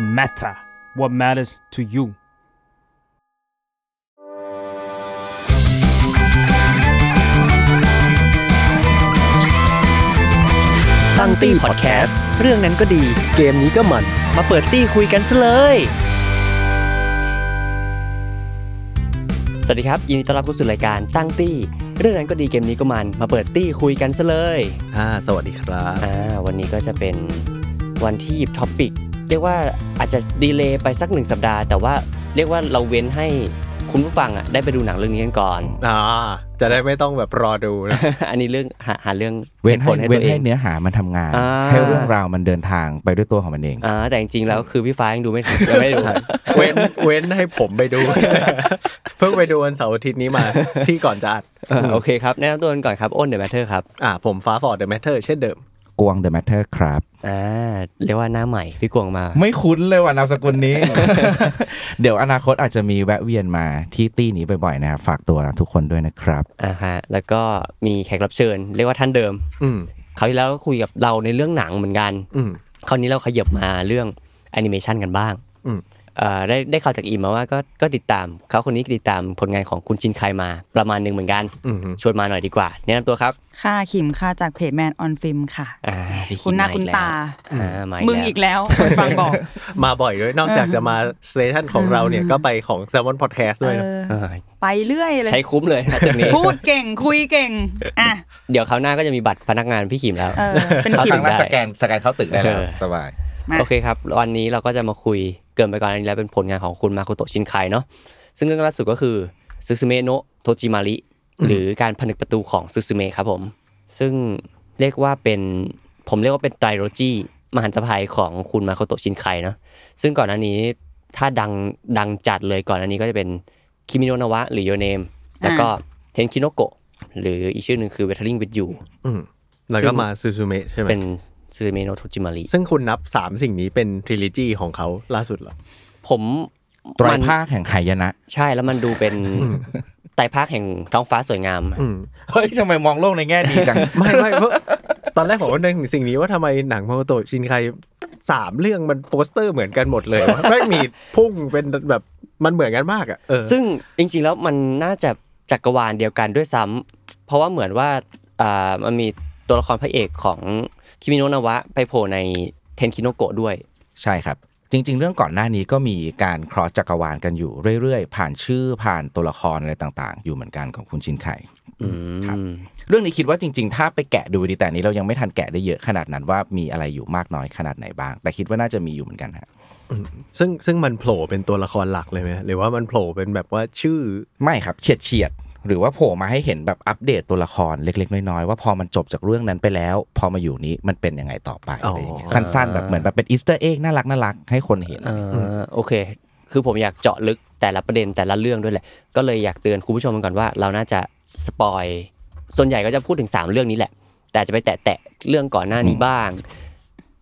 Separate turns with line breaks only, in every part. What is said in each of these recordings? matter what matters to you
ตั้งตี้พอดแคสต์เรื่องนั้นก็ดี เกมนี้ก็มัน มาเปิดตี้คุยกันซะเลย สวัสดีครับ ยินดีต้อนรับเข้าสู่รายการตั้งตี้ เรื่องนั้นก็ดีเกมนี้ก็มัน มาเปิดตี้คุยกันซะเลย
อ่าสวัสดีครับ
อ่าวันนี้ก็จะเป็นวันที่หยิบท็อปิกเรียกว่าอาจจะดีเลย์ไปสักหนึ่งสัปดาห์ แต่ว่าเรียกว่าเราเว้นให้คุณผู้ฟังอ่ะได้ไปดูหนังเรื่องนี้กันก่อน
อ่า จะได้ไม่ต้องแบบรอดูนะ
อันนี้เรื่องหาหาเรื่อง
เว้น
ผล
ให้
ให้
เว้
ตัว
น
เอ
ให้
ง
เนื้อหามันทำงาน
อ่า
ให้เรื่องราวมันเดินทางไปด้วยตัวของมันเอง
อ่าแต่จริงๆแล้วคือพี่ฟ้ายังดูไม่ถึงยังไม่ได้ดู
เว้นเว้นให้ผมไปดู เพิ่งไปดูวันเสาร์อาทิตย์นี้มา ที่ก่อนจะอัด
เออโอเคครับแนะนำตัวกันก่อนครับอ้นเดอะแมทเทอร์ครับ
อ่า ผมฟ้าฟอร์ดเดอะแมทเทอร์เช่นเดิม
กวง The Matter ครับ
อ่าเรียกว่าหน้าใหม่พี่กวงมา
ไม่คุ้นเลยว่ะนามสกุลนี้ เดี๋ยวอนาคตอาจจะมีแวะเวียนมาที่ตี้นี้บ่อยๆนะครับ ฝากตัวทุกคนด้วยนะครับ
อ่าฮะ แล้วก็มีแขกรับเชิญ เรียกว่าท่านเดิม
อืม
เขาวที่แล้วก็คุยกับเราในเรื่องหนังเหมือนกัน
อืม
คราวนี้เราขยับมาเรื่องแอนิเมชันกันบ้าง
อืม
เอ่อได้ได้ข่าวจากอีมมาว่าก็ก็ติดตามเขาคนนี้ติดตามผลงานของคุณชินไคายมาประมาณหนึ่งเหมือนกัน
อืม
ชวนมาหน่อยดีกว่าแนะนำตัวครับ
ค่ะ ขิมค่ะ จากเพจแมนออนฟิล์มค่ะ
อ่าพี่คิ
คุณ
ม
หน้า
อีก
คุณ
แล้ว
ตา
อ่ามา
มึง
อี
อี
ก
ก
แล้ว
แล้วคนฟังบอก
มาบ่อยด้วย นอกจากจะมาสเตชันของเราเนี่ย ก็ไปของ s ซ l m o n Podcast ด้วยนะ
เออ
เออ
ไปเรื่อยเลย
ใช้คุ้มเลยนะจากนี้
พูดเก่งคุยเก่ง อ่ะ
เดี๋ยวคราวหน้าก็จะมีบัตรพนักงานพี่ขิมแล้ว
เออ เป็น
ครับ
ขิ
ค
ม
รั้งแรกสแกนสแกนเข้าตึกได้แล้ว
เออ
สบาย
อ่ะ
โอเคครับ วันนี้เราก็จะมาคุยเกรินไปก่อนอันนี้แล้วเป็นผลงานของคุณมาโคโตะชินไคเนาะซึ่งเรื่องล่าสุดก็คือซึซึเมโนะโทจิมาริหรือการผนึกประตูของซึซึเมะครับผม ซึ่งเรียกว่าเป็นผมเรียกว่าเป็นไตรโลจีมหันตภัยของคุณมาโคโตะชินไคเนาะซึ่งก่อนหน้านี้ถ้าดังดังจัดเลยก่อนหน้านี้ก็จะเป็นคิมิโนะนาวะหรือโยเนมแล้วก็เทนคิโนโกะหรืออีกชื่อหนึ่งคือเวทเทอริงวิดยู
อืม แล้วก็มาซูซูเมะใช่ไหม
เป็นซึซึเมโนะโทจิมาริ
ซึ่งคุณนับ 3 สิ่งนี้เป็นทริลิจีของเขาล่าสุดเหรอ
ผม
ไตร
มัน
ภาคแห่งไหายนะ
ใช่แล้วมันดูเป็นไตรภาคแห่งท้องฟ้าสวยงาม
อืม
เฮ้ยทำไมมองโลกในแง่ดีจัง
ไม่ไม่เพราะตอนแรกผมก็นึกถึงสิ่งนี้ว่าทำไมหนังมาโกโตะชินไคสามเรื่องมันโปสเตอร์เหมือนกันหมดเลยวะ ไม่มีพุ่งเป็นแบบมันเหมือนกันมากอ่ะเออ
ซึ่งจริงๆแล้วมันน่าจะจักรวาลเดียวกันด้วยซ้ำเพราะว่าเหมือนว่าอ่ามันมีตัวละครพระเอกของคิมิโนะนาวะไปโผล่ในเทนคิโนโกะด้วย
ใช่ครับ จริง ๆ เรื่องก่อนหน้านี้ก็มีการ cross จักรวาลกันอยู่เรื่อยๆ ผ่านชื่อผ่านตัวละครอะไรต่างๆ อยู่เหมือนกันของคุณชินไค
อื
ครับ
ม
เรื่องนี้คิดว่าจริงๆ ถ้าไปแกะดูดีแต่อันนี้เรายังไม่ทันแกะได้เยอะขนาดนั้นว่ามีอะไรอยู่มากน้อยขนาดไหนบ้าง แต่คิดว่าน่าจะมีอยู่เหมือนกันฮะ
ซึ่งซึ่งมันโผล่เป็นตัวละครหลักเลยไหมหรือว่ามันโผล่เป็นแบบว่าชื่อ
ไม่ครับเฉียดเฉียดๆหรือว่าโผล่มาให้เห็นแบบอัปเดตตัวละครเล็ก ๆ น้อยๆ ว่าพอมันจบจากเรื่องนั้นไปแล้ว พอมาอยู่นี้มันเป็นยังไงต่อไปอะไรอย่างเงี้ย
อ๋อ
สั้นๆแบบเหมือนแบบเป็นอีสเตอร์เอ็กน่ารักน่ารักๆให้คนเห็น
เอ่อโอเค คือผมอยากเจาะลึกแต่ละประเด็นแต่ละเรื่องด้วยแหละ ก็เลยอยากเตือนคุณผู้ชมกันก่อนว่าเราน่าจะสปอยส่วนใหญ่ก็จะพูดถึง 3 เรื่องนี้แหละ แต่จะไปแตะแตะเรื่องก่อนหน้านี้บ้าง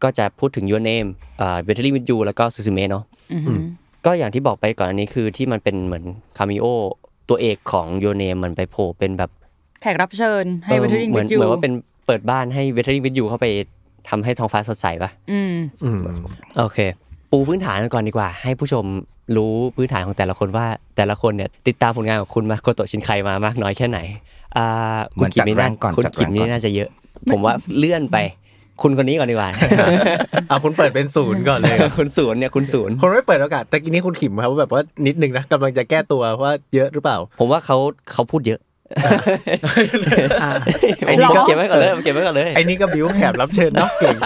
ก็จะพูดถึง Your Name เอ่อ b e t t e r y with You แล้วก็ Suzume เนาะ
อือหือ
ก็อย่างที่บอกไปก่อนอันนี้คือที่มันเป็นเหมือนคาเมิโอตัวเอกของโยเนมมันไปโผล่เป็นแบบ
แขกรับเชิญให้
เออ
วิทยิง
เหมือ
วิ
น
ทยู
เหมือนว่าเป็นเปิดบ้านให้เวทริงวิทยูเข้าไปทำให้ท้องฟ้าสดใสปะ
อืม
อืม
โอเค ปูพื้นฐานกันก่อนดีกว่า ให้ผู้ชมรู้พื้นฐานของแต่ละคนว่าแต่ละคนเนี่ยติดตามผลงานของคุณมาโกโตะชินไคมามากน้อยแค่ไหนอ่า
เห
คุ
มื
ณ
อน
กิม
จัด
นี่น่า
แรงก่อน
คุณ
จัดแรง
กิม
ก่
นี่
อน
น่าจะเยอะ ผมว่าเลื่อนไป คุณคนนี้ก่อนดีกว่า
เอาคุณเปิดเป็นศูนย์ก่อนเลย
คุณศูนย์เนี่ยคุณศูนย์
คนไม่เปิดโอกาสแต่กี้นี้คุณขิมครับว่าแบบว่านิดนึงนะกำลังจะแก้ตัวว่าเยอะหรือเปล่า
ผมว่าเขาเขาพูดเยอะ
อ่า
ไอ้นี่ก็
หรอ
เก็บไว้ก่อนเลยเก็บไว้ก่อนเลย
ไอ้นี่ก็บิวแขบรับเชิญเนอกเก่ง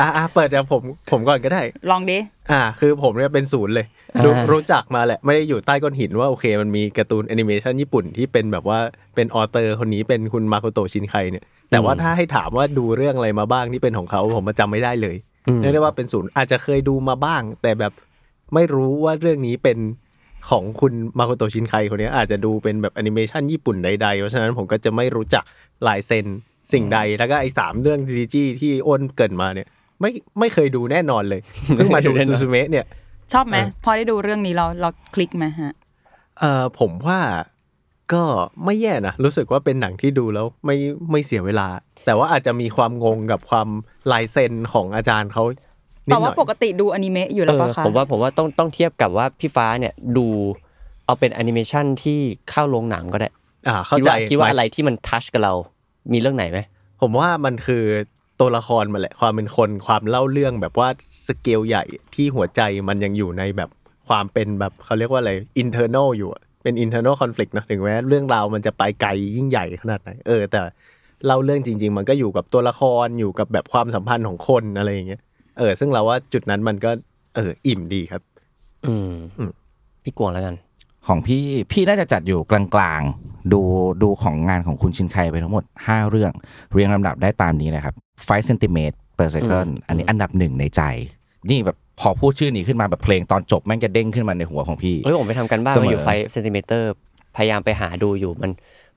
อ่าอ่าเปิดจากผมผมก่อนก็ได้
ลองดิ
อ่าคือผมเนี่ยเป็นศูนย์เลยรู้
อ่า
รู้จักมาแหละ ไม่ได้อยู่ใต้ก้อนหินว่าโอเคมันมีการ์ตูนแอนิเมชันญี่ปุ่นที่เป็นแบบว่าเป็นออเตอร์คนนี้เป็นคุณมาโคโตะชินไคเนี่ย แต่ว่าถ้าให้ถามว่าดูเรื่องอะไรมาบ้างที่เป็นของเขาผมจำไม่ได้เลย
อืม
เรียกได้ว่าเป็นศูนย์อาจจะเคยดูมาบ้าง แต่แบบไม่รู้ว่าเรื่องนี้เป็นของคุณมาโคโตะชินไคคนเนี้ยอาจจะดูเป็นแบบแอนิเมชันญี่ปุ่นใดๆเพราะฉะนั้นผมก็จะไม่รู้จักลายเซ็นสิ่งใดแล้วก็ไอ้สามเรื่องดีจีที่อ้นเกรินมาเนี่ย ไม่ไม่เคยดูแน่นอนเลยเพิ่งมาดู
ไม่เคยดูแน่นอน
ซูซูเมะเนี่ย
ชอบไหมพอได้ดูเรื่องนี้เราเราคลิกไหมฮะ
เอ่อผมว่าก็ไม่แย่นะ รู้สึกว่าเป็นหนังที่ดูแล้วไม่ไม่เสียเวลา แต่ว่าอาจจะมีความงงกับความลายเซ็นของอาจารย์เขา นิ
แต่
ดหน่
ว่า
อย
ปกติดูอนิเมะอยู่แล้วปะ
เออ
คะ
ผมว่าผมว่าต้องต้องเทียบกับว่าพี่ฟ้าเนี่ยดูเอาเป็นแอนิเมชันที่เข้าโรงหนังก็ได้
อ่าเข้า
คิด
ใจ
ว่าคิดว่า
หมย
อะไรที่มันทัชกับเรา มีเรื่องไหนไหม
ผมว่ามันคือตัวละครมันแหละ ความเป็นคนความเล่าเรื่องแบบว่าสเกลใหญ่ที่หัวใจมันยังอยู่ในแบบความเป็นแบบเขาเรียกว่าอะไร internal อยู่อะเป็น internal conflict นะถึงแม้เรื่องราวมันจะไปไกลยิ่งใหญ่ขนาดไหนเออ แต่เล่าเรื่องจริง ๆ มันก็อยู่กับตัวละครอยู่กับแบบความสัมพันธ์ของคนอะไรอย่างเงี้ยเออ ซึ่งเราว่าจุดนั้นมันก็เอออิ่มดีครับ
อืม
อืม
พี่กวงแล้วกัน
ของพี่พี่น่าจะจัดอยู่กลางๆ ดูดูของงานของคุณชินไคไปทั้งหมด 5 เรื่อง เรียงลำดับได้ตามนี้นะครับ5 centimeter per second
อืม
อันนี้อันดับหนึ่งในใจ นี่แบบพอพูดชื่อนี้ขึ้นมาแบบเพลงตอนจบแม่งจะเด้งขึ้นมาในหัวของพี่
เฮ้ยผมไปทำกันบ้าน
เสมอ
มาอยู่ไฟเซนติเมตรพยายามไปหาดูอยู่มัน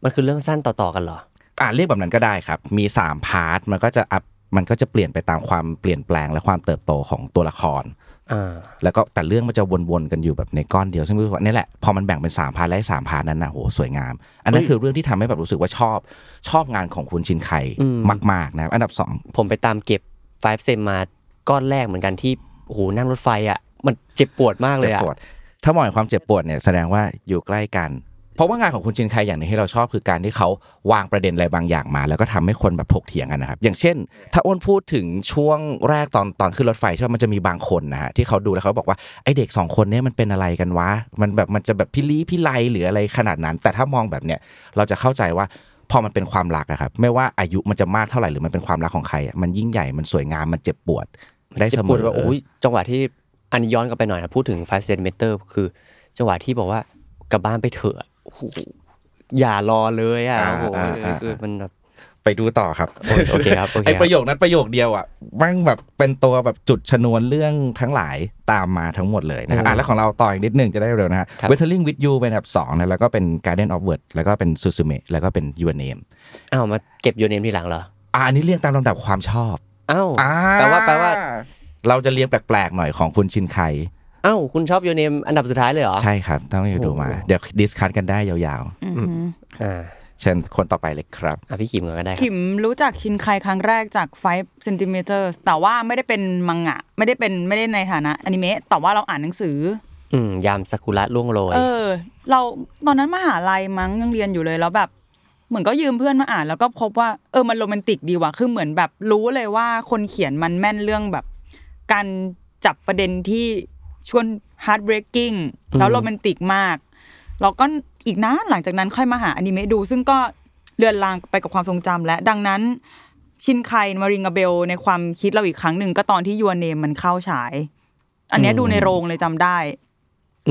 มันคือเรื่องสั้นต่อๆกันเหรอ
อ่าเรียกแบบนั้นก็ได้ครับ มี 3 พาร์ท มันก็จะอัพมันก็จะเปลี่ยนไปตามความเปลี่ยนแปลงและความเติบโตของตัวละคร
อ่า
แล้วก็แต่เรื่องมันจะวนๆกันอยู่แบบในก้อนเดียว ซึ่งรู้สึกว่านี่แหละพอมันแบ่งเป็น 3 พาร์ทและสามพาร์ทนั้นนะโหสวยงาม อันนั้น
เฮ้ย
คือเรื่องที่ทำให้แบบรู้สึกว่าชอบชอบงานของคุณชินไค
อืม
มากๆนะครับอันดับ
ผมไปตามเก็บไฟเซนมาก้อนแรกเหมือนกันที่โอ้โหนั่งรถไฟอ่ะ มันเจ็บปวดมาก
2
เล
เจ็
ยอ่ะ
บปวด ถ้ามองถึงความเจ็บปวดเนี่ยแสดงว่าอยู่ใกล้กัน เพราะว่างานของคุณชินไคอย่างหนึงที่เราชอบคือการที่เขาวางประเด็นอะไรบางอย่างมา แล้วก็ทำให้คนแบบถกเถียงกันนะครับอย่างเช่น ถ้าอ้นพูดถึงช่วงแรกตอนตอนขึ้นรถไฟใช่ไหมมันจะมีบางคนนะฮะที่เขาดูแล้วเขาบอกว่าไอเด็กสองคนเนี่ยมันเป็นอะไรกันวะมันแบบมันจะแบบพิลี้พิไลหรืออะไรขนาดนั้น แต่ถ้ามองแบบเนี้ยเราจะเข้าใจว่าพอมันเป็นความรักอะครับไม่ว่าอายุมันจะมากเท่าไหร่หรือมันเป็นความรักของใครอะมันยิ่งใหญ่มันสวยงามมันเจ็บปวดได้
จะ
เสม
พูด
อ
ว่าโอ้ยจังหวะที่อันนี้ย้อนกลับไปหน่อยนะพูดถึงไฟเซนเมเตอร์คือ จังหวะที่บอกว่ากลับบ้านไปเถอะโอ้โหอย่ารอเลยอ่ะ
อ่า
โอ้โห
อ่าอ่า
คือมันแบบ
ไปดูต่อครับ
โอ้ยโอเคครับโอเค
ไอ
ค
ป
รับ
ระโยคนั้นประโยคเดียวอ่ะแมันแบบเป็นตัวแบบจุดชนวนเรื่องทั้งหลายตามมาทั้งหมดเลยนะครับอ่ะแล้วของเราต่ออีกนิดหนึงจะได้เร็วนะฮะ Withering with you เป็นอันดับสองนะแล้วก็เป็น Garden of Words แล้วก็เป็น Suzume แล้วก็เป็น Your Name
อ้าวมาเก็บยูเนมทีหลังเหรอ
อ่ะอันนี้เรียงตามลำดับความชอบ
อ้าว
อ่
แปลว่าแปลว่า
เราจะเรียงแปลกๆหน่อยของคุณชินไค
อ้าวคุณชอบยูเนมอันดับสุดท้ายเลยเหรอ
ใช่ครับ ต้องไปดูมา เดี๋ยวดิสคัทกันได้ยาว
อืม
อ่า
ๆ เชิญคนต่อไปเลยครับ
อ่ะพี่ขิมก่อนก็ได้ครับ
ขิมรู้จักชินไคครั้งแรกจาก5 centimeters แต่ว่าไม่ได้เป็นมังงะ ไม่ได้เป็นไม่ได้ในฐานะอนิเมะแต่ว่าเราอ่านหนังสือ
อืมยามซากุระล่วงโรย
เออ เราตอนนั้นมหาลัยมั้งยังเรียนอยู่เลยแล้วแบบ เหมือนก็ยืมเพื่อนมาอ่าน แล้วก็พบว่าเออมันโรแมนติกดีว่ะคือเหมือนแบบรู้เลยว่าคนเขียนมันแม่นเรื่องแบบ การจับประเด็นที่ชวน hard breaking แล้วโรแมนติกมากแล้วก็อีกนานหลังจากนั้นค่อยมาหาอนิเมะดู ซึ่งก็เลือนลางไปกับความทรงจำและดังนั้น ชินไคมาริงกาเบลในความคิดเราอีกครั้งหนึ่งก็ตอนที่ยูเนมมันเข้าฉาย อันเนี้ยดูในโรงเลยจำได้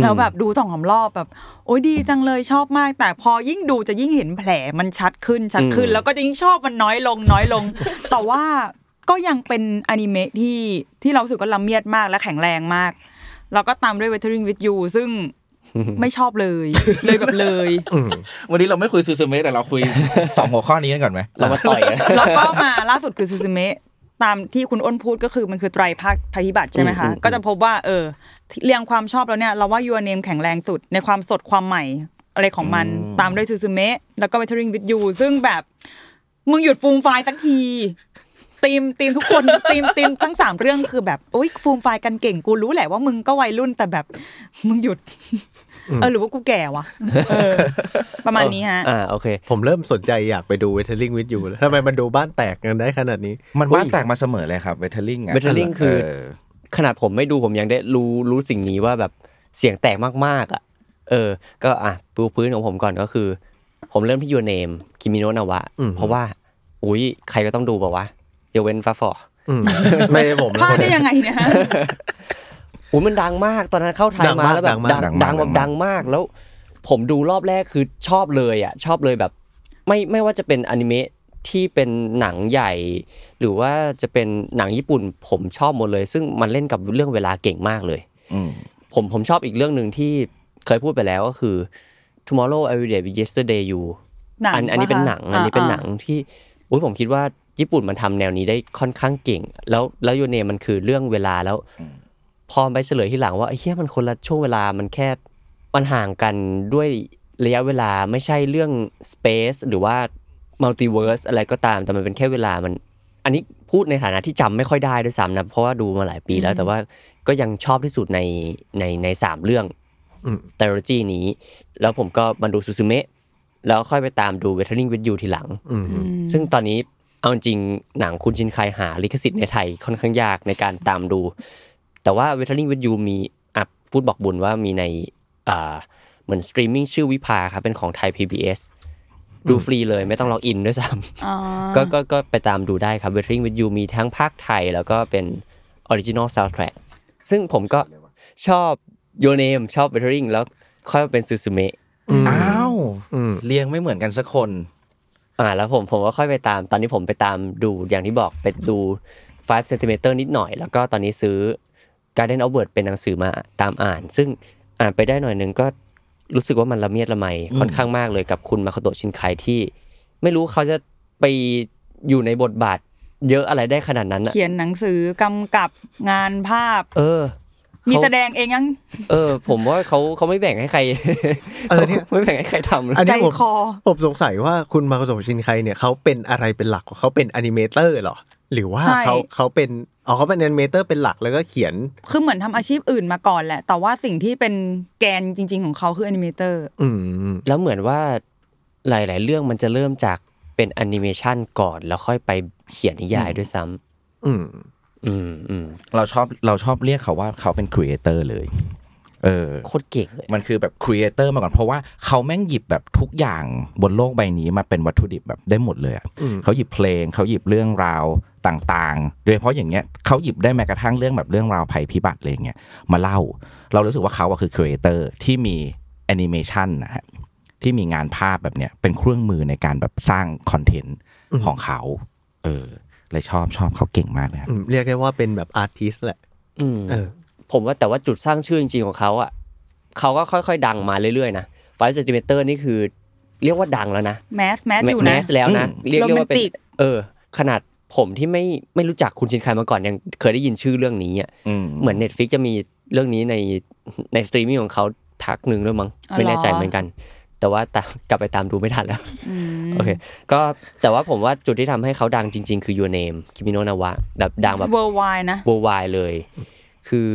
แล้วแบบดูสองสามรอบแบบ โอ้ยดีจังเลยชอบมาก แต่พอยิ่งดูจะยิ่งเห็นแผลมันชัดขึ้นชัดขึ้น แล้วก็จะยิ่งชอบมันน้อยลงน้อย ลง แต่ว่าก็ยังเป็นอนิเมะที่ที่เรารู้สึกก็ละเมียดมากและแข็งแรงมาก แล้วก็ตามด้วย Weathering with You ซึ่งไม่ชอบเลย เลยแบบเลย
วันนี้เราไม่คุยซูซูเมะแต่เราคุย สองหัวข้อนี้กันก่อนไหม
เรามาต่อยกัน
แล้วก็มาล่าสุดคือซูซูเมะตามที่คุณอ้นพูดก็คือมันคือไตรภาคภัยพิบัติใช่ไหมคะ
อืมอืม
ก็จะพบว่าเออเรียงความชอบแล้วเนี่ย เราว่ายูเนมแข็งแรงสุดในความสดความใหม่อะไรของมันตามด้วยซูซูเมะแล้วก็เวทริงวิดยูซึ่งแบบ มึงหยุดฟูมไฟล์สักทีตีมตีมทุกคนตีมตีมทั้งสามเรื่องคือแบบโอ๊ยฟูมไฟล์กันเก่งกูรู้แหละว่ามึงก็วัยรุ่นแต่แบบ มึงหยุด เออหรือว่ากูแก่วะเออ ประมาณนี้ฮะ
อ่าโอเค
ผมเริ่มสนใจอยากไปดู Withering with you แล้วทำไมมันดูบ้านแตกกันได้ขนาดนี้
มันบ้านแตกมาเสมอเลยครับเวทเทอร์ลิงอะ
Weathering คือ ขนาดผมไม่ดูผมยังได้รู้รู้สิ่งนี้ว่าแบบเสียงแตกมากๆอ่ะ เออ ก็อ่ะปูพื้นของผมก่อนก็คือ ผมเริ่มที่ยูเนมคิมิโนะนาวะ
อืม
เพราะว่า อุ้ยใครก็ต้องดูแบบว่าวะยกเว้นฟ้าฟอ
อืม ไม่ใช่ผม
พลาด
นะ
ได้ยังไงเนี่ยฮะ
อุ้ยมันดังมากตอนนั้นเข้าไทย
ดัง
มา
มา
แล้
ก
วแบบดัง
ดังมากดั
ดัง
ง
แบ
มาก
บดังมากแล้ว ผมดูรอบแรกคือชอบเลยอ่ะ ชอบเลยแบบ ไม่ไม่ว่าจะเป็นอนิเมะที่เป็นหนังใหญ่ หรือว่าจะเป็นหนังญี่ปุ่น ผมชอบหมดเลย ซึ่งมันเล่นกับเรื่องเวลาเก่งมากเลย
ม
ผมผมชอบอีกเรื่องหนึ่งที่เคยพูดไปแล้วก็คือ tomorrow every day be yesterday you
หนัง
อันอันนี้
ปะ
เป็น
คะ
หนัง อันนี้เป็น
อ่าๆ
หนังที่อุ้ยผมคิดว่าญี่ปุ่นมันทำแนวนี้ได้ค่อนข้างเก่ง แล้วแล้วยูเนมันคือเรื่องเวลาแล้ว พอไปเฉลยที่หลังว่าไอ้เฮียมันคนละช่วงเวลามันแค่มันห่างกันด้วยระยะเวลาไม่ใช่เรื่อง space หรือว่า multiverse อะไรก็ตามแต่มันเป็นแค่เวลามัน อันนี้ พูดในฐานะที่จำไม่ค่อยได้ด้วยซ้ำนะเพราะว่าดูมาหลายปีแล้ว แต่ว่าก็ยังชอบที่สุดในในในสามเรื่อง
อืม
เทโลจีนี้ แล้วผมก็มาดูซูซูเมะแล้วค่อยไปตามดูเวทเทอร์นิงวิดยูทีหลัง
อืม
ซึ่งตอนนี้เอาจริงๆหนังคุณชินคายหาลิขสิทธิ์ในไทยค่อนข้างยากในการตามดู แต่ว่า w e t t e r i n g with you มีอ่ะพูดบอกบุญว่ามีในอ่าเหมือนสตรีมมิ่งชื่อวิภาครับเป็นของไทย PBS ดูฟรีเลยไม่ต้องล็อกอินด้วยซ้
อ่า
ำก็ก็ก็ไปตามดูได้ครับ w e t t e r i n g with you มีทั้งภาคไทยแล้วก็เป็นออริจินอลซาว d t ท a c k ซึ่งผมก็ชอบ Your Name ชอบ w e t t e r i n g แล้วค่อยมาเป็นซูซูเมะ
อ้าว
อืม
เรียงไม่เหมือนกันสักคน
อ่าแล้วผมผมก็ค่อยไปตาม ตอนนี้ผมไปตามดูอย่างที่บอกไปดู5 cm นิดหน่อย แล้วก็ตอนนี้ซื้อ Garden of Word เป็นหนังสือมาตามอ่าน ซึ่งอ่านไปได้หน่อยหนึงก็รู้สึกว่ามันละเมียดละไมค่อนข้างมากเลยกับคุณมาโคโตะชินไคที่ ไม่รู้เขาจะไปอยู่ในบทบาท เยอะอะไรได้ขนาดนั้นอะ
เขียนหนังสือกำกับงานภาพ
เออ
มี
เขา
แสดงเองยัง
เออ ผมว่าเขาเขาไม่แบ่งให้ใคร
เออเนี่ย
ไม่แบ่งให้ใครทำเลย
อันนี้ผม
ใจคอ
ผมสงสัยว่าคุณมาโกโตะชินไคเนี่ยเขาเป็นอะไรเป็นหลักของเขาเป็นอนิเมเตอร์เหรอ หรือว่า
ใช่
เขาเขาเป็นอ๋อเขาเป็นอนิเมเตอร์เป็นหลักแล้วก็เขียน
คือเหมือนทำอาชีพอื่นมาก่อนแหละ แต่ว่าสิ่งที่เป็นแกนจริง ๆ ของเขาคืออนิเมเตอร์
อืม
แล้วเหมือนว่าหลาย ๆ เรื่องมันจะเริ่มจากเป็นแอนิเมชันก่อน แล้วค่อยไปเขียนนิยายด้วยซ้ำ
อืม
อืมอืม
เราชอบเราชอบเรียกเขาว่าเขาเป็นครีเอเตอร์เลย เออ
โคตรเก่งเลย
มันคือแบบครีเอเตอร์มาก่อนเพราะว่าเขาแม่งหยิบแบบทุกอย่างบนโลกใบนี้มาเป็นวัตถุดิบแบบได้หมดเลยอะ
อืม
เขาหยิบเพลงเขาหยิบเรื่องราวต่างๆ โดยเฉพาะอย่างเงี้ยเขาหยิบได้แม้กระทั่งเรื่องแบบเรื่องราวภัยพิบัติอะไรเงี้ยมาเล่า เรารู้สึกว่าเขาอะคือครีเอเตอร์ที่มีแอนิเมชันนะฮะที่มีงานภาพแบบเนี้ยเป็นเครื่องมือในการแบบสร้างคอนเทนต์ของเขาเออเลยชอบชอบเขาเก่งมากเลยครับ
อืมเรียกได้ว่าเป็นแบบอาร์ติสแหละ
อืม
เออ
ผมว่าแต่ว่าจุดสร้างชื่อจริงๆของเขาอ่ะเขาก็ค่อยๆ ดังมาเรื่อยๆนะไฟเซนติเมเตอร์นี่คือ เรียกว่าดังแล้วนะ
แมสแมสอยู่
แม
นะ
สแล้วนะ เรียกเรียกว่าเป็น
Romantic
เออ ขนาดผมที่ไม่ไม่รู้จักคุณชินคายมาก่อนยังเคยได้ยินชื่อเรื่องนี้อ่ะ
อืม
เหมือน Netflix จะมีเรื่องนี้ในในสตรีมมิ่งของเขาพักหนึ่งด้วยมั้ง
อ๋อเหรอ
ไม่แน่ใจเหมือนกัน แต่ว่าตามกลับไปตามดูไม่ทันแล้ว
อืม
โอเค ก็แต่ว่าผมว่าจุดที่ทำให้เขาดังจริง ๆ คือ Your Name คิมิโนะนาวะแบบดังแบบ
เวอร์ไวนะ
w o r l d w i d e เลย คือ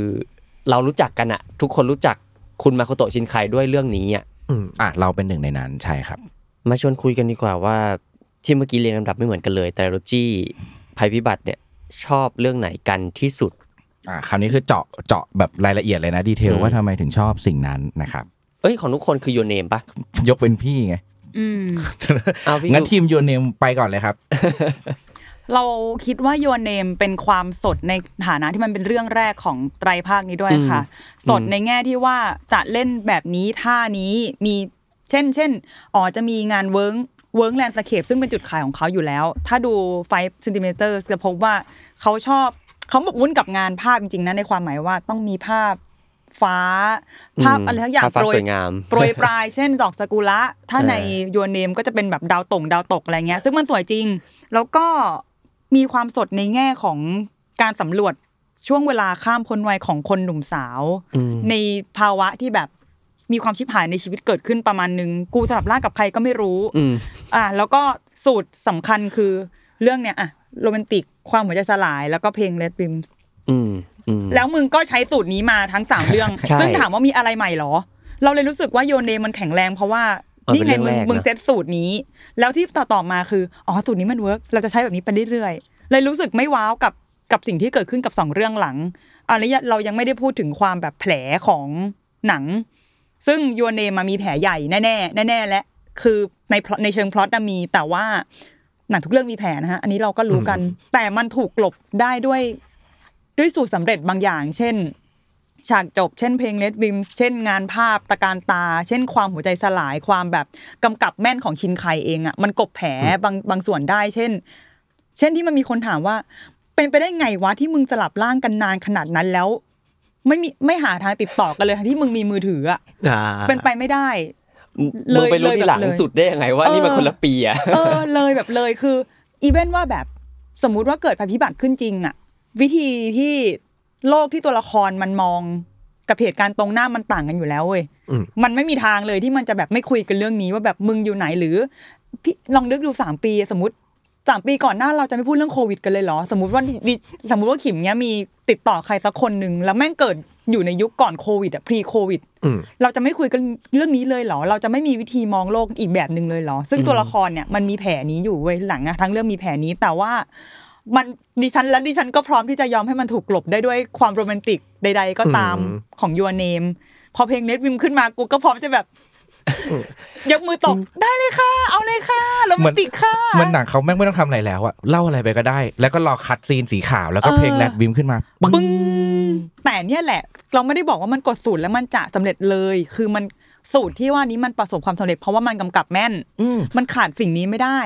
เรารู้จักกันอะทุกคนรู้จักคุณมาโคโตะชินไคด้วยเรื่องนี้อะ
อืม
อ่ะเราเป็นหนึ่งในนั้นใช่ครับ
มาชวนคุยกันดีกว่าว่าที่เมื่อกี้เรียงลำดับไม่เหมือนกันเลย แต่โรจี้ภัยพิบัติเนี่ยชอบเรื่องไหนกันที่สุด
อ่าคราวนี้คือเจาะเจาะแบบรายละเอียดเลยนะดีเทล
อืม
ว่าทำไมถึงชอบสิ่งนั้นนะครับ
เอ้ยของทุกคนคือ Your Name ปะ
ยกเป็นพี่ไง
อืม
เอาพี่
งั้น
ยู
ทีมยูเนมไปก่อนเลยครับ
เราคิดว่า Your Name เป็นความสดในฐานะที่มันเป็นเรื่องแรกของไตรภาคนี้ด้วยค่ะ สดในแง่ที่ว่าจะเล่นแบบนี้ท่านี้มีเช่น เช่นอ๋อจะมีงานเวิร์งเวิร์งแลนด์สเคปซึ่งเป็นจุดขายของเขาอยู่แล้ว ถ้าดู5 c m จะพบว่าเขาชอบเขาหมกมุ่นกับงานภาพจริงๆนะในความหมายว่าต้องมีภาพฟ้า ภาพอะไรทั้งอย่าง
ภพฟ้
โปรย
สวยงาม
โปรยปลาย เช่น ดอกสกุระ ถ้า
เออ
ในยูเนมก็จะเป็นแบบดาวตกดาวตกอะไรเงี้ย ซึ่งมันสวยจริง แล้วก็มีความสดในแง่ของการสำรวจช่วงเวลาข้ามพ้นวัยของคนหนุ่มสาว
อืม
ในภาวะที่แบบมีความชิบหายในชีวิตเกิดขึ้นประมาณนึง กูสลับร่างกับใครก็ไม่รู้
อืม
อ่ะแล้วก็สูตรสำคัญคือเรื่องเนี้ยอะโรแมนติกความหัวใจสลายแล้วก็เพลง Red Rims
อืมอืม
แล้วมึงก็ใช้สูตรนี้มาทั้งสามเรื่อง
ใช่
ซึ่งถามว่ามีอะไรใหม่หรอ เราเลยรู้สึกว่าโยเนมันแข็งแรงเพราะว่า
มันเป็น
นี่ไงมึง
เรื่องแรกนะ
มึงเซตสูตรนี้ แล้วที่ต่อต่อมาคือ อ๋อ สูตรนี้มันเวิร์กเราจะใช้แบบนี้ไปเรื่อยๆ เลยรู้สึกไม่ว้าวกับกับสิ่งที่เกิดขึ้นกับสองเรื่องหลังอันนี้เรายังไม่ได้พูดถึงความแบบแผลของหนัง ซึ่งโยเนมามีแผลใหญ่แน่ๆแน่ๆและคือใน plot ในเชิงพล็อตน่ะมีแต่ว่าหนังทุกเรื่องมีแผลนะฮะอันนี้เราก็รู้กัน แต่มันถูกกลบได้ด้วย ด้วยสูตรสำเร็จบางอย่าง เช่น ฉากจบ เช่นเพลงเลดบิมเช่นงานภาพตะการตา เช่นความหัวใจสลายความแบบกำกับแม่นของชินไคเองอะ่ะมันกบแผลบางบางส่วนได้ เช่น เช่นที่มันมีคนถามว่า เป็นไปได้ไงวะที่มึงสลับร่างกันนานขนาดนั้นแล้ว ไม่มีไม่หาทางติดต่อกันเลยทั้งที่มึงมีมือถืออ่ะ
อ่า
เป็นไปไม่ได้ เลย
มึงไปรู้
เลย
ที่หลัง
แบบเลย
สุดได้ยังไงว่า
เออ
นี่มันคนละปีอะ
เออเลยแบบเลยคืออีเวนว่าแบบสมมุติว่าเกิดภัยพิบัติขึ้นจริงอะวิธีที่โลกที่ตัวละครมันมองกับเหตุการณ์ตรงหน้ามันต่างกันอยู่แล้วเว้ย
อืม
มันไม่มีทางเลยที่มันจะแบบไม่คุยกันเรื่องนี้ว่าแบบมึงอยู่ไหนหรือพี่ลองนึกดูสามปีสมมติ สามปีก่อนหน้าเราจะไม่พูดเรื่องโควิดกันเลยเหรอ สมมติว่าดิสมมติว่าขิมเนี้ยมีติดต่อใครสักคนหนึ่งแล้วแม่งเกิดอยู่ในยุคก่อนโควิดอะ pre โควิด
อืม
เราจะไม่คุยกันเรื่องนี้เลยเหรอ เราจะไม่มีวิธีมองโลกอีกแบบหนึ่งเลยเหรอ ซึ่งตัวละครเนี่ยมันมีแผลนี้อยู่เว้ยหลังอะทั้งเรื่องมีแผลนี้แต่ว่ามันดิฉันและดิฉันก็พร้อมที่จะยอมให้มันถูกกลบได้ด้วยความโรแมนติกใด ๆ ก็ตาม
อืม
ของยูเนมพอเพลงเน็ตวิมขึ้นมากูก็พร้อมจะแบบ ยกมือตบได้เลยค่ะ เอาเลยค่ะโรแมนติกค่ะ
มันหนังเขาแม่งไม่ต้องทำอะไรแล้วอะเล่าอะไรไปก็ได้ แล้วก็รอคัดซีนสีขาวแล้วก็เพลง
เออ
แรดวิมขึ้นมาปึ้ง
ปึ้งแต่เนี่ยแหละ เราไม่ได้บอกว่ามันกดสูตรแล้วมันจะสำเร็จเลย คือมันสูตรที่ว่านี้มันประสบความสำเร็จเพราะว่ามันกำกับแม่น
อืม
มันขาดสิ่งนี้ไม่ได้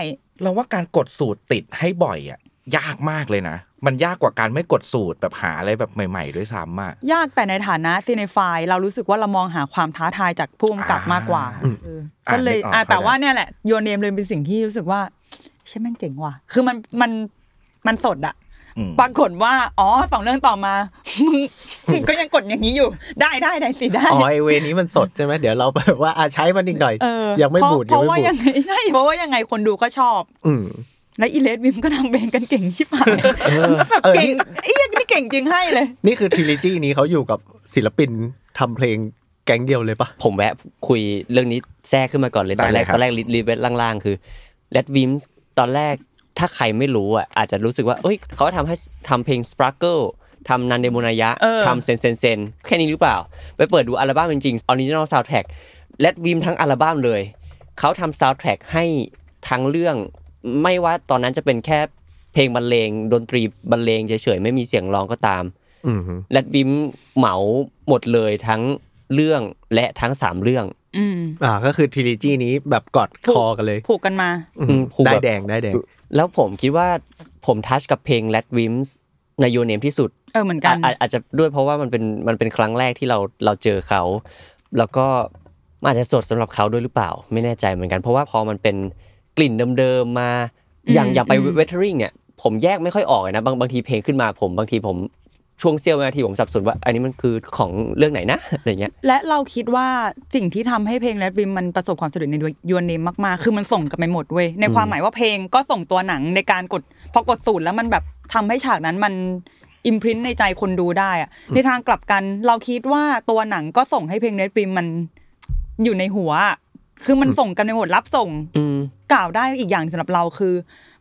เราว่าการกดสูตรติดให้บ่อยอะยากมากเลยนะ มันยากกว่าการไม่กดสูตรแบบหาอะไรแบบใหม่ ๆ ด้วยซ้ำอะ
ยากแต่ในฐานะซีเนฟายเรารู้สึกว่าเรามองหาความท้าทายจากผู้กำกับมากกว่า
อ่า
เออ
อ่า
ก็เลย
นึกออก
อ่ะ
เข้าใจ
แต่ว่าเนี่ยแหละโยเนมเลยเป็นสิ่งที่รู้สึกว่าใช่ยแม่งเจ๋งว่ะ คือมันมันมันสดอะ
อืม
ปรากฏว่า อ๋อสองเรื่องต่อมา มึงก็ยังกดอย่างนี้อยู่ ได้ได้ได้สิได้
อ๋อไอเวนี้มันสดใช่ไหมเดี๋ยวเราแบบว่าอาใช้มันอีกหน่อย
เออ
ยังไม่
เพราะ
บูด
เพ
ยัง
ราะ
ไม่บู
ว่ายั
ด
งไง ใช่เพราะว่ายังไงคนดูก็ชอบ
อืม
และอีเลสวิมก็ทำเบงกันเก่งชิบหายแบบ
เออ
เก่ง
นี่
ไอ้เหี้ยนี่เก่งจริงให้เลย
นี่คือทริลิจีนี้เขาอยู่กับศิลปินทำเพลงแก๊งเดียวเลยปะ
ผมแวะคุยเรื่องนี้แทรกขึ้นมาก่อนเลยต
ได้
อน
เลย
แรก
ครับ
ตอนแรกรีเวทล่างๆ คือแรดวิมส์ตอนแรกถ้าใครไม่รู้อ่ะอาจจะรู้สึกว่า เอ้ยเขาทำให้ทำเพลง Sparkle ทำนันเดโมนายะ
เออ
ทำเซนเซนเซนแค่นี้หรือเปล่า ไปเปิดดูอัลบั้มจริงๆ Original Soundtrack แรดวิมทั้งอัลบั้มเลย เขาทำ Soundtrack ให้ทั้งเรื่องไม่ว่าตอนนั้นจะเป็นแค่เพลงบรรเลงดนตรีบรรเลงเฉยๆไม่มีเสียงร้องก็ตาม
อืม
แรดวิมเหมาหมดเลยทั้งเรื่องและทั้งสามเรื่อง
อืม
อ่าก็คือทริลิจีนี้แบบกอดคอกันเลย
ผูกกันมา
อืม
อืมผูกแบบ
ได้แดงได้แดง
แล้วผมคิดว่าผมทัชกับเพลง Red Wimps ในยูเนมที่สุด
เออเหมือนกัน
อาจอาจจะด้วยเพราะว่ามันเป็นมันเป็นครั้งแรกที่เราเราเจอเขา แล้วก็มันอาจจะสดสำหรับเขาด้วยหรือเปล่า ไม่แน่ใจเหมือนกัน เพราะว่าพอมันเป็นกลิ่นเดิมๆมาอย่าง
อืม
อย่างไป
อืม
เวทเทอริงเนี่ย ผมแยกไม่ค่อยออกเลยนะบางบางทีเพลงขึ้นมาผมบางทีผมช่วงเสี้ยววินาทีผมสับสนว่าอันนี้มันคือของเรื่องไหนนะ อะไรเงี้ย
และเราคิดว่าสิ่งที่ทำให้เพลงแรดวิมมันประสบความสำเร็จในยูนเนมมากๆ คือมันส่งกันไปหมดเว้ยในความหมายว่าเพลงก็ส่งตัวหนังในการกดพอกดสูตรแล้วมันแบบทำให้ฉากนั้นมันอิมพ i ิ t ในใจคนดูได้อะในทางกลับกันเราคิดว่าตัวหนังก็ส่งให้เพลงแรดวิมมันอยู่ในหัวอะคือมันส่งกันไปหมดรับส่ง
อืม
กล่าวได้อีกอย่างสำหรับเราคือ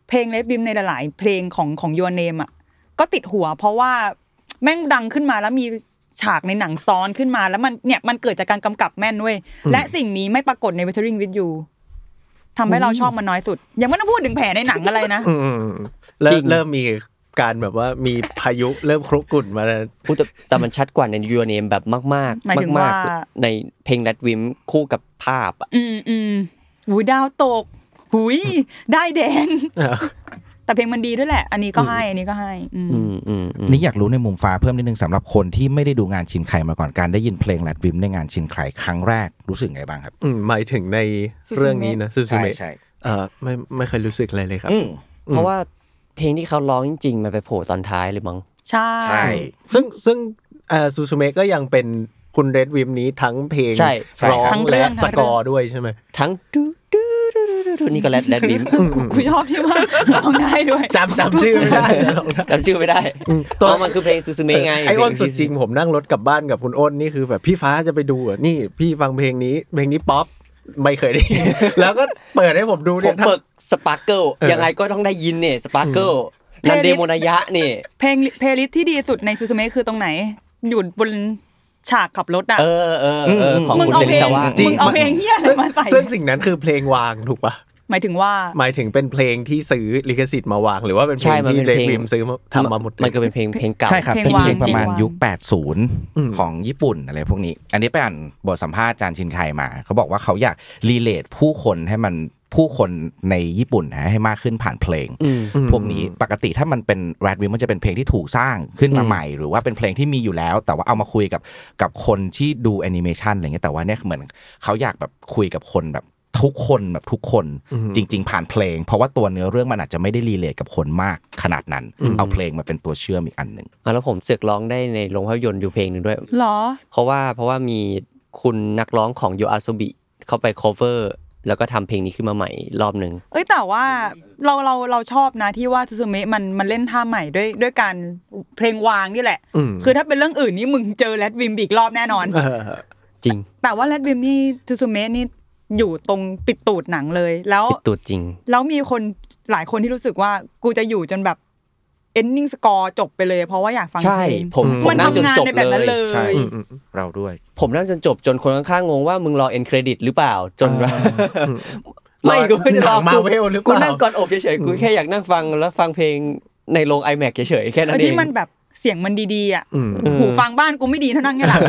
เพลงเลฟบิมในหลาย ๆ เพลงของของยูเนมอ่ะก็ติดหัว เพราะว่าแม่งดังขึ้นมาแล้วมีฉากในหนังซ้อนขึ้นมา แล้วมันเนี่ยมันเกิดจากการกำกับแม่นเว้ยและสิ่งนี้ไม่ปรากฏใน Weathering with You ทำให้เราชอบมันน้อยสุด ยังไม่ต้องพูดถึงแผลในหนังอะไรนะ
อืมเริ่
จริ
ม
ง
เริ่มมีการแบบว่ามีพายุเริ่มครุกรุ่นมาแล้ว
พูดแต่แต่มันชัดกว่าในยูเนมแบบมากๆ มาก
หมายถึงว่า
ๆในเพลง Red Wimp คู่กับภาพอะ
อืมอืมหูยดาวตกหุยได้แดง แต่เพลงมันดีด้วยแหละ อันนี้ก็ให้อันนี้ก็ให้ อืม
อืมอืมอืม
นี่อยากรู้ในมุมฟ้าเพิ่มนิดนึงสำหรับคนที่ไม่ได้ดูงานชินไคมาก่อนการได้ยินเพลงแรดวิมในงานชินไคครั้งแรกรู้สึกไงบ้างครับ
อืมหมายถึงในเรื่องนี้นะซูซูเมะ
ใช่
เอ่อไม่ไม่เคยรู้สึกอะไรเลยครับ
อืม
เพราะว่าเพลงที่เขาร้องจริงๆ มันไปโผล่ตอนท้ายเลยมั้ง
ใช่
ใช่
ซึ่งซึ่งซูซูเมะก็ยังเป็นคุณเรดวิมนี้ทั้งเพลง
ใช่
ร้อง
ทั้งเรื่
และ
อง
สกอร์ด้วยใช่ไหม
ทั้งดูดูดูดูดูดูนี่ก็แรดแรดดิม
กูชอบที่ว่าร้องได้ด้วย
จำจำชื่อไม่ได้นะ
จำชื่อไม่ได้
อืมตั
ตัว วมันคือเพลงซูซูเมะไง
ไออ้นสุดจริงผมนั่งรถกลับบ้านกับคุณอ้นนี่คือแบบพี่ฟ้าจะไปดูอ่ะนี่พี่ฟังเพลงนี้เพลงนี้ป๊อปไม่เคยได้ยิน แล้วก็เปิดให้ผมดู
ผ
เนี่
ม
ยทั้ง
เปิกสปาร์เกิล
เออ
ยังไงก็ต้องได้ยินเนี่ยสปาร์เกิลนันเดโมนายะนี่
เพลงเพลย์ลิสต์ที่ดีสุดในซูซูเมะคือตรงไหน อยู่บนฉากขับรถอ่ะ
เออเออเออของ
มึง
คุณ
เอา
เซ
เพ
นิ
ลง
ซาวะ
จริง
มึงเอาเพลงเฮียอะไร
ซึ่ง
มาใส่
ซึ่งสิ่งนั้นคือเพลงวางถูกปะ
หมายถึงว่า
หมายถึงเป็นเพลงที่ซื้อลิขสิทธิ์มาวาง หรือว่าเป็นเพล
ใช่
ง
มัน
ที่
เป็น
เรด
เพลง
วิมซื้อมาทำมาหมดเลย
นก็เป็นเพลงเพลงเก่า
ใช่ครับ
เพลง
เป็นเพลง
วาง
ประมาณ
จริงๆ
ยุค
วาง
80 ของญี่ปุ่นอะไรพวกนี้ อันนี้ไปอ่านบทสัมภาษณ์จานชินไคมา เขาบอกว่าเขาอยากรีเลทผู้คนให้มันผู้คนในญี่ปุ่นนะให้มากขึ้นผ่านเพลง
อืม
พวกนี้ปกติถ้ามันเป็นแรดวิมมันจะเป็นเพลงที่ถูกสร้างขึ้นมา
อืม
ใหม่ หรือว่าเป็นเพลงที่มีอยู่แล้ว แต่ว่าเอามาคุยกับกับคนที่ดูแอนิเมชันอะไรเงี้ยแต่ว่าเนี่ยเหมือนเขาอยากแบบคุยกับคนแบบทุกคนแบบทุกคนจริง ๆ ผ่านเพลง เพราะว่าตัวเนื้อเรื่องมันอาจจะไม่ได้รีเลทกับคนมากขนาดนั้น เอาเพลงมาเป็นตัวเชื่อมอีกอันหนึ่ง
อ่ะแล้วผมเสือกร้องได้ในโรงภาพยนตร์อยู่เพลงหนึ่งด้วย
หรอ
เพราะว่าเพราะว่ามีคุณนักร้องของโยอา o บิเขาไป cover แล้วก็ทำเพลงนี้ขึ้นมาใหม่รอบหนึ่ ง
เอ้ยแต่ว่าเราเราเราชอบนะที่ว่าซูซูเมะมันมันเล่นท่าใหม่ด้วยด้วยการเพลงวางนี่แหละ
อืม
คือถ้าเป็นเรื่องอื่นนี่มึงเจอแรดวิมอีกรอบแน่นอน
เออ
จริง
แต่ว่าแรดวิมนี่ซูซูเมะนี่อยู่ตรงปิดตูดหนังเลย แล้ว
ปิดตัวจริง
แล้วมีคนหลายคนที่รู้สึกว่ากูจะอยู่จนแบบเอนนิ่งสกอร์จบไปเลย เพราะว่าอยากฟัง
ใช่
เพลง
ผมผม
มัน
นั่งจน
ทำงาน
จบ
ในแบบนั้น
เล
เลย ย
ใช่เราด้วย
ผมนั่งจนจบจนคนข้างๆงงว่ามึงรอเอ็นเครดิตหรือเปล่าจนว่า ไม่กูไม่ได้รอ
หนัง Marvel หรือเปล่า
กูนั่งก่อนอบเฉยๆกูแค่อยากนั่งฟังแล้วฟังเพลงในโรง iMac เฉยๆแค่นั้
เออน
เอ
ที่
ง
มันแบบเสียงมันดีๆอ่ะ
อืม
หูฟังบ้านกูไม่ดีเท่านั้นไงล่ะ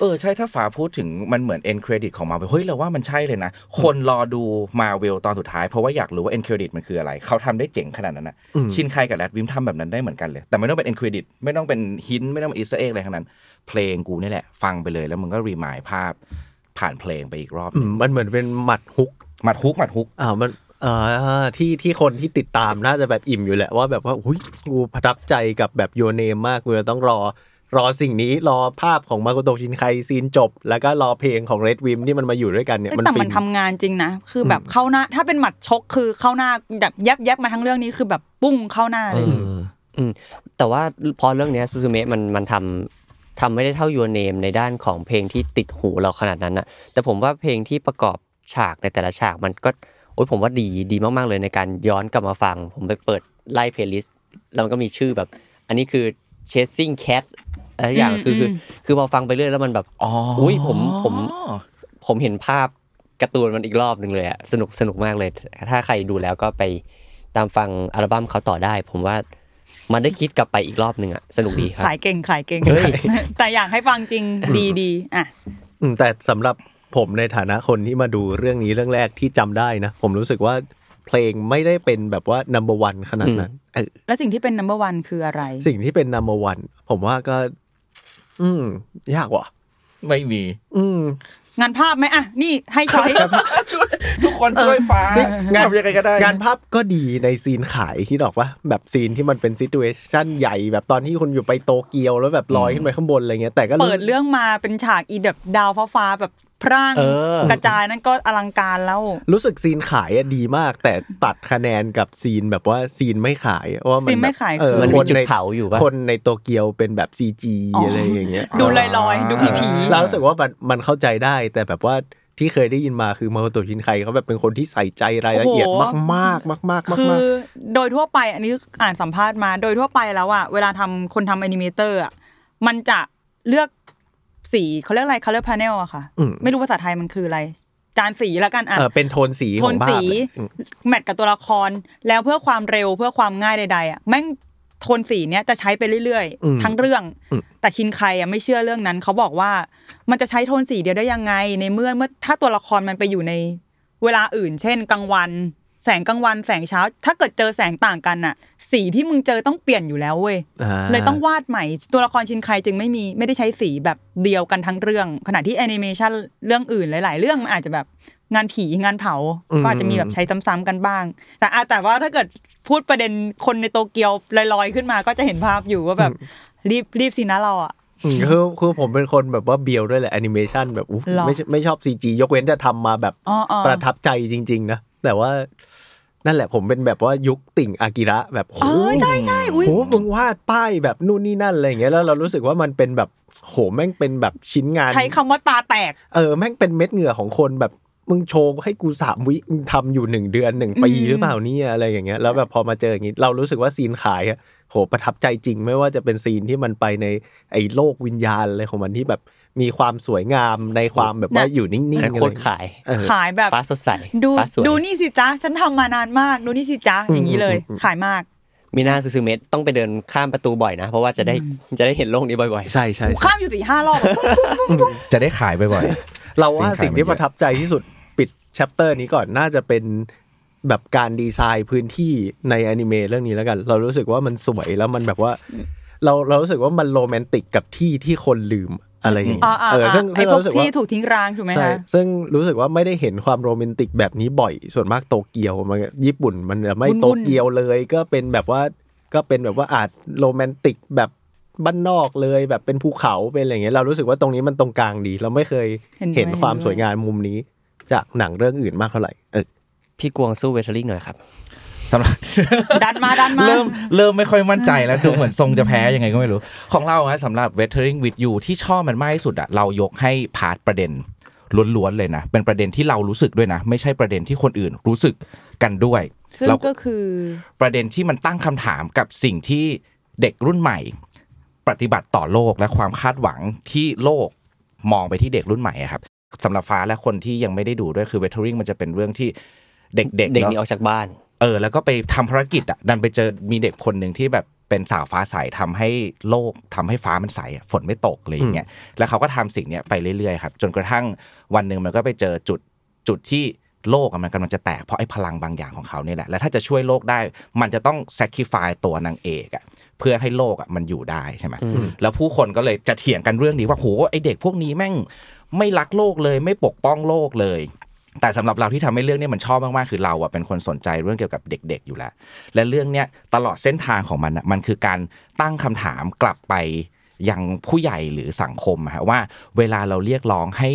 เออ ใช่ถ้าฝาพูดถึงมันเหมือนเอ็นเครดิตของมาเวลเฮ้ยเราว่ามันใช่เลยนะ คนรอดูมาเวลตอนสุดท้าย เพราะว่าอยากรู้ว่าเอ็นเครดิตมันคืออะไร เขาทำได้เจ๋งขนาดนั้นนะ
อืม
ชินไคกับแรดวิมทำแบบนั้นได้เหมือนกันเลย แต่ไม่ต้องเป็นเอ็นเครดิตไม่ต้องเป็นฮินไม่ต้องเป็นอีสเอ็กอะไรทั้งนั้น เพลงกูนี่แหละ ฟังไปเลยแล้วมึงก็รีมายภาพผ่านเพลงไปอีกรอบ
อืมมันเหมือนเป็นหมัดฮุก
หมัดฮุกหมัดฮุก
อ่ามันเอ่อที่ที่คนที่ติดตามน่าจะแบบอิ่มอยู่แหละว่าแบบว่าอุ้ยกูประทับใจกับแบบโยเนมมากกูจะต้องรอรอสิ่งนี้รอภาพของมาโกโตชินไคซีนจบ แล้วก็รอเพลงของเรดวิมที่มันมาอยู่ด้วยกันเนี่ย
เอ้ย
มัน
แต่
ฟิ
มัน
น
ทำงานจริงนะ คือแบบเข้าหน้า ถ้าเป็นหมัดชกคือเข้าหน้าแบบยับยับมาทั้งเรื่องนี้คือแบบปุ้งเข้าหน้าเลย
อืมแต่ว่าพอเรื่องเนี้ยซูซูเมะมันมันทำทำไม่ได้เท่ายูเนมในด้านของเพลงที่ติดหูเราขนาดนั้นนะแต่ผมว่าเพลงที่ประกอบฉากในแต่ละฉากมันก็โอ้ยผมว่าดีดีมากๆเลยในการย้อนกลับมาฟัง ผมไปเปิดไล่เพลย์ลิสต์แล้วมันก็มีชื่อแบบ อันนี้คือ chasing cat อะไรอย่าง
อืม
คือคือ
อืม
คือพอฟังไปเรื่อยแล้วมันแบบ
อ๋ออุ้
อุ้ยผมผมผมเห็นภาพการ์ตูนมันอีกรอบหนึ่งเลยอะสนุกสนุกมากเลย ถ้าใครดูแล้วก็ไปตามฟังอัลบั้มเขาต่อได้ ผมว่า มันได้คิดกลับไปอีกรอบหนึ่งอะสนุกดีครับ
ขายเก่งขายเก่ง แต่อยากให้ฟังจริงดีดีอ่ะ
อืมแต่สำหรับผมในฐานะคนที่มาดูเรื่องนี้เรื่องแรกที่จำได้นะ ผมรู้สึกว่าเพลงไม่ได้เป็นแบบว่า number one ขนาดนั้นเออ
แล้วสิ่งที่เป็น number one คืออะไร
สิ่งที่เป็น number one ผมว่าก็ อืม ยากว่ะ
ไม่มี
อืม
งานภาพไหมอ่ะ นี่ให้ช้อย
ช่วยทุกคนช่วยฟ้า
เออ
งานทำยังไงก็ได้
งานภาพก็ดีในซีนขายที่บอกว่า แบบซีนที่มันเป็นซิตูเอชันใหญ่ แบบตอนที่คุณอยู่ไปโตเกียวแล้วแบบลอยขึ้นไปข้างบนอะไรเงี้ยแต่ก็
เปิดเรื่องมาเป็นฉากอีแบบดาวฟ้าฟ้าๆแบบพร่าง
เออ
กระจายนั่นก็อลังการแล้ว
รู้สึกซีนขายอะดีมาก แต่ตัดคะแนนกับซีนแบบว่าซีนไม่ขายว่ามัน
ซีนไม่
แบบ
ขาย
เออ
คือ
มันมีจุด
คใ
เผาอยู่ป่ะ
คนในโตเกียวเป็นแบบ CG
อ๋ออ
อะไรอย่างเงี้ย
ดูลอยๆ ดูผี
อ่
เรารู้สึกว่ามันมันเข้าใจได้ แต่แบบว่าที่เคยได้ยินมาคือมาโตชินไคเขาแบบเป็นคนที่ใส่ใจรายละเอียดมากมากมากมาก
ๆ คือ
มาก
โดยทั่วไปอันนี้อ่านสัมภาษณ์มา โดยทั่วไปแล้วอ่ะ เวลาทำคนทำแอนิเมเตอร์อ่ะ มันจะเลือกสีเขาเรียกอะไร color panel อะค่ะ
อืม
ไม่รู้ภาษาไทยมันคืออะไร จานสีแล้วกันอ่ะ
เออเป็นโทนสี
โท
ของ
น
ภาพ
สี
เลยอืม
แมทกับตัวละครแล้วเพื่อความเร็วเพื่อความง่ายใดๆอ่ะแม่งโทนสีเนี้ยจะใช้ไปเรื่อยๆ ทั้งเรื่อง แต่ชินใครอ่ะไม่เชื่อเรื่องนั้นเขาบอกว่า มันจะใช้โทนสีเดียวได้ยังไง ในเมื่อเมื่อถ้าตัวละครมันไปอยู่ในเวลาอื่น เช่นกลางวัน แสงกลางวันแสงเช้า ถ้าเกิดเจอแสงต่างกันอ่ะ สีที่มึงเจอต้องเปลี่ยนอยู่แล้วเว้ย
า
เลยต้องวาดใหม่ตัวละครชินไคจึงไม่มีไม่ได้ใช้สีแบบเดียวกันทั้งเรื่อง ขณะที่แอนิเมชันเรื่องอื่นหลาย ๆ เรื่องมันอาจจะแบบงานผีงานเผา ก็อาจจะมีแบบใช้ซ้ำๆกันบ้าง แต่อ่ะแต่ว่าถ้าเกิดพูดประเด็นคนในโตเกียวลอยๆขึ้นมาก็จะเห็นภาพอยู่ว่าแบบรีบรีบสินะเราอ่ะ
อืมคือคือผมเป็นคนแบบว่าเบียวด้วยแหละแอนิเมชันแบบอุ๊ย
หรอ
ไม่ใช่ไม่ชอบ CG ยกเว้นจะทำมาแบบ
อ๋ออ๋อ
ประทับใจจริง ๆ นะ แต่ว่านั่นแหละผมเป็นแบบว่ายุคติ่งอากิระแบบโห
เออใช่ใช่อุ้ย
โหมึงวาดป้ายแบบนู่นนี่นั่นอะไรอย่างเงี้ยแล้วเรารู้สึกว่ามันเป็นแบบโหแม่งเป็นแบบชิ้นงาน
ใช้คำว่าตาแตก
เออแม่งเป็นเม็ดเหงื่อของคนแบบมึงโชว์ให้กูสามวิมึงทำอยู่หนึ่งเดือนหนึ่งปี
อืม
หรือเปล่าเนี่ยอะไรอย่างเงี้ยแล้วแบบพอมาเจออย่างงี้เรารู้สึกว่าซีนขายอะโหประทับใจจริงไม่ว่าจะเป็นซีนที่มันไปในไอ้โลกวิญญาณอะไรของมันที่แบบมีความสวยงามในความแบบว่าอยู่นิ่งๆ
อัน
อะไร
นั้นโคตรขาย
เออ
ขายแบบ
ฟ้าสดใส
ดู
ฟ้าสวย
ดูนี่สิจ๊ะฉันทำมานานมากดูนี่สิจ๊ะอย่างนี้เลย
อืมอืมอืม
ขายมาก
มีหน้าซูซูเมะต้องไปเดินข้ามประตูบ่อยนะ เพราะว่าจะได้จะได้เห็นโลกนี้บ่อย
ใช่ใช่ใช่
ข้ามอยู่สี่ห้ารอบอะ
จะได้ขายบ่อย
เราว่า
สิ่
สิ่
ง
ง
ขายมันเยอะ
ที่ประทับใจที่สุดปิดแชปเตอร์นี้ก่อนน่าจะเป็นแบบการดีไซน์พื้นที่ในอนิเมะเรื่องนี้แล้วกัน เรารู้สึกว่ามันสวยแล้วมันแบบว่า เราเรารู้สึกว่ามันโรแมนติกกับที่ที่คนลืมอะไรอย่างเงี้
อ่าย อ่า
เออ
อ่า
ซึ่งซึ่
ไอ้
ง
พ
เรา
วก
รู้สึก
ที่
ว่า
ถูกทิ้งร้างถูกไหม
ใช่
คะ
ซึ่งรู้สึกว่าไม่ได้เห็นความโรแมนติกแบบนี้บ่อย ส่วนมากโตเกียวมันญี่ปุ่นมันจะไม่
วุ่นๆ
โตเกียวเลยก็เป็นแบบว่าก็เป็นแบบว่าอาจโรแมนติกแบบบ้านนอกเลยแบบเป็นภูเขาเป็นอะไรอย่างเงี้ยเรารู้สึกว่าตรงนี้มันตรงกลางดี เราไม่เคย
เห็นด้วย
เห็นความ
เห็นด้วย
สวยงามมุมนี้ จากหนังเรื่องอื่นมากเท่าไหร่เออ
พี่กวงสู้เวทเทอร์ลิงหน่อยครับ
สำหรับ
ดันมาดันมา
เริ่มเริ่มไม่ค่อยมั่นใจแล้วดูเหมือนทรงจะแพ้ยังไงก็ไม่รู้ ของเราฮะสำหรับ Weathering with you ที่ชอบมันมากที่สุดอะเรายกให้พาร์ทประเด็นล้วนๆเลยนะ เป็นประเด็นที่เรารู้สึกด้วยนะ ไม่ใช่ประเด็นที่คนอื่นรู้สึกกันด้วย
ซึ่ง
เรา
ก็คือ
ประเด็นที่มันตั้งคำถามกับสิ่งที่เด็กรุ่นใหม่ ปฏิบัติต่อโลกและความคาดหวังที่โลกมองไปที่เด็กรุ่นใหม่อะครับสำหรับฟ้าและคนที่ยังไม่ได้ดูด้วยคือ Weathering มันจะเป็นเรื่องที่เด็กๆ
เด็กห
แล้ว
นี้ออกจากบ้าน
เออแล้วก็ไปทำภารกิจอ่ะดันไปเจอมีเด็กคนหนึ่งที่แบบเป็นสาวฟ้าใสทำให้โลกทำให้ฟ้ามันใสอะฝนไม่ตกอะไรอย่างเงี้ยแล้วเขาก็ทำสิ่งเนี้ยไปเรื่อยๆครับจนกระทั่งวันหนึ่งมันก็ไปเจอจุดจุดที่โลกอะมันกำลังจะแตกเพราะไอ้พลังบางอย่างของเขาเนี่ยแหละและถ้าจะช่วยโลกได้ มันจะต้อง sacrifice ตัวนางเอกอ่ะเพื่อให้โลกอ่ะมันอยู่ได้ใช่ไหมแล้วผู้คนก็เลยจะเถียงกันเรื่องนี้ว่าโหไอเด็กพวกนี้แม่งไม่รักโลกเลยไม่ปกป้องโลกเลย แต่สำหรับเราที่ทำให้เรื่องเนี้มันชอบมากๆคือเราอะเป็นคนสนใจเรื่องเกี่ยวกับเด็กๆอยู่แล้ว และเรื่องเนี้ยตลอดเส้นทางของมันอะมันคือการตั้งคำถามกลับไปยังผู้ใหญ่หรือสังคมอะฮะว่าเวลาเราเรียกร้องให้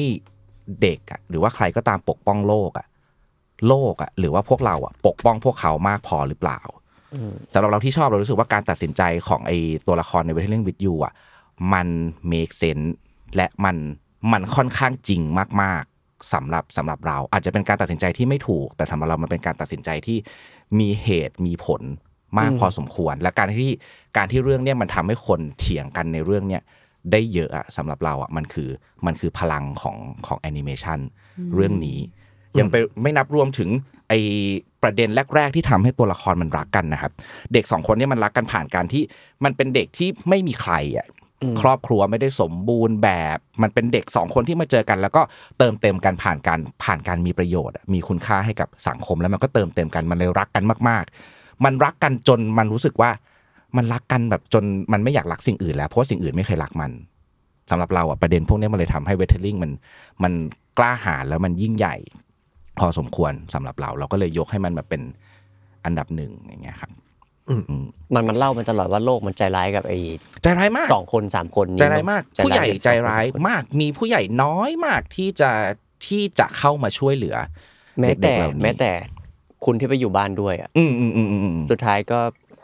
เด็กอะหรือว่าใครก็ตามปกป้องโลกอะโลกอะหรือว่าพวกเราอะปกป้องพวกเขามากพอหรือเปล่าสำหรับเราที่ชอบเรารู้สึกว่าการตัดสินใจของไอตัวละครในเรื่องวิทยูอะมัน make sense และมันมันค่อนข้างจริงมาก ๆ สำหรับสำหรับเราอาจจะเป็นการตัดสินใจที่ไม่ถูก แต่สำหรับเรามันเป็นการตัดสินใจที่มีเหตุมีผลมากพอสมควร และการที่การที่เรื่องเนี้ยมันทำให้คนเถียงกันในเรื่องเนี้ยได้เยอะอะสำหรับเราอะมันคือมันคือพลังของของแอนิเมชันเรื่องนี้ ยังไปไม่นับรวมถึงไอประเด็นแรก ๆ ที่ทำให้ตัวละครมันรักกันนะครับ เด็กสองคนเนี่ยมันรักกันผ่านการที่มันเป็นเด็กที่ไม่มีใครอ่ะครอบครัวไม่ได้สมบูรณ์แบบ มันเป็นเด็กสองคนที่มาเจอกัน แล้วก็เติมเต็มกันผ่านการผ่านการมีประโยชน์อะมีคุณค่าให้กับสังคมแล้วมันก็เติมเต็มกันมันเลยรักกันมาก ๆ มันรักกันจนมันรู้สึกว่า มันรักกันแบบจนมันไม่อยากรักสิ่งอื่นแล้วเพราะว่าสิ่งอื่นไม่เคยรักมันสำหรับเราอ่ะประเด็นพวกเนี้ยมันเลยทำให้เวทเทอร์ลิงมันมันกล้าหาญแล้วมันยิ่งใหญ่ พอสมควรสำหรับเรา เราก็เลยยกให้มันแบบเป็นอันดับหนึ่งอย่างเงี้ยครับ
มันมันเล่ามันตลอดว่าโลกมันใจร้ายกับไอ้
ใจร้ายมาก
สองคนสามคนนี้
ใจร้ายมาก
เนอะ
ผู้ใหญ่
เด็ก
ใจร้ายมาก มีผู้ใหญ่น้อยมากที่จะที่จะเข้ามาช่วยเหลือ
แม้
เด็
แต่
กๆเหล่านี้
แม้แต่คุณที่ไปอยู่บ้านด้วยอ่ะ
อืมอืมอืมอืมอืม
สุดท้ายก็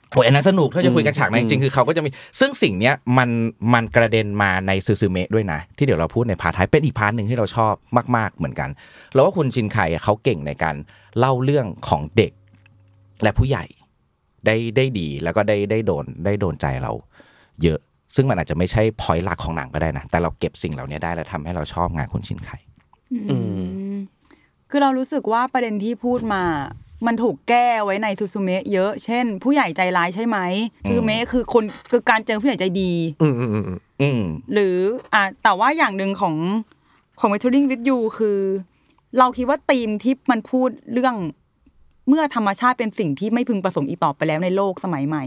โอ้ยอันนั้นสนุกถ้าจะคุยกันฉากนั้น
อืม
จริงๆคือเขาก็จะมี ซึ่งสิ่งเนี้ยมันมันกระเด็นมาในซูซูเมะด้วยนะ ที่เดี๋ยวเราพูดในพาร์ทท้ายเป็นอีกพาร์ทหนึ่งที่เราชอบมากๆเหมือนกันเราว่าคุณชินไคอะเขาเก่งในการเล่าเรื่องของเด็กและผู้ใหญ่ ได้ได้ดีแล้วก็ได้ได้โดนได้โดนใจเรา เยอะ ซึ่งมันอาจจะไม่ใช่พอยต์หลักของหนังก็ได้นะ แต่เราเก็บสิ่งเหล่านี้ได้และทำให้เราชอบงานคุณชินไค
อืม
คือเรารู้สึกว่าประเด็นที่พูดมา มันถูกแก้ไว้ในซูซูเมะเยอะ เช่น ผู้ใหญ่ใจร้ายใช่ไหมซูซูเมะคือคนคือการเจอผู้ใหญ่ใจดี
อืมอืมอืม
อืม
หรืออ่ะแต่ว่าอย่างหนึ่งของของ Mentoring with You คือ เราคิดว่าธีมที่มันพูดเรื่องเมื่อธรรมชาติเป็นสิ่งที่ไม่พึงประสงค์อีกต่อไปแล้วในโลกสมัยใหม่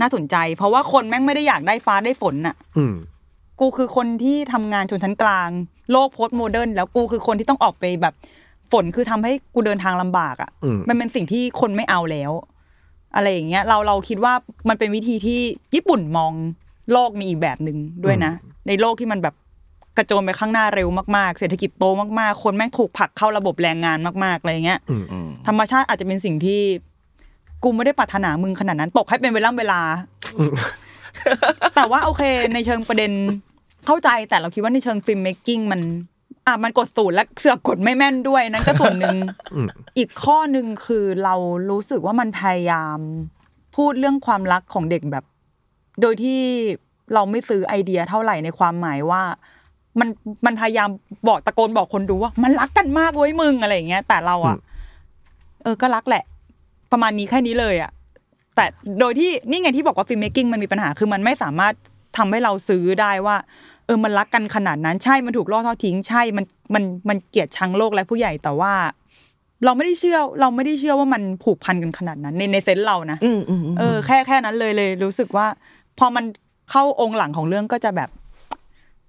น่าสนใจ เพราะว่าคนแม่งไม่ได้อยากได้ฟ้าได้ฝนน่ะ
อืม
กูคือคนที่ทำงานชนชั้นกลาง โลกโพสต์โมเดิร์นแล้วกูคือคนที่ต้องออกไปแบบฝนคือทำให้กูเดินทางลำบากอะ่ะ
อืม
มันเป็นสิ่งที่คนไม่เอาแล้ว อะไรอย่างเงี้ยเราเราคิดว่ามันเป็นวิธีที่ญี่ปุ่นมองโลกในอีกแบบหนึ่งด้วยนะ ในโลกที่มันแบบกระโจนไปข้างหน้าเร็วมากๆ เศรษฐกิจโตมากๆ คนแม่งถูกผลักเข้าระบบแรงงานมากๆอะไรเงี้ย
อืม
ธรรมชาติอาจจะเป็นสิ่งที่ กูไม่ได้ปรารถนามึงขนาดนั้นตกให้เป็นเวลาเวลา แต่ว่าโอเค ในเชิงประเด็นเข้าใจแต่เราคิดว่าในเชิงฟิล์มเมคกิ้งมัน อ่ะมันกดสูตรและเสือกกดไม่แม่นด้วยนั่นก็ส่วนหนึ่งอีกข้อหนึ่งคือเรารู้สึกว่ามันพยายาม พูดเรื่องความรักของเด็กแบบ โดยที่เราไม่ซื้อไอเดียเท่าไหร่ในความหมายว่า มันมันพยายามบอกตะโกนบอกคนดูว่า มันรักกันมากเว้ยมึงอะไรอย่างเงี้ย แต่เราอะ เออก็รักแหละ ประมาณนี้แค่นี้เลยอะแต่โดยที่นี่ไงที่บอกว่าฟิล์มเมกิ้งมันมีปัญหาคือมันไม่สามารถทำให้เราซื้อได้ว่า เออมันรักกันขนาดนั้นใช่มันถูกล่อทอดทิ้งใช่มันมันมันเกลียดชังโลกและผู้ใหญ่แต่ว่า เราไม่ได้เชื่อเราไม่ได้เชื่อว่ามันผูกพันกันขนาดนั้นในในเซนส์เรานะเออแค่แค่นั้นเลยเลยรู้สึกว่า พอมันเข้าองค์หลังของเรื่องก็จะแบบ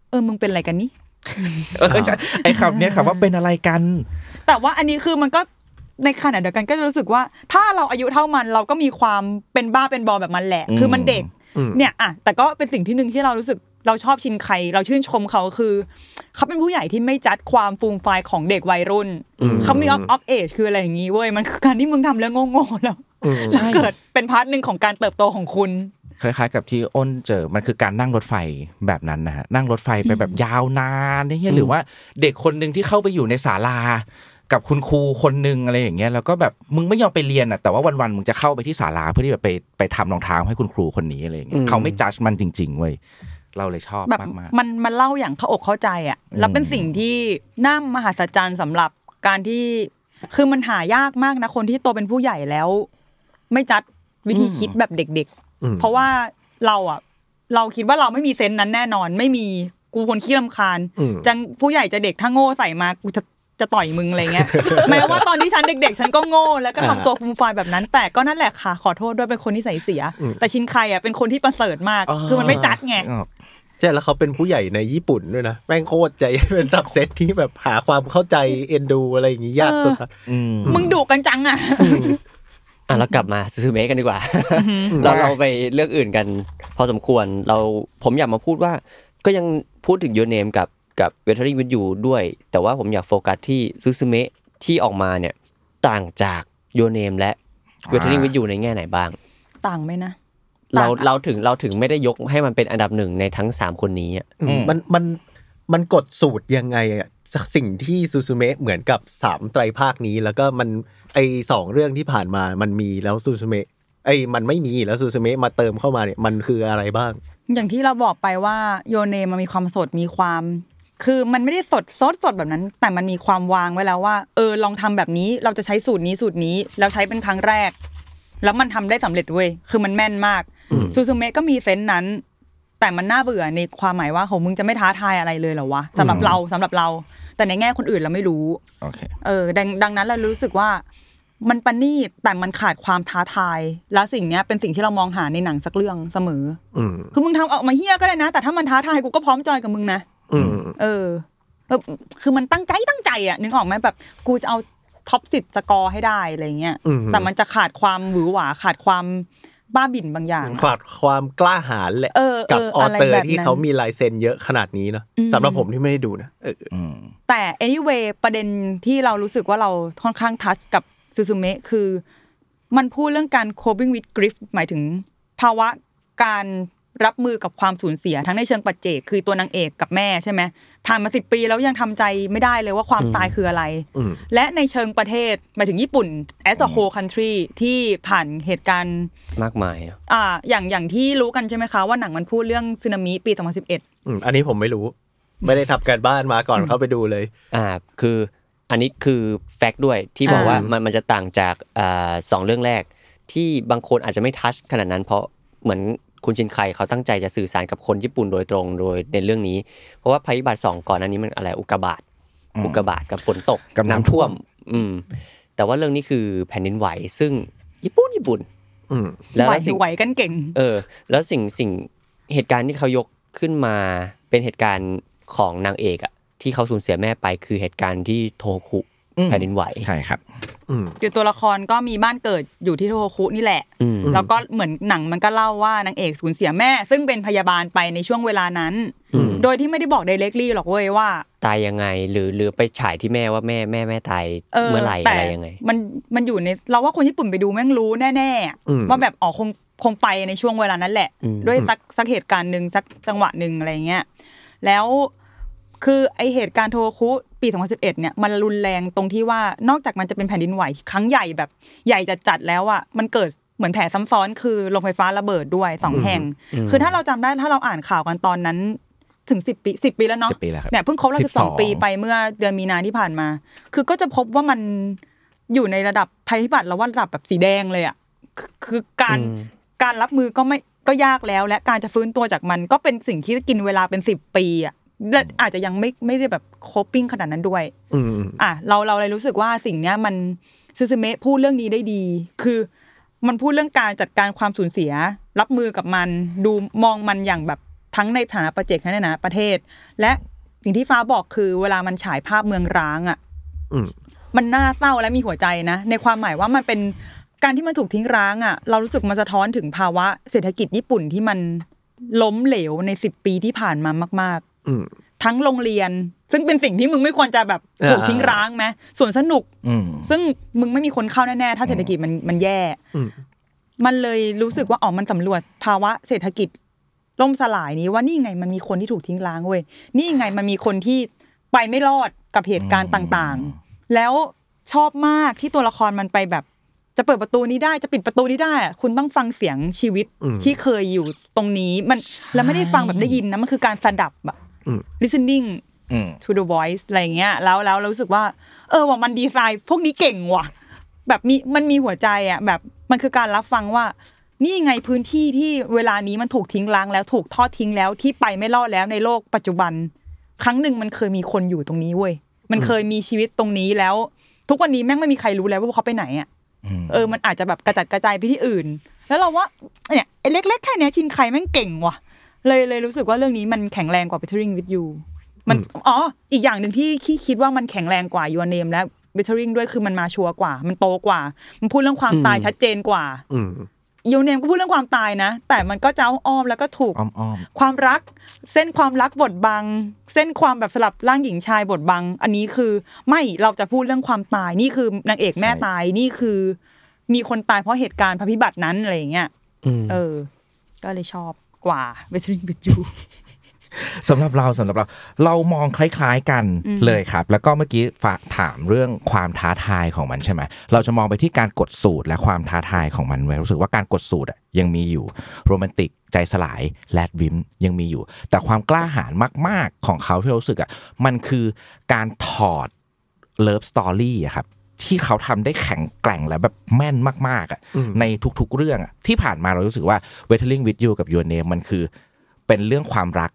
เออมึงเป็นอะไรกันนี่
เออใช่ไอ้คำเนี้ยคำว่าเป็นอะไรกัน
แต่ว่าอันนี้คือมันก็ในขณะเดียวกันก็จะรู้สึกว่า ถ้าเราอายุเท่ามันเราก็มีความเป็นบ้าเป็นบอแบบมันแหละ
อืม
คือมันเด็ก เนี่ยอ่ะแต่ก็เป็นสิ่งที่หนึ่งที่เรารู้สึก เราชอบชินใคร เราชื่นชมเขาคือ เขาเป็นผู้ใหญ่ที่ไม่จัดความฟูมไฟายของเด็กวัยรุ่น เขามีออฟออฟเอจคืออะไรอย่างนี้เว้ยมันคือการที่มึงทำแล้วโง่ๆแล้วแล้วเกิดเป็นพาร์ทหนึ่งของการเติบโตของคุณ
คล้ายๆ กับที่อ้นเจอ มันคือการนั่งรถไฟแบบนั้นนะฮะ นั่งรถไฟไปแบบยาวนานเนี่ยหรือว่าเด็กคนหนึ่งที่เข้าไปอยู่ในศาลา กับคุณครูคนหนึ่งอะไรอย่างเงี้ย แล้วก็แบบมึงไม่ยอมไปเรียนอ่ะ แต่ว่าวันๆ มึงจะเข้าไปที่ศาลาเพื่อที่แบบไปไปทำรองเท้าให้คุณครูคนนี้อะไรอย่างเงี้
อื
ย
ม
เขาไม่จัดมันจริงๆเว้ย เราเลยชอบ
แบบ
มาก
มันมันเล่าอย่างเข้าอกเข้าใจอ่ะแล้วเป็นสิ่งที่น่ามหัศจรรย์สำหรับการที่ คือมันหายากมากนะคนที่โตเป็นผู้ใหญ่แล้ว ไม่จัดวิธีคิดแบบเด็ก
อืม
ๆ เพราะว่าเราอ่ะ เราคิดว่าเราไม่มีเซนส์นั้นแน่นอน ไม่มีกูคนขี้รำคาญ
อืม
จังผู้ใหญ่จะเด็กถ้าโง่ใส่มากูจะจะต่อยมึงอะไรเงี้ย แม้ว่าตอนที่ฉันเด็ก ๆ ฉันก็โง่แล้วก็ทำตัวฟูมฟายแบบนั้น แต่ก็นั่นแหละค่ะขอโทษด้วยเป็นคนที่ใส่เสีย แต่ชินใครอ่ะเป็นคนที่ประเสริฐมาก
อ่า
คือมันไม่จัดไง
ๆอ้าว
ใช่แล้วเขาเป็นผู้ใหญ่ในญี่ปุ่นด้วยนะแม่งโคตรใจ เป็นสับเซตที่แบบหาความเข้าใจเอ็นดูอะไรอย่างงี้ยาก
เออ
สุด
อืม
มึงดุกันจังอ่ะ
อ่ะเรากลับมาซูซูเมะกันดีกว่า เราเราไปเรื่องอื่นกัน พอสมควรเราผมอยากมาพูดว่า ก็ยังพูดถึงยูเนมกับกับเวทเทอรี่วิดยูด้วย แต่ว่าผมอยากโฟกัสที่ซูซูเมะที่ออกมาเนี่ยต่างจากยูเนมและเวทเทอรี่วิดยูในแง่ไหนบ้าง
ต่างไหมนะ
เรา
ต่างอะ
เราถึงเราถึงไม่ได้ยกให้มันเป็นอันดับหนึ่งในทั้งสามคนนี้อะ
ๆอืมมันมันมันกดสูตรยังไงอะสิ่งที่ซูซูเมะเหมือนกับสามไตรภาคนี้ แล้วก็มันไอสองเรื่องที่ผ่านมามันมีแล้วซูซูเมะไอมันไม่มีแล้วซูซูเมะมาเติมเข้ามาเนี่ยมันคืออะไรบ้าง
อย่างที่เราบอกไปว่าโยเนมันมีความสดมีความ คือมันไม่ได้สดสดสดแบบนั้น แต่มันมีความวางไว้แล้วว่า เออลองทำแบบนี้เราจะใช้สูตรนี้สูตรนี้แล้วใช้เป็นครั้งแรก แล้วมันทำได้สำเร็จเว้ยคือมันแม่นมากซูซูเมะก็มีเซนส์นั้น แต่มันน่าเบื่อในความหมายว่าโหมึงจะไม่ท้าทายอะไรเลยเหรอวะสำหรับ
อืม
เราสำหรับเรา แต่ในแง่คนอื่นเราไม่รู้
โอเค
เออดังดังนั้นเรารู้สึกว่ามันประณีตแต่มันขาดความท้าทาย และสิ่งเนี้ยเป็นสิ่งที่เรามองหาในหนังสักเรื่องเสมอ
อืม
คือมึงทำออกมาเฮี้ยก็ได้นะ แต่ถ้ามันท้าทายกูก็พร้อมจอยกับมึงนะ
อืม
เออเออคือมันตั้งใจตั้งใจอ่ะนึกออกไหมแบบกูจะเอาท็อปสิบสกอร์ให้ได้อะไรเงี้ย
อืม
แต่มันจะขาดความหวือหวาขาดความบ้าบิ่นบางอย่าง
ขาดความกล้าหาญแหละ
เออเออ
กับออเตอ
อะไรแบ
ร์
บนั้น
ที่เขามีลายเซ็นเยอะขนาดนี้เนาะ
อืม
สำหรับผมที่ไม่ได้ดูนะเออ
อืม
แต่ anyway ประเด็นที่เรารู้สึกว่าเราค่อนข้างทัชกับซูซูเมะคือ มันพูดเรื่องการ coping with grief หมายถึง ภาวะการรับมือกับความสูญเสียทั้งในเชิงปัจเจก คือตัวนางเอกกับแม่ใช่ไหมผ่านมาสิปีแล้วยังทำใจไม่ได้เลยว่าความตายคืออะไร
อืม
และในเชิงประเทศหมายถึงญี่ปุ่น as a whole country ที่ผ่านเหตุการณ์
มากมายเนอะ
อ่าอย่างอย่างที่รู้กันใช่ไหมคะว่าหนังมันพูดเรื่องสึนามิปี 2011
อืมอันนี้ผมไม่รู้ ไม่ได้ทำการบ้านมาก่อนเข้าไปดูเลย
อ่าคืออันนี้คือแฟกต์ด้วยที่บอก
อ่า
ว่ามันมันจะต่างจากอ่าสองเรื่องแรก ที่บางคนอาจจะไม่ทัชขนาดนั้นเพราะเหมือนคุณชินไคเขาตั้งใจจะสื่อสารกับคนญี่ปุ่นโดยตรงโดยในเรื่องนี้ เพราะว่าภัยพิบัติสองก่อนอันนี้มันอะไรอุกกาบาตอุกกาบาตกับฝนตก
กับน้ำ
น้ำท่วม อืม แต่ว่าเรื่องนี้คือแผ่นดินไหวซึ่งญี่ปุ่นญี่ปุ่น
อืม
แล้ว
ไหว
สิ่ง
ไหวกันเก่ง
เออแล้วสิ่งสิ่งเหตุการณ์ที่เขายกขึ้นมาเป็นเหตุการณ์ของนางเอกอะที่เขาสูญเสียแม่ไปคือเหตุการณ์ที่โทคุ
อืม
แผ่นดินไหว
ใช่ครับ
อืม
คือตัวละครก็มีบ้านเกิดอยู่ที่โทโฮคุนี่แหละ
อืม
แล้วก็เหมือนหนังมันก็เล่าว่านางเอกสูญเสียแม่ ซึ่งเป็นพยาบาลไปในช่วงเวลานั้น
อืม
โดยที่ไม่ได้บอกเดเล็กลี่หรอกเว้ยว่า
ตายยังไงหรือหรือไปฉายที่แม่ว่าแม่แม่แม่ตาย
เออ
เมื่อไหร่
แต่
อะไรยังไง
มันมันอยู่ในเราว่าคนญี่ปุ่นไปดูแม่งรู้แน่
อืม
ๆว่าแบบอ๋อคงคงไปในช่วงเวลานั้นแหละ
อืม
ด้วยสักสักเหตุการณ์หนึ่งสักจังหวะหนึ่งอะไรเงี้ยแล้วคือไอเหตุการณ์โทโฮคุปี2011เนี่ยมันรุนแรงตรงที่ว่านอกจากมันจะเป็นแผ่นดินไหวครั้งใหญ่แบบใหญ่จัดจัดๆแล้วอ่ะมันเกิดเหมือนแผลซ้ำซ้อนคือโรงไฟฟ้าระเบิดด้วยสองแห่ง คือถ้าเราจำได้ถ้าเราอ่านข่าวกันตอนนั้นถึงสิบปีสิบปีแล้วเนาะ
10ปีแล้วครับ
เนี่ยเพิ่งครบรอบสิบสอง
12
ปีไปเมื่อเดือนมีนาที่ผ่านมา คือก็จะพบว่ามันอยู่ในระดับภัยพิบัติแล้วว่าระดับแบบสีแดงเลยอ่ะคือคือการ
อืม
การรับมือก็ไม่ก็ยากแล้ว และการจะฟื้นตัวจากมันก็เป็นสิ่งที่กินเวลาเป็นสิบปีอ่ะและอาจจะยังไม่ไม่ได้แบบโคปปิ้งขนาดนั้นด้วย
อืม
อ่ะเราเราเลยรู้สึกว่าสิ่งเนี้ยมันซูซูเมะพูดเรื่องนี้ได้ดี คือมันพูดเรื่องการจัดการความสูญเสีย รับมือกับมัน ดูมองมันอย่างแบบทั้งในฐานะประเจกทั้งในฐานะประเทศ และสิ่งที่ฟ้าบอกคือเวลามันฉายภาพเมืองร้างอ่ะ
อืม
มันน่าเศร้าและมีหัวใจนะ ในความหมายว่ามันเป็นการที่มันถูกทิ้งร้างอ่ะ เรารู้สึกมันสะท้อนถึงภาวะเศรษฐกิจญี่ปุ่นที่มัน ล้มเหลวในสิบปีที่ผ่านมามาก ๆ
อืม
ทั้งโรงเรียน ซึ่งเป็นสิ่งที่มึงไม่ควรจะแบบถูก
อ่า
ทิ้งร้างไหมส่วนสนุก
อืม
ซึ่งมึงไม่มีคนเข้าแน่ๆ ถ้าเศรษฐกิจมันมันแย่
อืม
มันเลยรู้สึกว่าอ๋อมันสำรวจภาวะเศรษฐกิจล่มสลายนี้ว่านี่ไงมันมีคนที่ถูกทิ้งร้างเว้ยนี่ไงมันมีคนที่ไปไม่รอดกับเหตุการณ์ต่างๆ แล้วชอบมากที่ตัวละครมันไปแบบ จะเปิดประตูนี้ได้จะปิดประตูนี้ได้อะคุณต้องฟังเสียงชีวิต
อืม
ที่เคยอยู่ตรงนี้มันแล้วไม่ได้ฟังแบบได้ยินนะมันคือการสดับอะ
อืม
listening
อืม
to the voice อะไรอย่างเงี้ยแล้วแล้วเรารู้สึกว่า เออว่ามันดีไซน์พวกนี้เก่งว่ะ แบบมีมันมีหัวใจอ่ะแบบมันคือการรับฟังว่า นี่ไงพื้นที่ที่เวลานี้มันถูกทิ้งล้างแล้วถูกทอดทิ้งแล้วที่ไปไม่รอดแล้วในโลกปัจจุบัน ครั้งหนึ่งมันเคยมีคนอยู่ตรงนี้เว้ยมันเคยมีชีวิตตรงนี้แล้ว ทุกวันนี้แม่งไม่มีใครรู้แล้วว่าพวกเขาไปไหนอ่ะ
อืม
เออ มันอาจจะแบบกระจัดกระจายไปที่อื่น แล้วเราว่าเนี่ยไอ้เล็กๆแค่เนี้ยชินไคแม่งเก่งว่ะ เลยเลยรู้สึกว่าเรื่องนี้มันแข็งแรงกว่า Bettering with you มันอ๋อ อีกอย่างหนึ่งที่ที่คิดว่ามันแข็งแรงกว่า your name และ Bettering ด้วยคือมันมาชัวร์กว่า มันโตกว่า มันพูดเรื่องความตายชัดเจนกว่า
อืม
your name ก็พูดเรื่องความตายนะ แต่มันก็เจ้าอ้อมแล้วก็ถูก
อ้อม
ความรักเส้นความรักบทบัง เส้นความแบบสลับร่างหญิงชายบทบัง อันนี้คือไม่เราจะพูดเรื่องความตายนี่คือนางเอกแม่ตายนี่คือ มีคนตายเพราะเหตุการณ์ภัยพิบัตินั้นอะไรอย่างเงี้ย
อืม
เออ ก็เลยชอบกว่า Westering with you
ๆสำหรับเราสำหรับเรา เรามองคล้ายๆกัน
อืม
เลยครับ แล้วก็เมื่อกี้ฝากถามเรื่องความท้าทายของมันใช่ไหมเราจะมองไปที่การกดสูตรและความท้าทายของมันไว้รู้สึกว่าการกดสูตรอะยังมีอยู่โรแมนติกใจสลายแลดวิมยังมีอยู่ แต่ความกล้าหาญมากๆของเขาที่เรารู้สึกอ่ะมันคือการถอดเลิฟสตอรี่อะครับที่เขาทำได้แข็งแกร่งและแบบแม่นมากๆอ่ะ
อืม
ในทุกๆเรื่องอะที่ผ่านมาเรารู้สึกว่า w e t t e r i n g with you กับ Your Name มันคือ เป็นเรื่องความรัก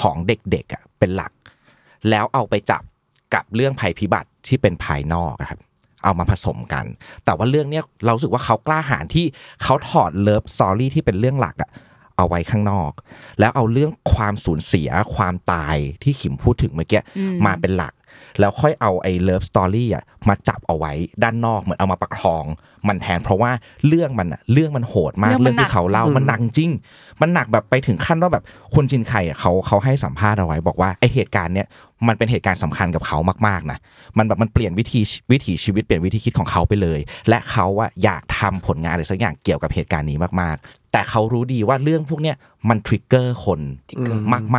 ของเด็กๆอะเป็นหลัก แล้วเอาไปจับกับเรื่องภัยพิบัติที่เป็นภายนอกอะครับ เอามาผสมกัน แต่ว่าเรื่องเนี้ยเรารู้สึกว่าเขากล้าหาญที่เขาถอดเลิฟสตอรี่ที่เป็นเรื่องหลักอะเอาไว้ข้างนอก แล้วเอาเรื่องความสูญเสียความตายที่ขิมพูดถึงเมื่อกี้
อืม
มาเป็นหลัก แล้วค่อยเอาไอ้เลิฟสตอรี่อะมาจับเอาไว้ด้านนอกเหมือนเอามาประคอง มันแทนเพราะว่าเรื่องมันอะเรื่องมันโหดมาก
เรื่
เรื่
อ
อง ง
มันหนัก
ที่เขาเล่า
อืม
มันหนักจริง มันหนักแบบไปถึงขั้นว่าแบบคุณชินไคอะเขาเขาให้สัมภาษณ์เอาไว้บอกว่าไอเหตุการณ์เนี้ยมันเป็นเหตุการณ์สำคัญกับเขามากๆนะ มันแบบมันเปลี่ยนวิธีวิถีชีวิตเปลี่ยนวิธีคิดของเขาไปเลย และเขาว่าอยากทำผลงานอะไรสักอย่างเกี่ยวกับเหตุการณ์นี้มากๆ แต่เขารู้ดีว่าเรื่องพวกเนี้ยมันทริกเกอร์คน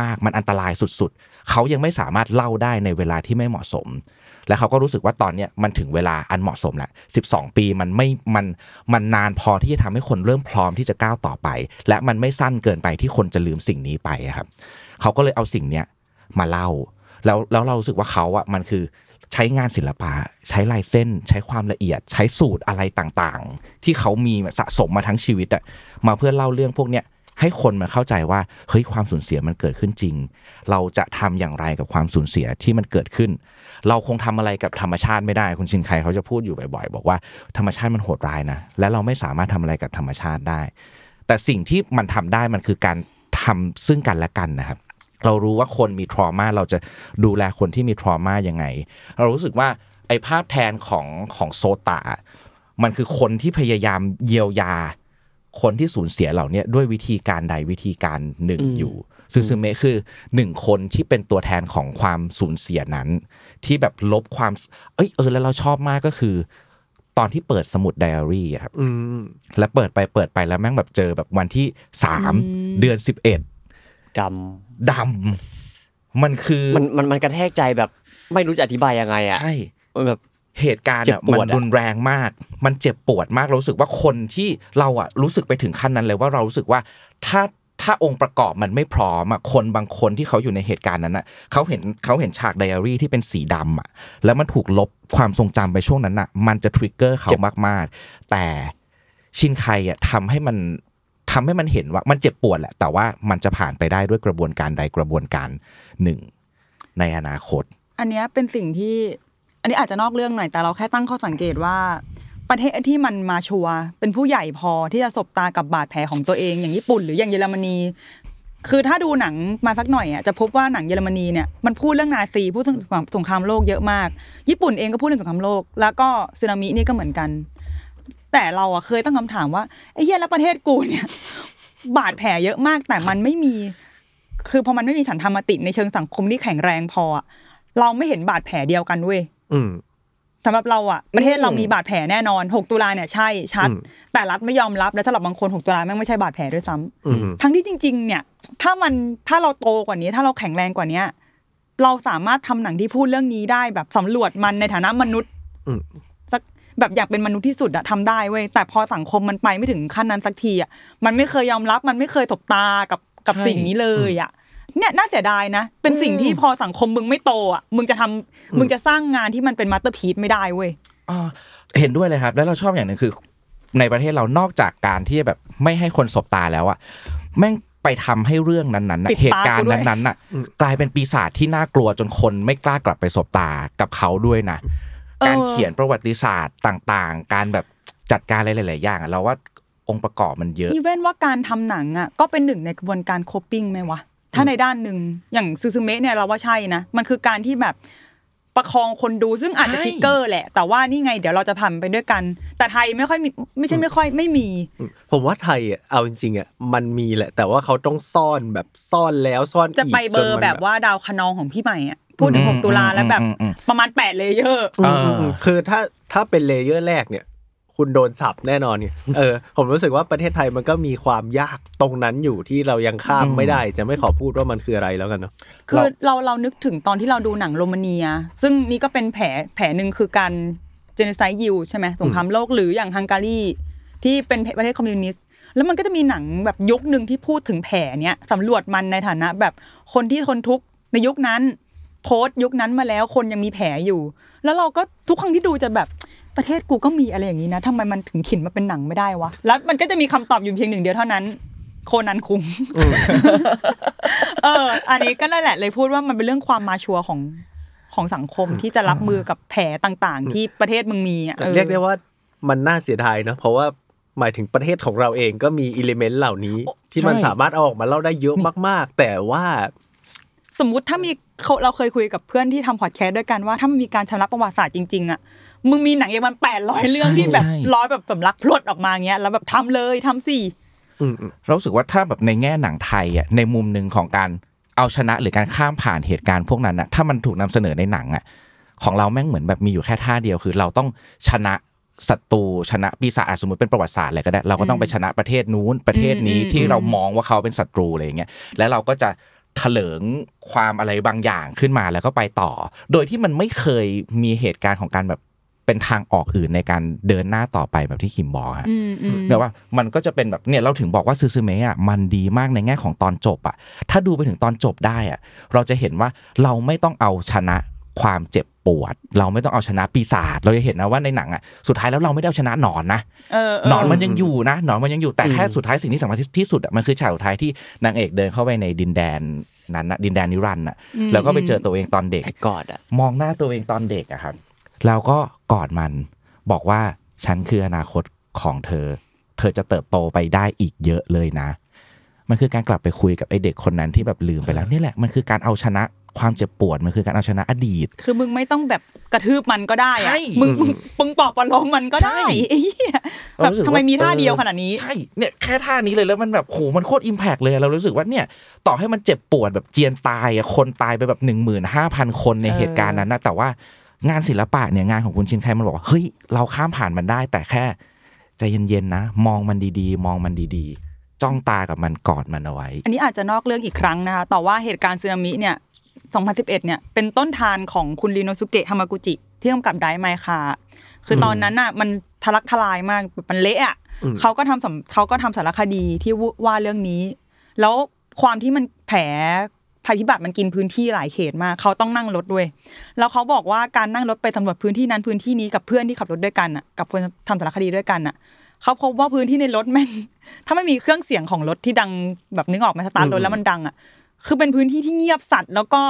มากๆ มันอันตรายสุดๆ เขายังไม่สามารถเล่าได้ในเวลาที่ไม่เหมาะสม และเขาก็รู้สึกว่าตอนเนี้ยมันถึงเวลาอันเหมาะสมแล้ว12 ปีมันไม่มันมันนานพอที่จะทำให้คนเริ่มพร้อมที่จะก้าวต่อไป และมันไม่สั้นเกินไปที่คนจะลืมสิ่งนี้ไปอะครับ เขาก็เลยเอาสิ่งเนี้ยมาเล่า แล้วแล้วเรารู้สึกว่าเขาอะมันคือใช้งานศิลปะ ใช้ลายเส้น ใช้ความละเอียด ใช้สูตรอะไรต่างๆ ที่เขามีสะสมมาทั้งชีวิตอะมาเพื่อเล่าเรื่องพวกเนี้ยให้คนมาเข้าใจว่าเฮ้ยความสูญเสียมันเกิดขึ้นจริง เราจะทำอย่างไรกับความสูญเสียที่มันเกิดขึ้น เราคงทำอะไรกับธรรมชาติไม่ได้ คุณชินไคเขาจะพูดอยู่บ่อยๆ บอกว่าธรรมชาติมันโหดร้ายนะและเราไม่สามารถทำอะไรกับธรรมชาติได้ แต่สิ่งที่มันทำได้มันคือการทำซึ่งกันและกันนะครับ เรารู้ว่าคนมีทรมาเราจะดูแลคนที่มีทรมายังไง เรารู้สึกว่าไอ้ภาพแทนของของโซตา มันคือคนที่พยายามเยียวยา คนที่สูญเสียเหล่าเนี้ยด้วยวิธีการใดวิธีการหนึ่งอยู่ซูซูเมะคือหนึ่งคนที่เป็นตัวแทนของความสูญเสียนั้น ที่แบบลบความเอ้ยเออแล้วเราชอบมากก็คือ ตอนที่เปิดสมุดไดอารี่อะครับ
อืม
แล้วเปิดไปเปิดไปแล้วแม่งแบบเจอแบบวันที่สามเดือนสิบเอ็ด
ด
ดำมันคือ
ำมันมันมันกระแทกใจแบบไม่รู้จะอธิบายยังไงอ่ะ
ใช่
มันแบบ
เหตุการณ์
เจ็
อะ
บป
มัน
วดอะ
รุนแรงมาก มันเจ็บปวดมากเรารู้สึกว่าคนที่เราอะรู้สึกไปถึงขั้นนั้นเลยว่าเรารู้สึกว่าถ้าถ้าองค์ประกอบมันไม่พร้อมอะคนบางคนที่เขาอยู่ในเหตุการณ์นั้นอะเขาเห็นเขาเห็นฉากไดอารี่ที่เป็นสีดำอะแล้วมันถูกลบความทรงจำไปช่วงนั้นอะมันจะทริกเกอร์เขามากๆ แต่ชินไคอะทำให้มันทำให้มันเห็นว่ามันเจ็บปวดแหละ แต่ว่ามันจะผ่านไปได้ด้วยกระบวนการใดกระบวนการหนึ่งในอนาคต
อันเนี้ยเป็นสิ่งที่ อันนี้อาจจะนอกเรื่องหน่อยแต่เราแค่ตั้งข้อสังเกตว่า ประเทศที่มันมาชัวร์เป็นผู้ใหญ่พอที่จะสบตากับบาดแผลของตัวเองอย่างญี่ปุ่น หรืออย่างเยอรมนี คือถ้าดูหนังมาสักหน่อยอ่ะจะพบว่าหนังเยอรมนีเนี่ยมันพูดเรื่องนาซีพูดถึงสงครามโลกเยอะมาก ญี่ปุ่นเองก็พูดเรื่องสงครามโลก แล้วก็สึนามินี่ก็เหมือนกัน แต่เราอ่ะเคยตั้งคำถามว่าไอ้เหี้ยแล้วประเทศกูเนี่ย บาดแผลเยอะมาก แต่มันไม่มี คือพอมันไม่มีสันธรรมติในเชิงสังคมที่แข็งแรงพออะเราไม่เห็นบาดแผลเดียวกันเว้ย
อืม
สำหรับเราอะประเทศเรามีบาดแผลแน่นอน 6 ตุลาเนี่ยใช่ชัด
อืม
แต่รัฐไม่ยอมรับและสำหรับบางคน 6 ตุลาแม่งไม่ใช่บาดแผลด้วยซ้ำ
อืม
ทั้งที่จริง ๆ เนี่ย ถ้ามันถ้าเราโตกว่านี้ ถ้าเราแข็งแรงกว่านี้เราสามารถทำหนังที่พูดเรื่องนี้ได้แบบสำรวจมันในฐานะมนุษย์
อืม
สักแบบอยากเป็นมนุษย์ที่สุดอะทำได้เว้ยแต่พอสังคมมันไปไม่ถึงขั้นนั้นสักทีอะมันไม่เคยยอมรับมันไม่เคยสบตากับกับ
ใช่
สิ่งนี้เลยอะเนี่ยน่าเสียดายนะ เป็นสิ่งที่พอสังคมมึงไม่โตอะมึงจะทำมึงจะสร้างงานที่มันเป็นมาสเตอร์พีซไม่ได้เว้ย
อ่าเห็นด้วยเลยครับ แล้วเราชอบอย่างหนึ่งคือ ในประเทศเรานอกจากการที่แบบไม่ให้คนสบตาแล้วอะแม่งไปทำให้เรื่องนั้นๆน่ะ
ปิดตา
เหตุการณ์
ด้วย
นั้นๆน่ะ กลายเป็นปีศาจที่น่ากลัวจนคนไม่กล้ากลับไปสบตากับเขาด้วยนะ การเขียนประวัติศาสตร์ต่างๆ การแบบจัดการอะไรหลายๆอย่างอะเราว่าองค์ประกอบมันเยอะ
อีเวนว่าการทำหนังอ่ะก็เป็นหนึ่งในกระบวนการโคปปิ้งไหมวะ ถ้าในด้านหนึ่งอย่างซูซูเมะเนี่ยเราว่าใช่นะ มันคือการที่แบบประคองคนดูซึ่งอาจจะ
ใช่
ทริกเกอร์แหละ แต่ว่านี่ไงเดี๋ยวเราจะผ่านไปด้วยกัน แต่ไทยไม่ค่อยมีไม่ใช่ไม่ค่อยไม่มี
ผมว่าไทยอ่ะเอาจริงๆอ่ะมันมีแหละ แต่ว่าเขาต้องซ่อนแบบซ่อนแล้วซ่อนอีก
จะไปเบอร์
จนมัน
แบบว่าดาวคะนองของพี่ใหม่อ่ะพูดถึงหกตุลาแล้วแบบ
อืมอืม
ประมาณแปดเลเยอร์
อืมอืม
อ่า
คือถ้าถ้าเป็นเลเยอร์แรกเนี่ย คุณโดนสับแน่นอน เนี่ยเออ ผมรู้สึกว่าประเทศไทยมันก็มีความยากตรงนั้นอยู่ที่เรายังข้ามไม่ได้ จะไม่ขอพูดว่ามันคืออะไรแล้วกันเนาะ
คือเราเรานึกถึงตอนที่เราดูหนังโรมาเนีย ซึ่งนี่ก็เป็นแผลแผลหนึ่งคือการเจนไซยิวใช่ไหมสงครามโลกหรืออย่างฮังการีที่เป็นประเทศคอมมิวนิสต์แล้วมันก็จะมีหนังแบบยุคหนึ่งที่พูดถึงแผลเนี้ยสำรวจมันในฐานะแบบคนที่ทนทุกข์ในยุคนั้น โพสต์ยุคนั้นมาแล้วคนยังมีแผลอยู่ แล้วเราก็ทุกครั้งที่ดูจะแบบประเทศกูก็มีอะไรอย่างนี้นะทำไมมันถึงเขินมาเป็นหนังไม่ได้วะแล้วมันก็จะมีคำตอบอยู่เพียงหนึ่งเดียวเท่านั้น โคนันคุง เออ อันนี้ก็นั่นแหละเลยพูดว่ามันเป็นเรื่องความมาชัวร์ของของสังคมที่จะรับมือกับแผลต่างๆ ที่ประเทศมึงมีอ่ะออ
เรียกได้ว่ามันน่าเสียดายเนอะเพราะว่าหมายถึงประเทศของเราเองก็มีอิเลเมนต์เหล่านี้ ที่มัน
ใช่
สามารถเอาออกมาเล่าได้เยอะมาก ๆ แต่ว่า
สมมติถ้ามีเขาเราเคยคุยกับเพื่อนที่ทำพอดแคสต์ด้วยกันว่าถ้ามันมีการชำระประวัติศาสตร์จริงๆอ่ะมึงมีหนังเอย่างมันแปดร้อยเรื่องที่แบบ
ใช่
ร้อยแบบสำลักพรวดออกมาเงี้ยแล้วแบบทำเลยทำสี่
อืม
เรารู้สึกว่าถ้าแบบในแง่หนังไทยอ่ะในมุมหนึ่งของการเอาชนะหรือการข้ามผ่านเหตุการณ์พวกนั้นอ่ะถ้ามันถูกนำเสนอในหนังอ่ะของเราแม่งเหมือนแบบมีอยู่แค่ท่าเดียวคือ เราต้องชนะศัตรูชนะปีศาจอ่ะสมมติเป็นประวัติศาสตร์อะไรก็ได้เราก็ต้องไปชนะประเทศนู้นประเทศนี้
อืม
ที่เรามองว่าเขาเป็นศัตรูอะไรอย่างเงี้ยแล้วเราก็จะเถลิงความอะไรบางอย่างขึ้นมาแล้วก็ไปต่อ โดยที่มันไม่เคยมีเหตุการณ์ของการแบบเป็นทางออกอื่นในการเดินหน้าต่อไปแบบที่คิมบอกฮะ
อืมอืม
เนี่ยว่ามันก็จะเป็นแบบเนี่ยเราถึงบอกว่าซูซูเมะอ่ะมันดีมากในแง่ของตอนจบอ่ะถ้าดูไปถึงตอนจบได้อ่ะเราจะเห็นว่าเราไม่ต้องเอาชนะความเจ็บปวด เราไม่ต้องเอาชนะปีศาจเราจะเห็นนะว่าในหนังอ่ะสุดท้ายแล้วเราไม่ได้เอาชนะหนอนนะ
เออเออ
หนอนมันยังอยู่นะหนอนมันยังอยู่แต่แค่สุดท้ายสิ่งที่สำคัญที่สุดอ่ะมันคือฉากสุดท้ายที่นางเอกเดินเข้าไปในดินแดนนั้นนะดินแดนนิรันดร์อ่ะแล้วก็ไปเจอตัวเองตอนเด็ก
ไอ้กอดอะ
มองหน้าตัวเองตอนเด็กอะครับ แล้วก็กอดมันบอกว่าฉันคืออนาคตของเธอ เธอจะเติบโตไปได้อีกเยอะเลยนะ มันคือการกลับไปคุยกับไอเด็กคนนั้นที่แบบลืมไปแล้วนี่แหละมันคือการเอาชนะความเจ็บปวดมันคือการเอาชนะอดีต
คือมึงไม่ต้องแบบกระทืบมันก็ได้
ใช่
อะมึงมึงมึงปลอบประโลมมันก็ได้
ใช่
ไอ้เหี้ยแบ
เรา
บ
รู้สึก
ทำไมมีท่า
ออ
เดียวขนาดนี้
ใช่เนี่ยแค่ท่านี้เลยแล้วมันแบบโหมันโคตรอิมแพกเลยอะเรารู้สึกว่าเนี่ยต่อให้มันเจ็บปวดแบบเจียนตายอะคนตายไปแบบหนึ่งหมื่นห้าพันคนใน
เออ
เหตุการณ์นั้นนะแต่ว่างานศิลปะเนี่ยงานของคุณชินไคมันบอกว่าเฮ้ยเราข้ามผ่านมันได้ แต่แค่ใจเย็นๆนะ มองมันดีๆ มองมันดีๆ จ้องตากับมันกอดมันเอาไว้
อันนี้อาจจะนอกเรื่องอีกครั้งนะคะ แต่ว่าเหตุการณ์สึนามิเนี่ย 2011 เนี่ย เป็นต้นทานของคุณริโนสุเกะฮามากุจิ ที่กำกับไดไมค่ะ คือตอนนั้นน่ะมันทะลักทลายมาก มันเละอ่ะ เขาก็ทำสำเขาก็ทำสารคดีที่ว่าเรื่องนี้ แล้วความที่มันแผลภัยพิบัติมันกินพื้นที่หลายเขตมาก เขาต้องนั่งรถด้วย แล้วเขาบอกว่าการนั่งรถไปสำรวจพื้นที่นั้นพื้นที่นี้กับเพื่อนที่ขับรถด้วยกันอ่ะ กับคนทำสารคดีด้วยกันอ่ะ เขาพบว่าพื้นที่ในรถแม่ง ถ้าไม่มีเครื่องเสียงของรถที่ดังแบบนึกออกไหมาสตาร์ทรถแล้วมันดังอ่ะ คือเป็นพื้นที่ที่เงียบสัตว์ แล้วก็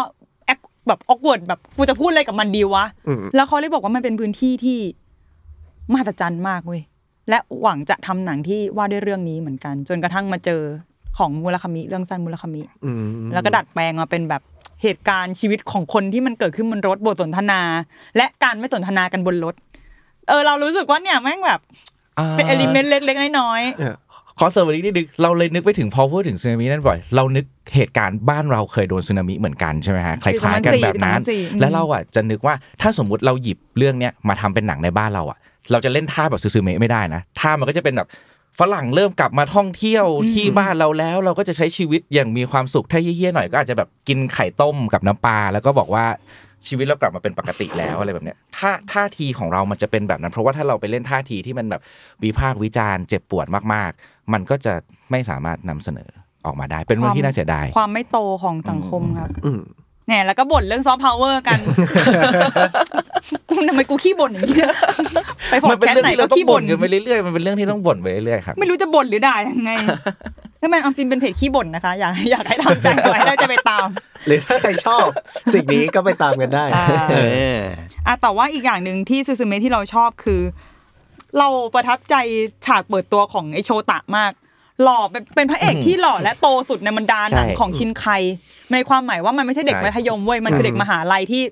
แอคแบบออกเวิร์ดแบบกูจะพูดอะไรกับมันดีวะ
อืม
แล้วเขาเลยบอกว่ามันเป็นพื้นที่ที่มหัศจรรย์มากเว้ย และหวังจะทำหนังที่ว่าด้วยเรื่องนี้เหมือนกัน จนกระทั่งมาเจอของมูลคามิเรื่องสั้นมูลคามิ
อืม
แล้วก็ดัดแปลงมาเป็นแบบเหตุการณ์ชีวิตของคนที่มันเกิดขึ้นบนรถบทสนทนา และการไม่สนทนากันบนรถ เออ เรารู้สึกว่าเนี่ยแม่งแบบเป็นเอลิเมนต์เล็กๆน้อย
เออ
ขอเสริมอีกนิดนึงเราเลยนึกไปถึงพอพูดถึงสึนามินั่นบ่อย เรานึกเหตุการณ์บ้านเราเคยโดนสึนามิเหมือนกันใช่ไหมฮะคล้ายๆกันแบบนั้น
ปี2004อืม
แล้วเราอ่ะจะนึกว่าถ้าสมมุติเราหยิบเรื่องเนี้ยมาทำเป็นหนังในบ้านเราอ่ะ เราจะเล่นท่าแบบซูซูเมะไม่ได้นะท่ามันก็จะเป็นแบบฝรั่งเริ่มกลับมาท่องเที่ยวที่บ้านเราแล้ว เราก็จะใช้ชีวิตอย่างมีความสุขถ้าเฮี้ยๆหน่อยก็อาจจะแบบกินไข่ต้มกับน้ำปลาแล้วก็บอกว่าชีวิตเรากลับมาเป็นปกติแล้วอะไรแบบเนี้ยท่าท่าทีของเรามันจะเป็นแบบนั้น เพราะว่าถ้าเราไปเล่นท่าทีที่มันแบบวิพากษ์วิจารณ์เจ็บปวดมากๆ มันก็จะไม่สามารถนำเสนอออกมาได้ เป็นเรื่องที่น่าเสียดาย
ความไม่โตของสังคมครับ
อืม
เนี่ยแล้วก็บ่นเรื่องซอฟต์พาวเวอร์กัน ทำไมกูขี้บ่นอย่างนี้ เนี่ยไปพอ
มั
ด
เป็น
แคส
เรื่
ต์ไหน
ที่
ก็
เราต้อง
ขี้
บ่
บ่
น
น
กันไปเรื่อยๆมันเป็นเรื่องที่ต้องบ่นไปเรื่อยๆครับ
ไม่รู้จะบ่นหรือด่ายั งไงเฮ้ยแมนออมซินเป็นเพจขี้บ่นนะคะ อยากอยากให้ทำใจไว้แล้วจะไปตาม
หรือถ้าใครชอบ สิ่งนี้ก็ไปตามกันได้
อ่า
เออ
อ่ะแต่ว่าอีกอย่างหนึ่งที่ซูซูเมะที่เราชอบคือ เราประทับใจฉากเปิดตัวของไอโชตะมาก หล่อเป็นเป็นพระเอกที่หล่อและโตสุดในบรรดาหนัง
ใช่
ของชินไคในความหมายว่ามันไม่ใช่เด็ก
ใช่
มัธยมเว้ยมันคือเด็กมหาลัยที่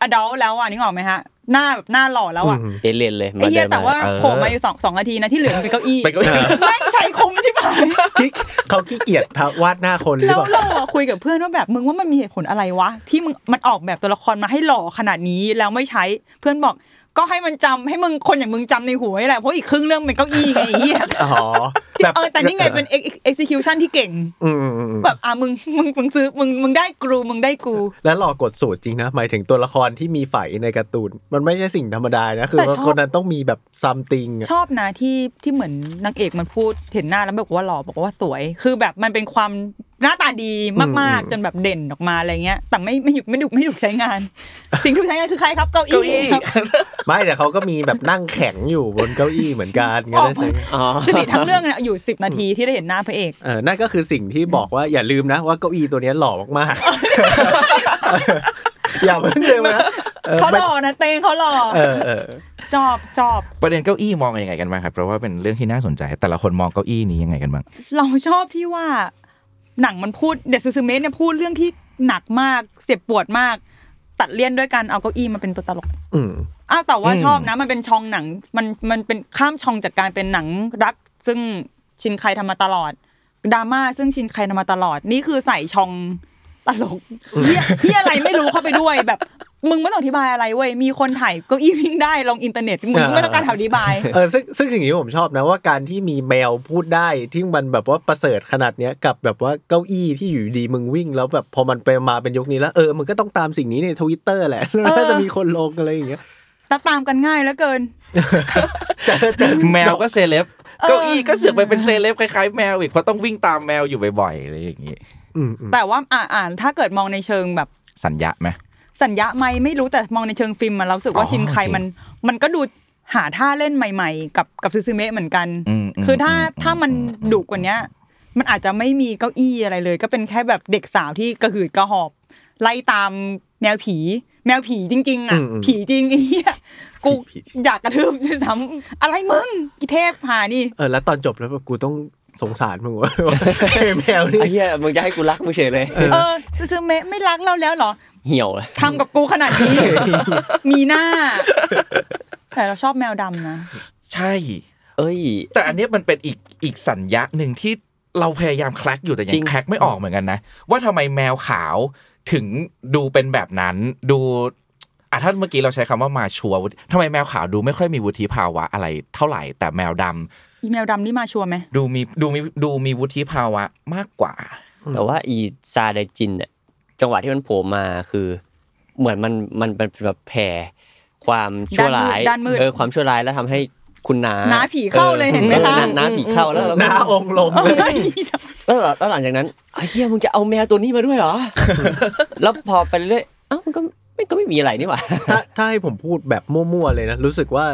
อดัลแล้วอ่ะนึกออกไหมฮะ หน้าแบบหน้าหล่อแล้วอ่ะ
อืม
เอเลนเลย
ไอ
มา
เหี้
เดิ
ย
น
แต่
มา
ว่า
เออ
โผล่มาอยู่สองสองนาทีนะที่เหลือเป็นเก้าอี้
ไปก็
แม่งใช้คุ้มที่ผ่าน
ที่เขาขี้เกียจทำวาดหน้าคนหรือ
แล้ว
เปล่า
เราอะคุยกับเพื่อนว่าแบบมึงว่ามันมีเหตุผลอะไรวะ ที่มึงมันออกแบบตัวละครมาให้หล่อขนาดนี้แล้วไม่ใช้เพื่อนบอกก็ให้มันจำให้มึงคนอย่างมึงจำในหัวนี่แหละเพราะอีกครึ่งเรื่องเป็นเก้าอี้ไงไอ้เหี้ย
อ๋อ
เออแต่นี่ไงเป็น ex- execution ที่เก่ง
อืมอืมอืมอืม
แบบอ่ะมึงมึงมึงซื้อมึงมึงได้กรูมึงได้กู
แล้วหลอกกดสูตรจริงนะ หมายถึงตัวละครที่มีไฝในการ์ตูน มันไม่ใช่สิ่งธรรมดานะ คือ
แต่ชอบ
คนนั้นต้องมีแบบซัมติงอะ
ชอบนะที่ที่เหมือนนางเอกมันพูดเห็นหน้าแล้วบอกว่าหล่อบอกว่าสวย คือแบบมันเป็นความหน้าตาดีมาก
อืม
ๆจนแบบเด่นออกมาอะไรเงี้ย แต่ไม่ไม่หยุดไม่ดุไม่ดุใช้งาน สิ่งที่ถูกใช้งานคือใครครับเก้าอี้ครับ
ไม่แต่เขาก็มีแบบนั่งแข็งอยู่บนเก้าอี้เหมือน กันงั้นนะใช่ไหม
อ๋อ
สนิททั้งเรื่องเนี่ยอยู่สิบนาทีที่ได้เห็นหน้าพระเอก
เออนั่นก็คือสิ่งที่บอกว่าอย่าลืมนะว่าเก้าอี้ตัวเนี้ยหล่อมากๆ อย่าเพิ่งลืมนะเออ
เขา
ไม่
หล่อนะเตงเขาหล่อ
เออเออ
ชอบชอบ
ประเด็นเก้าอี้มองยังไงกันบ้างครับเพราะว่าเป็นเรื่องที่น่าสนใจ แต่ละคนมองเก้าอี้นี้ยังไงกันบ้าง
เราชอบที่ว่า หนังมันพูดเดซซูเมสเนี่ยพูดเรื่องที่หนักมาก เสียบปวดมาก ตัดเลี่ยนด้วยการเอาเก้าอี้มาเป็นตัวตลก
อืม
อ้าวแต่ว่า
อืม
ชอบนะ มันเป็นช่องหนังมันมันเป็นข้ามช่องจากการเป็นหนังรัก ซึ่งชินไคทำมาตลอดดราม่าซึ่งชินไคทำมาตลอดนี่คือใส่ช่องตลกเหี้ยเหียอะไรไม่รู้เข้าไปด้วยแบบมึงไม่ต้องอธิบายอะไรเว้ยมีคนถ่ายเก้าอี้วิ่งได้ลงอินเทอร์เน็ตมึงไม่ต้องการอธิ บาย
เออซึ่งซึ่งสิ่งนี้ผมชอบนะว่าการที่มีแมวพูดได้ที่มันแบบว่าประเสริฐขนาดเนี้ยกับแบบว่าเก้าอี้ที่อยู่ดีมึงวิ่ง แล้วแบบพอมันไปมาเป็นยุคนี้แล้วเออมันก็ต้องตามสิ่งนี้ในทวิตเตอร์แหละ แล้วน่าจะมีคนลงอะไรอย่างเงี้ย
ตตามกันง่ายเหลือเกิน
เจอเจอ
แมวก็เซเลบ เก้าอี้ก็เสือกไปเป็นเซเลบคล้ายๆแมวอีกเพราะต้องวิ่งตามแมวอยู่บ่อยๆอะไรอย่างนี้
อืมอืม
แต่ว่าอ่าอ่านถ้าเกิดมองในเชิงแบบ
สัญญาไหม
สัญญาไม่ไม่รู้แต่มองในเชิงฟิล์มมันเรารู้สึกว่า
อ๋อ
ชินไค
โอเค
มันมันก็ดูหาท่าเล่นใหม่ ๆ กับกับซูซูเมะเหมือนกัน
ม
คือถ้าม ถ้ามันดุกว่าเนี้ย มันอาจจะไม่มีเก้าอี้อะไรเลย ก็เป็นแค่แบบเด็กสาวที่กระหืดกระหอบ ไล่ตามแมวผี แมวผีจริง ๆอ่ะผีจริงไอ้เหี้ยกูอยากกระทืบด้วยซ้ำอะไรมึงอีเทพหานี่
เออแล้วตอนจบแล้วแบบกูต้องสงสารมึงวะ ไอ้แมวนี่
ไอ้เหี้ยมึงจะให้กูรักมึงเฉยเลย
เออซูซูเมะไม่รักเราแล้วเหรอ
เหี่ยวเลย
ทำกับกูขนาดนี้ มีหน้า แต่เราชอบแมวดำนะ
ใช่
เอ้ย
แต่อันเนี้ยมันเป็นอีกอีกสัญญาหนึ่งที่เราพยายามแคลกอยู่แต่ยั
จริ
ง
ง
แคลกไม่ออกเหมือนกันนะ ว่าทำไมแมวขาวถึงดูเป็นแบบนั้น ดูอ่ะถ้าเมื่อกี้เราใช้คำว่ามาชัวร์วุฒิทำไมแมวขาวดูไม่ค่อยมีวุฒิภาวะอะไรเท่าไหร่แต่แมวดำ
อีแมวดำนี่มาชัวร์ไหม
ดูมีดูมีดูมีวุฒิภาวะมากกว่า
แต่ว่าอีซาไดจินเนี่ยจังหวะที่มันโผล่มาคือ เหมือนมันมันมันเป็นแบบแผ่ความชั่วร้าย
ด้านมืดด้านมืด
เออความชั่วร้ายแล้วทำให้คุณน้า
น้าผีเข้าเลยเห็นไหมคะ
ออน้าผีเข้าแล้วเรา
ห
ก็
น้าองค์ลง
เออ
แล้วหลังแล้วหลังจากนั้นไอ้เหี้ยมึงจะเอาแมวตัวนี้มาด้วยเหรอ แล้วพอไปเรื่อยเอ้ามันก็ไม่ก็ไม่มีอะไรนี่หว่า
ถ้าถ้าให้ผมพูดแบบมั่วๆเลยนะรู้สึกว่า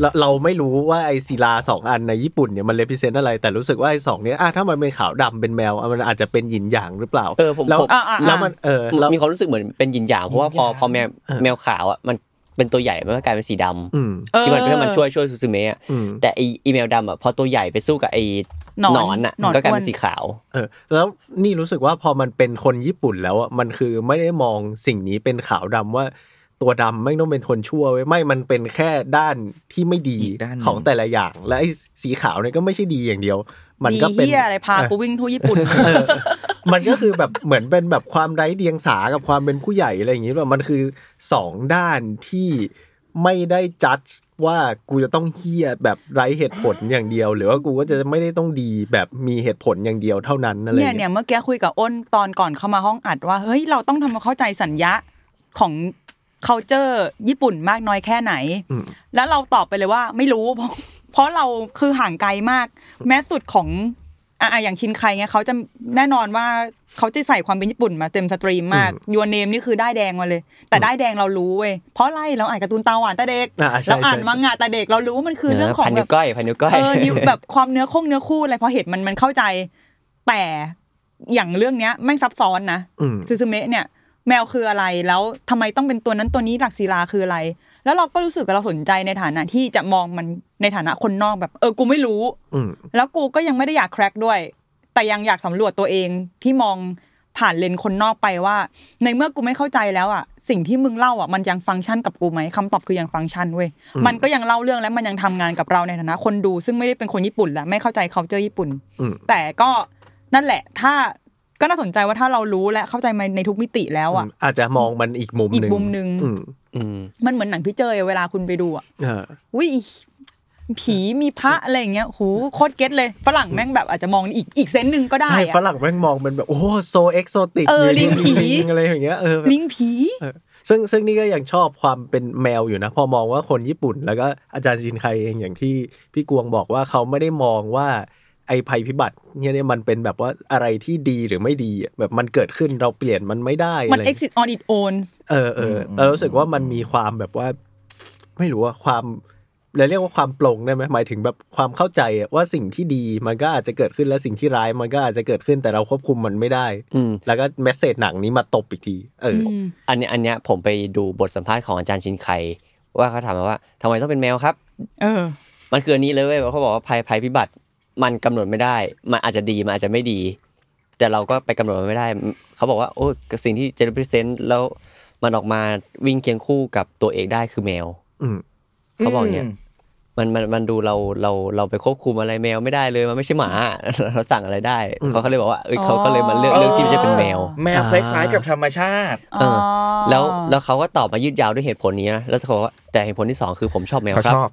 เราเราไม่รู้ว่าไอศิลาสองอันในญี่ปุ่นเนี่ยมันเลพิเซนต์อะไร แต่รู้สึกว่าไอสองเนี้ยอ่ะถ้ามันเป็นขาวดำเป็นแมวอ่ะมันอาจจะเป็นหยินหยางหรือเปล่า
เออผม
แล้ว
ผม
อ่ะอ่ะ
แล้ว
อ่ะ
มันเออแล้ว
มีความรู้สึกเหมือนเป็นหยินหยางเพราะว่าพอพอแมว
เออ
แมวขาวอ่ะมันเป็นตัวใหญ่มันก็กลายเป็นสีดำ
อืม
ที่มันเพื่อมันช่วยช่วยซูซูเมะอะ
อืม
แต่ไออีแมวดำอ่ะพอตัวใหญ่ไปสู้กับไอ
หนอน
หนอนอ่ะ
หนอน
ก็กลายเป็
อ้วน
นสีขาว
เออแล้วนี่รู้สึกว่าพอมันเป็นคนญี่ปุ่นแล้วอ่ะมันคือไม่ได้มองสิ่งนี้เป็นขาวดำว่า ตัวดำไม่งต้องเป็นคนชั่วไว้ยไม่มันเป็นแค่ด้านที่ไม่ดี
อีกด้านหนึ่ง
ของแต่ละอย่าง และไอ้สีขาวเนี่ยก็ไม่ใช่ดีอย่างเดียว มันก็เป็น
ดีเฮียอะไรพากูวิ่งทั่วญี่ปุ่น
เออมันก็คือแบบ เหมือนเป็นแบบความไร้เดียงสากับความเป็นผู้ใหญ่อะไรอย่างนี้แบบมันคือสองด้านที่ไม่ได้จัดว่ากูจะต้องเฮียแบบไร้เหตุผลอย่างเดียว หรือว่ากูก็จะไม่ได้ต้องดีแบบมีเหตุผลอย่างเดียวเท่านั้นอะไร
เนี่ย
อาง
เนี่
งี้
ยเมื่อกี้คุยกับอ้นตอนก่อนเข้ามาห้องอัดว่าเฮ้ยเราต้องทำความเข้าใจสัญญาของ culture ญี่ปุ่นมากน้อยแค่ไหน
อืม
แล้วเราตอบไปเลยว่าไม่รู้ เพราะเพราะเราคือห่างไกลมาก แม้สุดของอ่ะอ่ะอย่างชินไคเงี้ยเขาจะแน่นอนว่าเขาจะใส่ความเป็นญี่ปุ่นมาเต็มสตรีมมากยูเนมนี่คือได้ายแดงมาเลย แต่ได้ายแดงเรารู้เว้ยเพราะอะไรเราอ่านการ์ตูนตาหวานแต่เด็ก
อ่ะใช่
เราอ่าน
ใช่
มังงะแต่เด็กเรารู้ว่ามันคือเรื่องของ
พัน
แบ
นิ้ว
บ
ก้อยพันนิ้วก้อย
เออนิ้วแบบความเนื้อคงเนื้อคู่อะไรเพราะเห็นมันมันเข้าใจ แต่อย่างเรื่องเนี้ยไม่งซับซ้อนนะ
อืม
ซูซูเมะเนี่ย แมวคืออะไรแล้วทำไมต้องเป็นตัวนั้นตัวนี้หลักศิลาคืออะไร แล้วเราก็รู้สึกว่าเราสนใจในฐานะที่จะมองมันในฐานะคนนอกแบบเออกูไม่รู้
อืม
แล้วกูก็ยังไม่ได้อยากแคร็กด้วย แต่ยังอยากสำรวจตัวเองที่มองผ่านเลนส์คนนอกไปว่า ในเมื่อกูไม่เข้าใจแล้วอ่ะสิ่งที่มึงเล่าอ่ะมันยังฟังก์ชันกับกูไหมคำตอบคือยังฟังก์ชันเว้ย
อืม
มันก็ยังเล่าเรื่องและมันยังทำงานกับเราในฐานะ คนดูซึ่งไม่ได้เป็นคนญี่ปุ่นและไม่เข้าใจเขาเจอญี่ปุ่น
อืม
แต่ก็นั่นแหละ ถ้าก็น่าสนใจว่าถ้าเรารู้และเข้าใจมันในทุกมิติแล้วอ่ะ
อาจจะมองมันอีกมุม
อี
ห
ก
นึ่ง
มุมหนึ่ง
อืม
อืม
มันเหมือนหนังพี่เจยเวลาคุณไปดูอ่ะ
เออ
วิผีมีพระอะไรอย่างเงี้ยหูโคตรเก็ตเลยฝรั่งแม่งแบบอาจจะมองอีกอีกเซนส์หนึ่งก็ได้
ใช่
อะ
ฝรั่งแม่งมองเป็นแบบ โอ้โซเอ็กโซติก
เออลิงผี
อะไรอย่างเงี้ยเออแบบ
ลิงผี
เออซึ่งซึ่งนี่ก็ยังชอบความเป็นแมวอยู่นะ พอมองว่าคนญี่ปุ่น แล้วก็อาจารย์ชินไคเองอย่างที่พี่กวงบอกว่าเขาไม่ได้มองว่าไอ้ภัยพิบัติเนี่ยเนี่ยมันเป็นแบบว่าอะไรที่ดีหรือไม่ดีอะแบบมันเกิดขึ้นเราเปลี่ยนมันไม่ได้
มัน
อะไร
exit on its own
เออเออเรารู้สึกว่ามันมีความแบบว่า ไม่รู้ว่าความเราเรียกว่าความปลงได้ไหมหมายถึงแบบความเข้าใจอะว่าสิ่งที่ดีมันก็อาจจะเกิดขึ้นและสิ่งที่ร้ายมันก็อาจจะเกิดขึ้นแต่เราควบคุมมันไม่ได้
อืม
แล้วก็เมสเซจหนังนี้มาตบอีกทีเอออ
อันเนี้ยอันเนี้ยผมไปดูบทสัมภาษณ์ของอาจารย์ชินไคว่าเขาถามมาว่าทำไมต้องเป็นแมวครับ
เออ
มันคืออันนี้เลยเว้ยเขาบอกว่าภัยภัยพิบัติมันกำหนดไม่ได้ มันอาจจะดีมันอาจจะไม่ดี แต่เราก็ไปกำหนดมันไม่ได้ เขาบอกว่าโอ้ยสิ่งที่จะ represent แล้วมันออกมาวิ่งเคียงคู่กับตัวเอกได้คือแมว
อืม
เขาบอกอย่างเนี้ยมันมันมันดูเราเราเราไปควบคุมอะไรแมวไม่ได้เลยมันไม่ใช่หมา เราสั่งอะไรได้เขาเขาเลยบอกว่าเอ้ยเขาเขาเลยมาเลือกเลือกที่จะเป็นแมว
แมวคล้ายๆกับธรรมชาติ
เออแล้วแล้วเขาก็ตอบมายืดยาวด้วยเหตุผลนี้นะแล้วเขาบอกว่าแต่เหตุผลที่สองคือผมชอบแมว
เขา
ครับ
ชอบ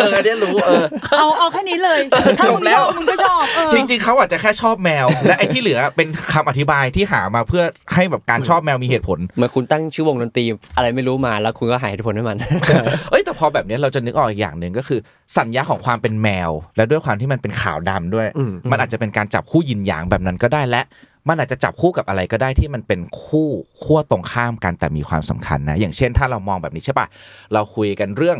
เออเนี่ยรู้เออ
เอาเอาแค่นี้เลย ถ้ามึง
แล้
ช
ว
อบมึงก็ชอบเออ
จริง ๆ เขาอาจจะแค่ชอบแมว และไอ้ที่เหลือเป็นคำอธิบายที่หามาเพื่อให้แบบการชอบแมวมีเหตุผล
เหมื่อนคุณตั้งชื่อวงดนตรีอะไรไม่รู้มาแล้วคุณก็หายเหตุผลให้มัน
เอ้ยแต่พอแบบเนี้ยเราจะนึกออกอีกอย่างหนึ่งก็คือ สัญญาของความเป็นแมว และด้วยความที่มันเป็นขาวดำด้วย
อืม
มันอาจจะเป็นการจับคู่ยินหยางแบบนั้นก็ได้และ มันอาจจะจับคู่กับอะไรก็ได้ที่มันเป็นคู่ขั้วตรงข้ามกันแต่มีความสำคัญนะ อย่างเช่นถ้าเรามองแบบนี้ใช่ปะเราคุยกันเรื่อง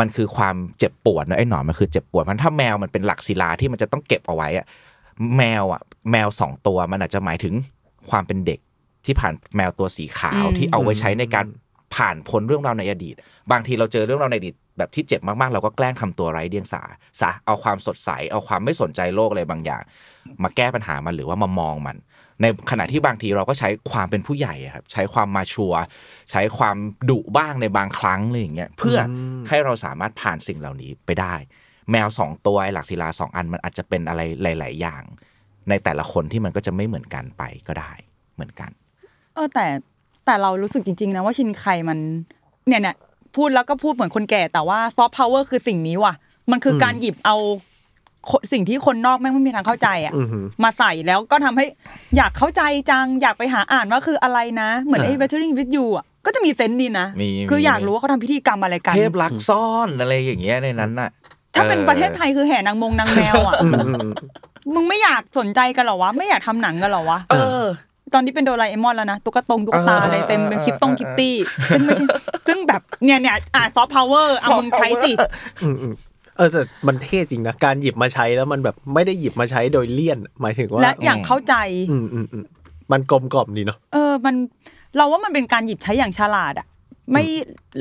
มันคือความเจ็บปวดนะไอ้หนอนมันคือเจ็บปวดมันถ้าแมวมันเป็นหลักศิลาที่มันจะต้องเก็บเอาไว้อะแมวอะแมวสองตัวมันอาจจะหมายถึงความเป็นเด็กที่ผ่านแมวตัวสีขาวที่เอาไว้ใช้ในการผ่านพ้นเรื่องราวในอดีต บางทีเราเจอเรื่องราวในอดีตแบบที่เจ็บมากๆ เราก็แกล้งทำตัวไร้เดียงสาซะเอาความสดใสเอาความไม่สนใจโลกอะไรบางอย่าง มาแก้ปัญหามันหรือว่ามามองมัน ในขณะที่บางทีเราก็ใช้ความเป็นผู้ใหญ่อะครับใช้ความมาชัวร์ใช้ความดุบ้างในบางครั้งอะไรอย่างเงี้ยเพื่ออให้เราสามารถผ่านสิ่งเหล่านี้ไปได้ แมวสองตัวไอ้หลักศิลาสองอันมันอาจจะเป็นอะไรหลาย ๆ อย่าง ในแต่ละคนที่มันก็จะไม่เหมือนกันไปก็ได้เหมือนกัน
เออแต่แต่เรารู้สึกจริง ๆ นะว่าชินไคมันเนี่ยเนี่ยพูดแล้วก็พูดเหมือนคนแก่แต่ว่าซอฟต์พาวเวอร์คือสิ่งนี้ว่ะ มันคือการหยิบเอาคนสิ่งที่คนนอกแม่งไม่มีทางเข้าใจอ่ะ
อือหือ
มาใส่แล้วก็ทำให้อยากเข้าใจจัง อยากไปหาอ่านว่าคืออะไรนะ เหมือนไอ้
อ่า
Battering with You อ่ะก็จะมีเซนส์ดีนะ
มี
คือ
มี
อยากรู้ว่าเขาทำพิธีกรรมอะไรกัน
เทพลักษณ์ซ่อนอะไรอย่างเงี้ยในนั้นน่ะ
ถ้าเป็น
ออ
ประเทศไทยคือแห่นางมงนางแมวอ่ะ
อืมอืมอืม
มึงไม่อยากสนใจกันเหรอวะ ไม่อยากทำหนังกันเหรอวะ
เออ
ตอนนี้เป็นโดราเอมอนแล้วนะตุ๊กตงตุ๊กตา
เอออ
อะไรเต็มเป็น
เออ
คิปตง
เออ
คิตตี้ซึ่งไม่ใช่ซึ่งแบบเนี่ยเนี่ยอ่ะซอฟต์พาวเวอร์เอามึงใช้สิ
อืมอืมเออแต่มันเท่จริงนะ การหยิบมาใช้แล้วมันแบบไม่ได้หยิบมาใช้โดยเลี่ยน หมายถึงว่า
และอยากเข้าใจ
อืมอืมอืมมันกลมกล่อมดีเนาะ
เออ มันเราว่ามันเป็นการหยิบใช้อย่างฉลาดอะไม่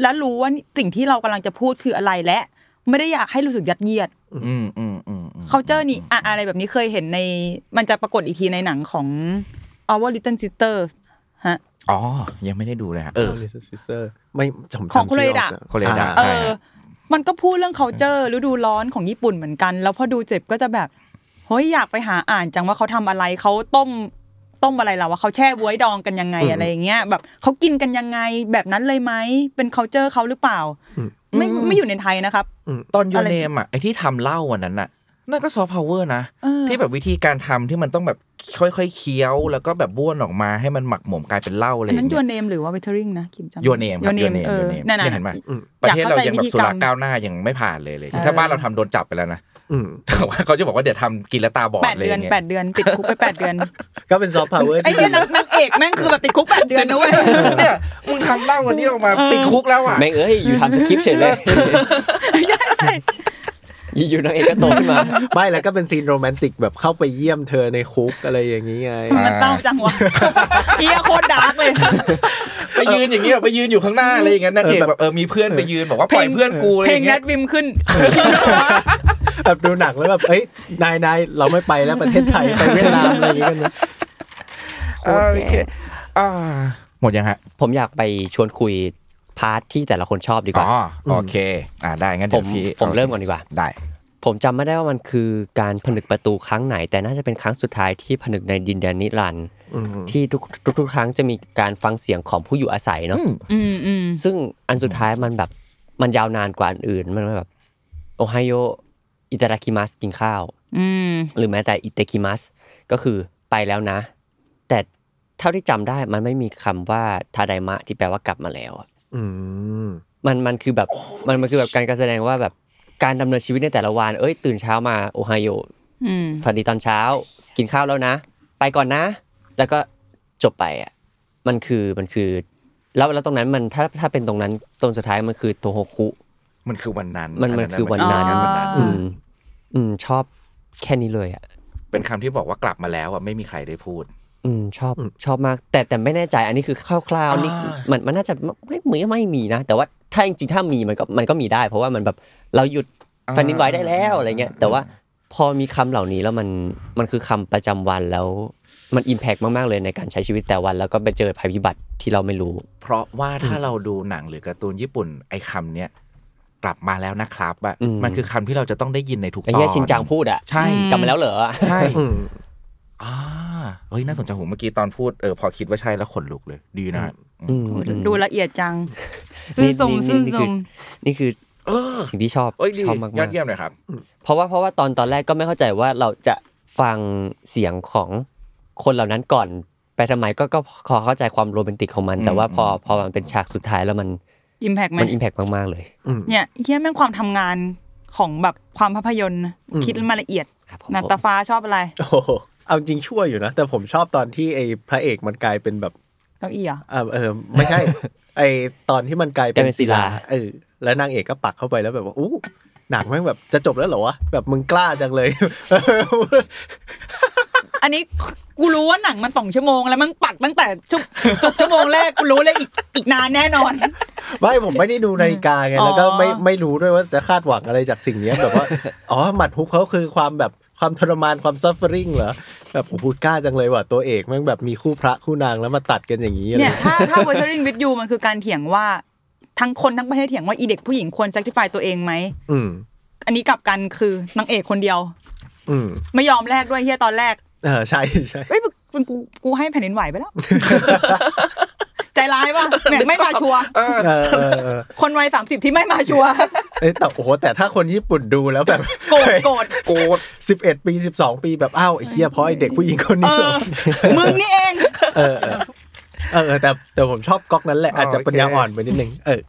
และรู้ว่าสิ่งที่เรากำลังจะพูดคืออะไรและ ไม่ได้อยากให้รู้สึกยัดเยียด
อืมอืมอืมม
เคาเจอร์นี่อะอะไรแบบนี้เคยเห็นใน มันจะปรากฏอีกทีในหนังของ Our Little Sister ฮะ
อ๋อ ยังไม่ได้ดูเลยฮะเออ
เลิซิสเซอร์ไม่จำ
ของ
จำ
คุณ
ชื่
เรดะ
กน
คุณเรดะ
เอ
ใช่
อ
ฮะ
มันก็พูดเรื่อง culture ฤดูร้อนของญี่ปุ่นเหมือนกัน แล้วพอดูเจ็บก็จะแบบเฮ้ยอยากไปหาอ่านจังว่าเขาทำอะไรเขาต้มต้มอะไรเราว่าเขาแช่บวยดองกันยังไงอะไรอย่างเงี้ยแบบเขากินกันยังไงแบบนั้นเลยไหมเป็น culture เขาหรือเปล่า ไม่ไม่อยู่ในไทยนะครับ
ตอนยู
อะไร
เนมอ่ะไอที่ทำเหล้าวันนั้นน่ะนั่นก็ซอฟต์พาวเวอร์นะ
เออ
ที่แบบวิธีการทำที่มันต้องแบบค่อยๆเคี้ยว แล้วก็แบบบ้วนออกมาให้มันหมักหมมกลายเป็นเหล้าอะไร
อั
อน ย่าง
นั้นยู
เงี้ย
เนมหรือว่าเวเทอริงนะคิมจำ
ยูเนมครับ
ยูเนมเออ
ยูเนม
นั่น
เนี่ยเห็นไหม
น่ะ
ประเทศเรายังแบ
อยากเข้าใจวิ
บ
ธี
สุราก
รรม
ก้าวหน้ายังไม่ผ่านเลยเลย
เออ
ถ้าบ้านเราทำโดนจับไปแล้วนะ
อืม
แต่ว่าเขาจะบอกว่าเดี๋ยวทำกินแล้วตาบอด
แปด
เลย
เดือน
เนี่ย
แปดเดือนติดคุกไปแปดเดือน
ก็เป็นซอฟต์พาวเวอร์
ไอ้เหี้ยนางนางเอกแม่งคือแบบติดคุกแปดเดือนนะเว้ย
เนี่ยมึงทำเหล้าวันนี้ออกมาติดคุกแล้วอ่ะ
แม่งเอ้ยอยู่ทำสคริปต์เฉยเลยอยู่ๆนางเอกก็โตขึ้นมา
ไม่แล้วก็เป็นซีนโรแมนติกแบบเข้าไปเยี่ยมเธอในคุกอะไรอย่างนี้ไง
มันเศร้าจังวะเฮียโคตรดาร์กเลย
ไปยืนอย่างเงี้ยไปยืนอยู่ข้างหน้าอะไรอย่างเงี้ยนางเอกแบบเออมีเพื่อนไปยืนบอกว่าปล่อยเพื่อนกูอะไร
เพ
อ
ลง
ย่าง
นั
เงี้
ด
ย
วิมขึ้น
แบบดูหนังแล้วแบบ เอ้ย นายนายเราไม่ไปแล้วประเทศไทย ไปเวียดนามอะไรอย่างงี้กันนะ
อ่าโอเคอ่าหมดยังฮะ
ผมอยากไปชวนคุยพาร์ทที่แต่ละคนชอบดีกว่า
อ๋อโอเค อ่าได้งั้
ผ
นเดี๋ย
ม
วพี่
ผมเริ่มก่อนดีกว่า
ได้
ผมจำไม่ได้ว่ามันคือการผนึกประตูครั้งไหน แต่น่าจะเป็นครั้งสุดท้ายที่ผนึกในดินแดนนิรันดร์ที่ทุกทุกทุกครั้งจะมีการฟังเสียงของผู้อยู่อาศัยเนาะ
อืม
อืมอืม
ซึ่งอันสุดท้ายมันแบบมันยาวนานกว่าอันอื่นมันแบบโอไฮโออิตาคิมัสกินข้าว
อืม
หรือแม้แต่อิเตคิมัสก็คือไปแล้วนะ แต่เท่าที่จำได้มันไม่มีคำว่าทาไดมะที่แปลว่ากลับมาแล้วอะ
อืม
มันมันคือแบบมันมันคือแบบการการแสดงว่าแบบการดำเนินชีวิตในแต่ละวัน เอ้ย ตื่นเช้ามาโอไฮโอ
อืม
ฝันดีตอนเช้า กินข้าวแล้วนะ ไปก่อนนะ แล้วก็จบไปอ่ะมันคือมันคือ แล้วแล้วตรงนั้นมันถ้าถ้าเป็นตรงนั้นตรงสุดท้ายมันคือโทโฮคุ
มันคือวันนั้น
มันมันคือวันนั้น
มัคือวั
อืมอืมชอบแค่นี้เลยอ่ะ
เป็นคำที่บอกว่ากลับมาแล้วอ่ะไม่มีใครได้พูด
อืมชอบชอบมาก แต่แต่ไม่แน่ใจอันนี้คือคร่าวๆนี่
อ่ามั
มันมันน่าจะไม่ไม่ไม่มีนะ แต่ว่าถ้าจริงๆถ้ามีมันก็มันก็มีได้ เพราะว่ามันแบบเราหยุด แผ่นดินไหวได้แล้วอะไรเงี้ยแต่ว่าพอมีคำเหล่านี้แล้วมันมันคือคำประจำวันแล้วมันอิมแพกมากๆเลยในการใช้ชีวิตแต่วัน แล้วก็ไปเจอภัยพิบัติที่เราไม่รู้
เพราะว่าถ้าเราดูหนังหรือการ์ตูนญี่ปุ่นไอ้คำเนี้ยกลับมาแล้วนะครับอ่ะ
อืม
มันคือคำที่เราจะต้องได้ยินในทุกต
ไอ้
อน
เหี้ยชินจังพูดอ่ะ
ใช่
กลับมาแล้วเหรอ
ใช่
อืม
อ่าเฮ้ยน่าสนใจผมเมื่อกี้ตอนพูดเออพอคิดว่าใช่แล้วขนลุกเลย ดีนะฮะอืม
อืมอืม
ดูละเอียดจัง
นี่
ซื่อสม
นี่นี่
ซื่อส
คือ
ม
นี่คือ
เออ
สิ่งที่ชอบ
เอ้ยดี
ชอบมาก
ยอดเยี่ยมเลยครับ
ๆเพราะว่าเพราะว่าตอนตอนแรกก็ไม่เข้าใจว่าเราจะฟังเสียงของคนเหล่านั้นก่อนไปทำไมก็ก็พอเข้าใจความโรแมนติกของมัน แต่ว่าพอพอมันเป็นฉากสุดท้ายแล้วมัน
อิมแพกไหม
มันอิมแพกมากๆเลย
เนี่ยเฮียแม่งความทำงานของแบบความภาพยนตร์นะคิดมาละเอียด
ครับผม
นาตาฟ้าชอบอะไร
โอ้โหเอาจริงชั่วอยู่นะ แต่ผมชอบตอนที่ไอ้พระเอกมันกลายเป็นแบบ
เก้าอี้เหรอ
เออเออไม่ใช่ ไอตอนที่มันกลาย
ก
เป็
ลาย
น
เป็นศิลา
เออแล้วนางเอกก็ปักเข้าไปแล้วแบบว่าอู้หนังแม่งแบบจะจบแล้วเหรอวะแบบมึงกล้าจังเลย
อันนี้กูรู้ว่าหนังมันสองชั่วโมงแล้วมันปักตั้งแต่ชั่วจบชั่วโมงแรกกูรู้เลยอีกอีกนานแน่นอน
ไม่ผมไม่ได้ดูนาฬิกาไง
อ๋อ
แล้วก็ไม่ไม่รู้ด้วยว่าจะคาดหวังอะไรจากสิ่งเนี้ยแบบว่า อ๋อหมัดฮุกเขาคือความแบบความทรมานความซัฟเฟอริงเหรอแบบโอ้โหกล้าจังเลยว่ะตัวเอกแม่งแบบมีคู่พระคู่นางแล้วมาตัดกันอย่างนี้อะไร
เนี่ยถ้าถ้า watering with you มันคือการเถียงว่าทั้งคนทั้งประเทศเถียงว่าอีเด็กผู้หญิงควร sacrifice ตัวเองไหม
อืม
อันนี้กลับกันคือนางเอกคนเดียว
อืม
ไม่ยอมแลกด้วยเฮียตอนแรก
เออใช่ใช่
เอ้ยมึงกูกูให้แผ่นดินไหว ไปแล้ว ใจร้ายป่ะแหม่งไม่มาชัวร์
เออเออเออ
คนวัยสามสิบที่ไม่มาชัวร์
เอ้ยแต่โอ้โหแต่ถ้าคนญี่ปุ่นดูแล้วแบบ
โกรธโกรธ
โกรธ
สิบเอ็ดปีสิบสองปีแบบอ้าวไอ้เฮียเพราะไอ้เด็กผู้หญิงคน
เอ
นี้เหร
อ
อ
มึงนี่เอง
เออเออเออเออแต่แต่ผมชอบก๊อกนั้นแหละ อาจจะปัญญาอ่อนไปนิดนึงเออ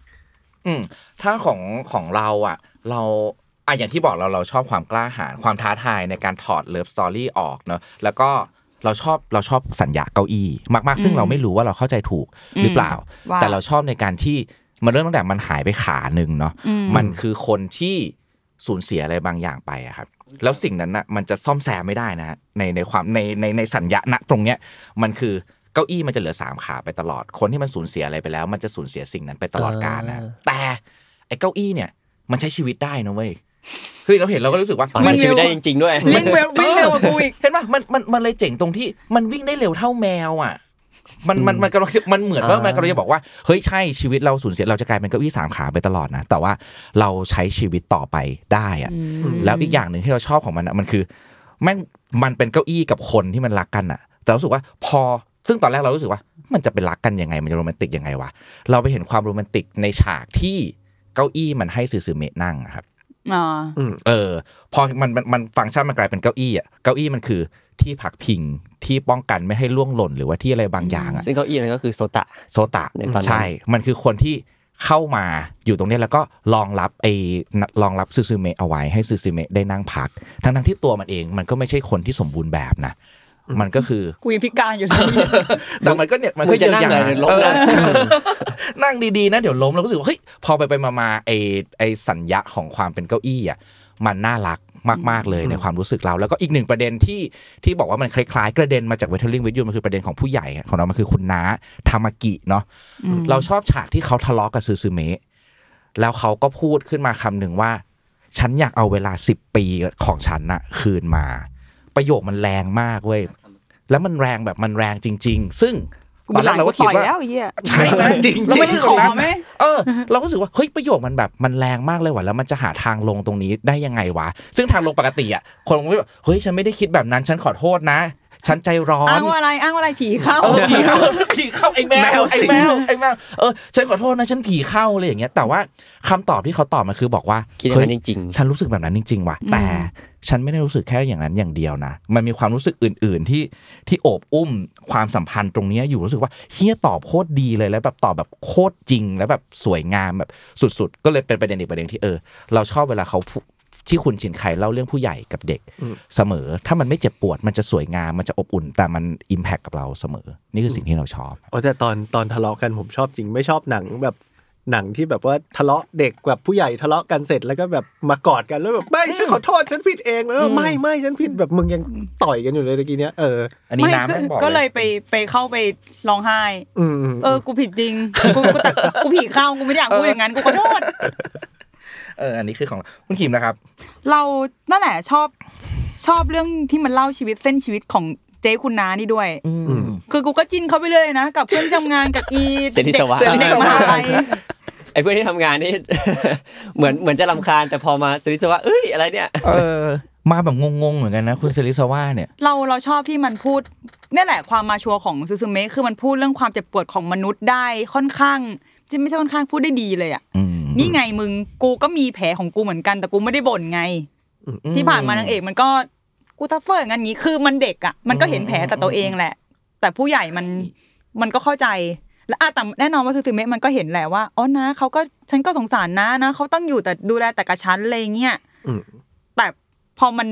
อืมถ้าของของเราอ่ะ เราอ่ะอย่างที่บอกเราเราชอบความกล้าหาญความท้าทายในการถอดเลิฟสตอรี่ออกเนอะแล้วก็เราชอบเราชอบสัญญาเก้าอี้มากๆ ซึ่งเราไม่รู้ว่าเราเข้าใจถูกหรือเปล่า
ว่า
แต่เราชอบในการที่มันเริ่มตั้งแต่มันหายไปขาหนึ่งเนาะ
อืม
มันคือคนที่สูญเสียอะไรบางอย่างไปอะครับแล้วสิ่งนั้นน่ะมันจะซ่อมแซมไม่ได้นะฮะในในความในในในสัญญาณตรงเนี้ยมันคือเก้าอี้มันจะเหลือสามขาไปตลอด คนที่มันสูญเสียอะไรไปแล้ว มันจะสูญเสียสิ่งนั้นไปตลอดกาลนะ
อ่า
แต่ไอ้เก้าอี้เนี่ยมันใช้ชีวิตได้นะเว้ยคือเราเห็นเราก็รู้สึกว่า
ฟัง
มั
แล้
น
วชีวิตได้จริงๆด้วย
วิ่งเร็ววิ่งเร็วกว่ากูอีก
เห็นป่ะมันมันมันเลยเจ๋งตรงที่มันวิ่งได้เร็วเท่าแมวอ่ะ มันมันมันกำลังจะมันเหมือนว่า
อ่ามั
มันกำลังจะบอกว่าเฮ้ยใช่ชีวิตเราสูญเสียเราจะกลายเป็นเก้าอี้สามขาไปตลอดนะแต่ว่าเราใช้ชีวิตต่อไปได้อะ แล้วอีกอย่างหนึ่งที่เราชอบของมันอะมันคือแม่งมันเป็นเก้าอี้กับคนที่มันรักกันอะแต่เรารู้สึกว่าพอซึ่งตอนแรกเรารู้สึกว่า มันจะเป็นรักกันยังไงมันจะโรแมนติกยังไงวะเราไปเห็นความโรแมนติกในฉากที่เก้าอี้มันให้ซือซือเมะนั่งอะครับ
อ่า
เออพอมันมันมันฟังก์ชันมันกลายเป็นเก้าอี้อะเก้าอี้มันคือที่พักพิงที่ป้องกันไม่ให้ล่วงหล่นหรือว่าที่อะไรบางอย่างอะ
ซึ่งเก้าอี้นั้นก็คือโซตะ
โซตะ
ในตอนนั้น
ใช่ มันคือคนที่เข้ามาอยู่ตรงเนี้ยแล้วก็รองรับไอ้รองรับซูซูเมะเอาไว้ให้ซูซูเมะได้นั่งพัก ทั้งทั้งๆที่ตัวมันเองมันก็ไม่ใช่คนที่สมบูรณ์แบบนะ มันก็คือ
กูยังพิการอยู่เลย
แต่มันก็เนี่ยมัน
มึ
ก็
งจะนั่ง
เยียวยา
อะไรเนี่ยล้มนะ
เออ นั่งดีๆนะเดี๋ยวล้มแล้วก็รู้สึกว่าเฮ้ยพอไปไปมามาไอไอสัญญาของความเป็นเก้าอี้อ่ะมันน่ารักมากๆเลยในความรู้สึกเรา แล้วก็อีกหนึ่งประเด็นที่ที่บอกว่ามันคล้ายๆกระเด็นมาจากเวทเทอร์ลิงวิดยูมันคือประเด็นของผู้ใหญ่อะของเรามันคือคุณน้าทามากิเนาะ
อืม
เราชอบฉากที่เขาทะเลาะกับซูซูเมะแล้วเขาก็พูดขึ้นมาคำหนึ่งว่า ฉันอยากเอาเวลาสิบปีของฉันน่ะ คืนมา ประโยคมันแรงมากเว้ย แล้วมันแรงแบบมันแรงจริง ๆ ซึ่ง
กู
ต
เป็
อน น
ห
แร
ลาก น
เรา
กู
ก็คิด
ต่อย
ว่า
แล้วไอ้เหี้ย
ใช่ไหมจริงๆ
แล้วมันขอไหม
เออ เราก็รู้สึกว่าเฮ้ยประโยคมันแบบมันแรงมากเลยว่ะแล้วมันจะหาทางลงตรงนี้ได้ยังไงวะ ซึ่งทางลงปกติอ่ะคนก็แบบเฮ้ยฉันไม่ได้คิดแบบนั้นฉันขอโทษนะ ฉันใจร้อน
อ้างว่าอะไรอ้างว่าอะไรผีเข้า
เออผีเข้าผีเข้าไอ้แม
แม
ว
ว
ไอ้
สิง
แมวไอ้แมวเออฉันขอโทษนะฉันผีเข้าอะไรอย่างเงี้ยแต่ว่าคำตอบที่เขาตอบมันคือบอกว่า
คิดอย่าง
เฮ้
นั้
ย
นจริง
ฉันรู้สึกแบบนั้นจริง ๆ ว่ะ แต่ฉันไม่ได้รู้สึกแค่อย่างนั้นอย่างเดียวนะ มันมีความรู้สึกอื่น ๆ ที่ที่โอบอุ้มความสัมพันธ์ตรงเนี้ยอยู่รู้สึกว่าเฮียตอบโคตรดีเลยแล้วแบบตอบแบบโคตรจริง แล้วแบบสวยงามแบบสุด ๆ ก็เลยเป็นประเด็นอีกประเด็นที่เออ เราชอบเวลาเขาพูที่คุณชินไคเล่าเรื่องผู้ใหญ่กับเด็ก
อืม
เสมอ ถ้ามันไม่เจ็บปวดมันจะสวยงามมันจะอบอุ่น แต่มันอิมแพคกับเราเสมอ นี่คือสิ่งที่เราชอบ
โอ้แต่ตอนตอนทะเลาะกันผมชอบจริงไม่ชอบหนังแบบหนังที่แบบว่าทะเลาะเด็กแบบผู้ใหญ่ทะเลาะกันเสร็จแล้วก็แบบมากอดกันแล้วแบบไม่ฉันขอโทษฉันผิดเองแล้วไม่ไม่ฉันผิดแบบมึงยังต่อยกันอยู่เลยตะกี้เนี้ยเออ
อันนี้
ไม่
น้ำ
ก็
แม่งบอก
ก็
เล
เลย ยไปไปเข้าไปร้องไห้
อืมอืม
เออ กูผิดจริง กูกูแต่กูผีเข้า กูไม่ได้อยากพูดอย่างนั้น กูขอโทษ
เอออันนี้คือของคุณคิมนะครับ
เรานั่นแหละชอบชอบเรื่องที่มันเล่าชีวิตเส้นชีวิตของเจ๊คุณน้านี่ด้วย คือกูก็จินเข้าไปเรื่อยนะ กับเพื่อนทำงานกับอี
เสรี
ด็ก
สวัสดิ์
เด็กมหาลัย
ๆไอ้เพื่อนที่ทำงานนี่ เหมือนเหมือนจะรำคาญแต่พอมาสริสว่าเอ้ยอะไรเนี่ย
เออมาแบบงงๆเหมือนกันนะ คุณเซริสว่าเนี่ย
เราเราชอบที่มันพูดนี่นแหละความมาชัวร์ของซูซูเมะคือมันพูดเรื่องความเจ็บปวดของมนุษย์ได้ค่อนข้างจะไม่ใช่ค่อนข้างพูดได้ดีเลยอะ
อืม
นี่ไงมึงกูก็มีแผลของกูเหมือนกันแต่กูไม่ได้บ่นไง ที่ผ่านมานางเอกมันก็กูทัฟเฟอร์อย่างนั้นงี้คือมันเด็กอ่ะมันก็เห็นแผลแต่ตัวเองแหละ แต่ผู้ใหญ่มันมันก็เข้าใจ และอ่ะแต่แน่นอนว่าซูซูเมะมันก็เห็นแหละว่าอ๋อนะเขาก็ฉันก็สงสารนะนะเขาต้องอยู่แต่ดูแลแต่กับฉันอะไรเงี้ย
อืม
แต่พอมัน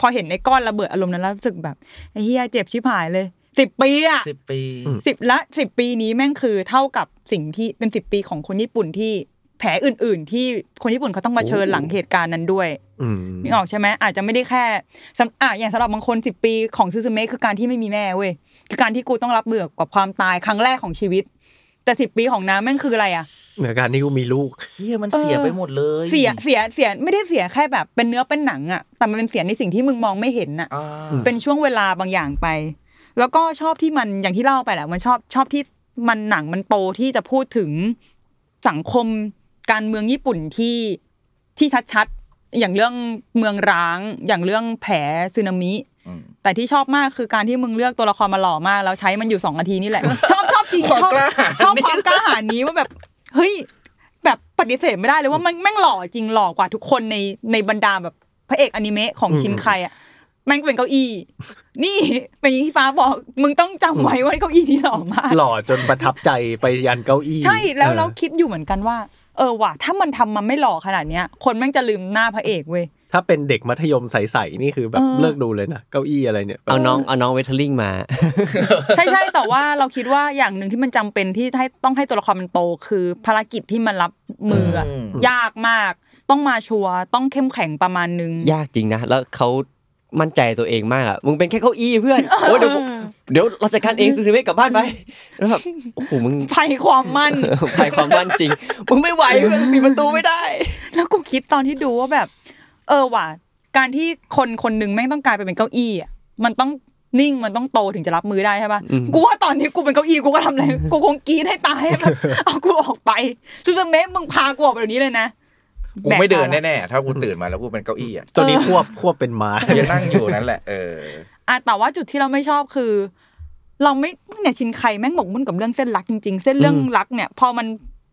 พอเห็นไอ้ก้อนระเบิดอารมณ์นั้นแล้วรู้สึกแบบไอ้เฮียเจ็บชิบหายเลยสิบปีอ่ะ
สิบปี
สิบละสิบปีนี้แม่งคือเท่ากับสิ่งที่เป็นสิบปีของคนญี่ปุ่นที่แผลอื่น ๆ ที่คนญี่ปุ่นเขาต้องมาเผชิญ
โอ้
หลังเหตุการณ์นั้นด้วย
อืม
นึกออกใช่ไหมอาจจะไม่ได้แค่สำอ่ะอย่างสำหรับบางคนสิบปีของซูซูเมะคือการที่ไม่มีแม่เว้ยคือการที่กูต้องรับเบื่อกับความตายครั้งแรกของชีวิต แต่สิบปีของน้ำแม่งคืออะไรอ่ะ
เหมือนการที่กูมีลูก
เฮียมันเสียไปหมดเลย
เสียเสียเสียไม่ได้เสียแค่แบบเป็นเนื้อเป็นหนังอ่ะแต่มันเป็นเสียในสิ่งที่มึงมองไม่เห็นอ่ะ
อ่า
เป็นช่วงเวลาบางอย่างไป แล้วก็ชอบที่มันอย่างที่เล่าไปแหละ มันชอบชอบที่มันหนังมันโตที่จะพูดถึงสังคมการเมืองญี่ปุ่นที่ที่ชัดๆ อย่างเรื่องเมืองร้าง อย่างเรื่องแผลสึนามิ
อืม
แต่ที่ชอบมากคือการที่มึงเลือกตัวละครมาหล่อมาก แล้วใช้มันอยู่สองนาทีนี่แหละ ชอบชอบจริงชอบ
ความกล้าหาญ
ชอบ
นี่
ความกล้าหาญนี้ว่าแบบเฮ้ยแบบปฏิเสธไม่ได้เลยว่ามันแม่งหล่อจริงหล่อกว่าทุกคนในในบรรดาแบบพระเอกอนิเมะของ
อืม
ชินไคอะแม่งเป็นเก้าอี้ นี่เป็นอย่างที่ฟ้าบอกมึงต้องจำไว้ว่าเก้าอี้นี้หล่อมาก
หล่อจนประทับใจไปยันเก้าอี้
ใช่แล้ว
ออ
เราคิดอยู่เหมือนกันว่า เออว่ะถ้ามันทำมันไม่หล่อขนาดเนี้ย คนแม่งจะลืมหน้าพระเอกเว้ย
ถ้าเป็นเด็กมัธยมใสๆนี่คือแบบ
เออ
เลิกดูเลยนะเก้าอี้อะไรเนี่ย
เอาน้องเอาน้องเวทเทอร์ลิงมา
ใช่ใช่แต่ว่าเราคิดว่าอย่างหนึ่งที่มันจำเป็นที่ให้ต้องให้ตัวละครมันโต คือภารกิจที่มันรับมืออะ
อืม
ยากมาก ต้องมาชัวร์ต้องเข้มแข็งประมาณนึง
ยากจริงนะ แล้วเขามั่นใจตัวเองมากอะมึงเป็นแค่เก้าอี้เพื่อนโอ้ยเดี๋ยวผมเดี๋ยวเราจัดการ เองซื้อเมฆกลับบ้านไปแล้วแบบโอ้โหมึง
ภัยความมั่น
ภายความมั่นจริง มึงไม่ไหวเพื่อนปิดประตูไม่ได้
แล้วกูคิดตอนที่ดูว่าแบบ เออว่ะการที่คนคนหนึ่งแม่งต้องกลายไปเป็นเก้าอี้อะมันต้อง นิ่งมันต้องโตถึงจะรับมือได้ใช่ป่ะ
อืม
กูว่าตอนนี้กูเป็นเก้าอี้กูก็ทำอะไรกูคงกรีดให้ตายให้แบบเอากูออกไปซูเปอร์เมสมึงพากูออกไปเดี๋ยวนี้เลยนะ
กูไม่เดิน
แบกภาระ
แน่ๆ ถ้ากูตื่นมาแล้วกูเป็นเก้าอี้อ่ะ
ตอนนี้ควบควบเป็นม้า
กูจะนั่งอยู่นั่นแหละเออ
อ่ะแต่ว่าจุดที่เราไม่ชอบคือ เราไม่เนี่ยชินไคแม่งหมกมุ่นกับเรื่องเส้นรักจริง ๆ เส้นเรื่องรักเนี่ย พอมัน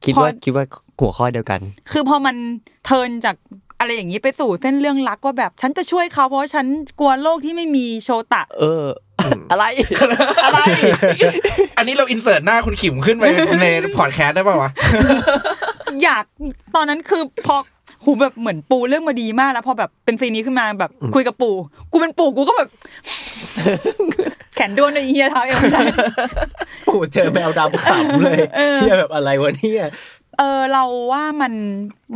คิด
พอ
ว่าคิดว่าหัวข้อเดียวกัน
คือพอมันเทิร์นจากอะไรอย่างนี้ไปสู่เส้นเรื่องรักว่าแบบ ฉันจะช่วยเขาเพราะว่าฉันกลัวโลกที่ไม่มีโชตะ
เออ อะไรอะไร
อันนี้เราอินเสิร์ตหน้าคุณขิมขึ้นไปในพอดแคสต์ได้ป่าวะ
อยากตอนนั้นคือพอหูแบบเหมือนปูเรื่องมาดีมากแล้วพอแบบเป็นซีนนี้ขึ้นมาแบบคุยกับปู่กูเป็นปู่กูก็แบบ แขนด้วนด้วยไอ้เฮียเท้าเองไม่ได้
โอ้โหเจอแมวดำขำเลย
เออ
เฮียแบบอะไรวะเนี่ย
เออเราว่ามัน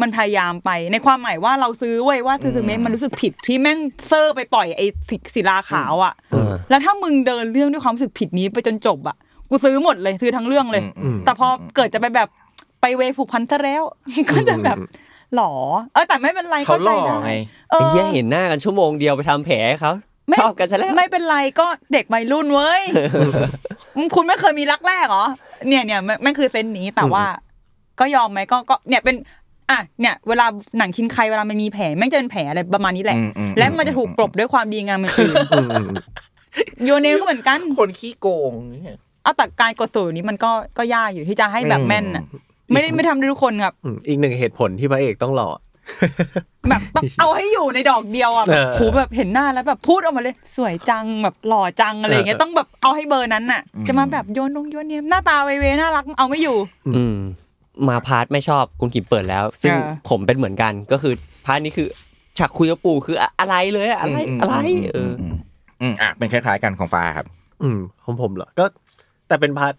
มันพยายามไปในความหมายว่าเราซื้อไว้ยว่าซื้อซื้อเมตมันรู้สึกผิดที่แม่งเซอร์ไปปล่อยไอ้ศิศิลาขาวอ่ะ
อืม
แล้วถ้ามึงเดินเรื่องด้วยความรู้สึกผิดนี้ไปจนจบอ่ะ กูซื้อหมดเลยซื้อทั้งเรื่องเลย
อืม
แต่พอเกิดจะไปแบบไปเวผูกพันซะแล้ว ก็จะแบบหลอเออแต่ไม่เป็นไร
เขา
เข้า
ห
ใจ
ล่อ
ได้
ไง
เออ
ไอ้เหี้ยเห็นหน้ากันชั่วโมงเดียวไปทำแผลให้เขา
ไม่
ชอบกันซะแล้ว
ไม่เป็นไรก็เด็กวัยรุ่นเว้ยคุณไม่เคยมีรักแรกเหรอเนี่ยเนี่ยแม่งแม่งคือเซนส์นี้แต่ว่า ก็ยอมไหมก็ก็เนี่ยเป็น อ่ะเนี่ย เวลาหนังชินใครเวลามันมีแผลแม่งจะเป็นแผลอะไรประมาณนี้แหละ
อืมอืม
และมันจะถูกปลบด้วยความดีงามอื่น
อืมอืม
โยเนลก็เหมือนกัน
คนขี้โกงเนี่ย
เอาแต่การกดสูตรนี้มันก็ก็ยากอยู่ที่จะให้แบบแม่นอ่ะ ไม่ได้ไม่ทำได้ทุกคนครับ
อืมอีกหนึ่งเหตุผลที่พระเอกต้องหล่อ
แบบ ต้อง เอาให้อยู่ในดอกเดียวอ่ะแบบ
เออ
โหแบบเห็นหน้าแล้วแบบพูดออกมาเลย สวยจังแบบหล่อจังอะไรอย่างเงี้ยต้องแบบเอาให้เบอร์นั้นน่ะ
อืม
จะมาแบบโยนลงโยนเนียมหน้าตาเวเวน่ารักเอาไม่อยู่
อืมมาพาร์ทไม่ชอบคุณกิมเปิดแล้ว ซึ่ง
อ่า
ผมเป็นเหมือนกันก็คือพาร์ทนี้คือฉากคุยกับปู่คืออะอะไรเลยอะอะไรอะไรเอออ
มอืมอ่ะเป็นคล้ายๆกันของฟ้าครับ
อืมของผมเหรอ ก็แต่เป็นพาร์ท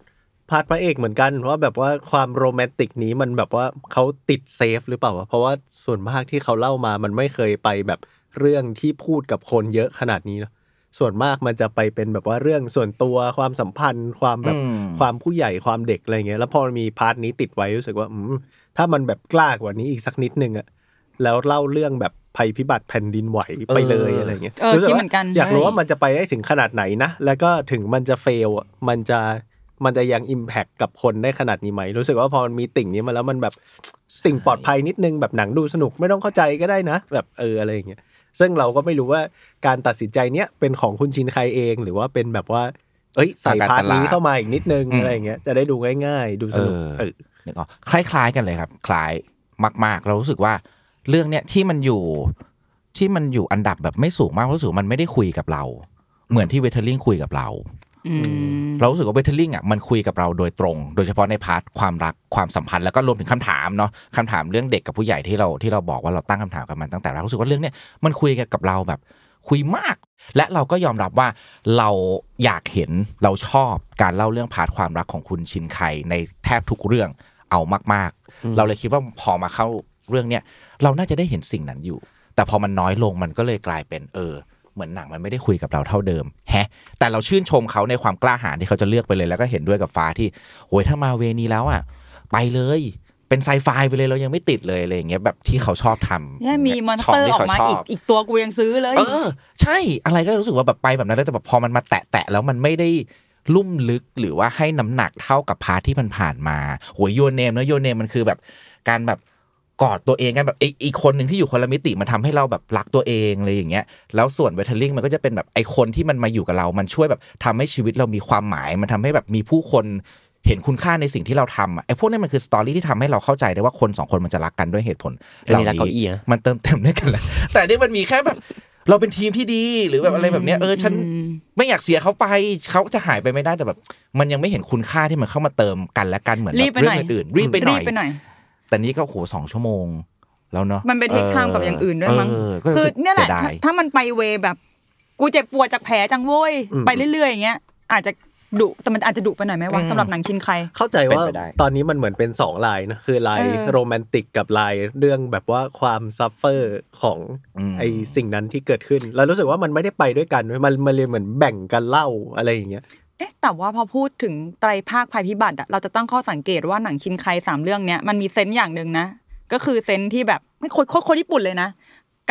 พาร์ทพระเอกเหมือนกันว่าแบบว่าความโรแมนติกนี้มันแบบว่าเขาติดเซฟหรือเปล่าวะเพราะว่าส่วนมากที่เขาเล่ามามันไม่เคยไปแบบเรื่องที่พูดกับคนเยอะขนาดนี้เนอะส่วนมากมันจะไปเป็นแบบว่าเรื่องส่วนตัวความสัมพันธ์ ความแบบ
อืม
ความผู้ใหญ่ความเด็กอะไรเงี้ยแล้วพอมีพาร์ทนี้ติดไว้รู้สึกว่าอืมถ้ามันแบบกล้ากว่านี้อีกสักนิดนึงอะแล้วเล่าเรื่องแบบภัยพิบัติแผ่นดินไหวไปเลยอะไรเงี้ย
เออ
รู้สึ
คิด
ว่า
เหมือนกัน
อยากรู้ว่า มันจะไปได้ถึงขนาดไหนนะ แล้วก็ถึงมันจะเฟลอะมันจะมันจะยังอิมแพคกับคนได้ขนาดนี้ไหม รู้สึกว่าพอมันมีติ่งนี้มาแล้วมันแบบติ่งปลอดภัยนิดนึงแบบหนังดูสนุกไม่ต้องเข้าใจก็ได้นะ แบบเอออะไรอย่างเงี้ย ซึ่งเราก็ไม่รู้ว่าการตัดสินใจเนี้ยเป็นของคุณชินใครเอง หรือว่าเป็นแบบว่า เอ้ยใส่พาร์ทนี้เข้ามาอีกนิดนึง
อืม
อะไรอย่างเงี้ยจะได้ดูง่าย ๆ ดูสนุก
เอ
เอ
อ
อ
นึกออกคล้าย ๆ กันเลยครับ คล้ายมาก ๆ เรารู้สึกว่าเรื่องเนี้ยที่มันอยู่ที่มันอยู่อันดับแบบไม่สูงมากเพราะรู้สึกว่ามันไม่ได้คุยกับเรา เหมือนที่เวทเทอร์ลิงคุยกับเรา เรารู้สึกว่าเวทเทอร์ลิงอ่ะมันคุยกับเราโดยตรง โดยเฉพาะในพาร์ทความรักความสัมพันธ์แล้วก็รวมถึงคำถามเนาะคำถามเรื่องเด็กกับผู้ใหญ่ที่เราที่เราบอกว่าเราตั้งคำถามกับมันตั้งแต่แรกรู้สึกว่าเรื่องเนี้ยมันคุยกับเราแบบคุยมาก และเราก็ยอมรับว่าเราอยากเห็นเราชอบการเล่าเรื่องพาร์ทความรักของคุณชินไคในแทบทุกเรื่องเอามาก
อืม
ๆ เราเลยคิดว่าพอมาเข้าเรื่องเนี้ยเราน่าจะได้เห็นสิ่งนั้นอยู่ แต่พอมันน้อยลงมันก็เลยกลายเป็นเออ เหมือนหนังมันไม่ได้คุยกับเราเท่าเดิม แฮะ แต่เราชื่นชมเขาในความกล้าหาญที่เขาจะเลือกไปเลยแล้วก็เห็นด้วยกับฟ้าที่โหยถ้ามาเวนี้แล้วอ่ะไปเลย เป็นไซไฟไปเลยเรายังไม่ติดเลยอะไรอย่างเงี้ยแบบที่เขาชอบทำ
เนี่ยมีมอนส
ช่ง
เตอร์
ที่
ออ
ข
กมา
ช
อี
บ
กอีกตัวกูยังซื้อเลย
เออใช่อะไรก็รู้สึกว่าแบบไปแบบนั้นแล้วแต่แบบพอมันมาแตะแตะๆแล้วมันไม่ได้ลุ่มลึกหรือว่าให้น้ำหนักเท่ากับพาร์ทที่มันผ่านมาโหยโยเนมนะโยเนมมันคือแบบการแบบกอดตัวเองกันแบบไอ้อีกคนหนึ่งที่อยู่คนละมิติมันทำให้เราแบบรักตัวเองอะไรอย่างเงี้ยแล้วส่วนเวทเทอร์ลิงมันก็จะเป็นแบบไอคนที่มันมาอยู่กับเรา มันช่วยแบบทำให้ชีวิตเรามีความหมาย มันทำให้แบบมีผู้คนเห็นคุณค่าในสิ่งที่เราทำอะไอพวกนี้มันคือสตอรี่ที่ทำให้เราเข้าใจได้ว่าคนสองคนมันจะรักกันด้วยเหตุผล
อันนี้รักเก้าอี้นะ
มันเติมเต็มด้วยกันแหละ แต่นี่มันมีแค่แบบ เราเป็นทีมที่ดีหรือแบบอะไรแบบเนี้ยเออฉันไม่อยากเสียเขาไปเขาจะหายไปไม่ได้แต่แบบ มันยังไม่เห็นคุณค่าที่มันเข้ามาเติมกันและกันเหมือนแบบ
รีบไป
เรื่
หน่
อ
อย
งอื่นๆรีบไปห
รี
น่
บไป
อ
ห
ย
น่อย
แต่นี่ก็โหสองชั่วโมง แล้วเนาะ
มันเป็นเทคไทม์กับอย่างอื่นด้วยมั้ง
เออก็รู้
คือ
สึก
เนี่ยแหละ
สี
ถ้า
ดาย
ถ้ามันไปเวแบบ กูเจ็บปวดจากแผลจังโว้ย
อืม
ไปเรื่อยๆอย่างเงี้ย อาจจะดุแต่มันอาจจะดุไปหน่อยไหมวะสำหรับหนังชินใคร
เข้าใจว่า
เป็นไปได้
ตอนนี้มันเหมือนเป็นสองลายนะคือลาย
เออ
โรแมนติกกับลายเรื่องแบบว่าความซัฟเฟอร์ของ
ม
ไอสิ่งนั้นที่เกิดขึ้น แล้วรู้สึกว่ามันไม่ได้ไปด้วยกันเว้ยมันมันเลยเหมือนแบ่งกันเล่าอะไรอย่างเงี้ย
เอ๊ะแต่ว่าพอพูดถึงไตรภาคภัยพิบัติอะเราจะตั้งข้อสังเกตว่าหนังชินไคสามเรื่องเนี้ยมันมีเซนส์อย่างหนึ่งนะ ก็คือเซนส์ที่แบบไม่คนโคตรคนญี่ปุ่นเลยนะ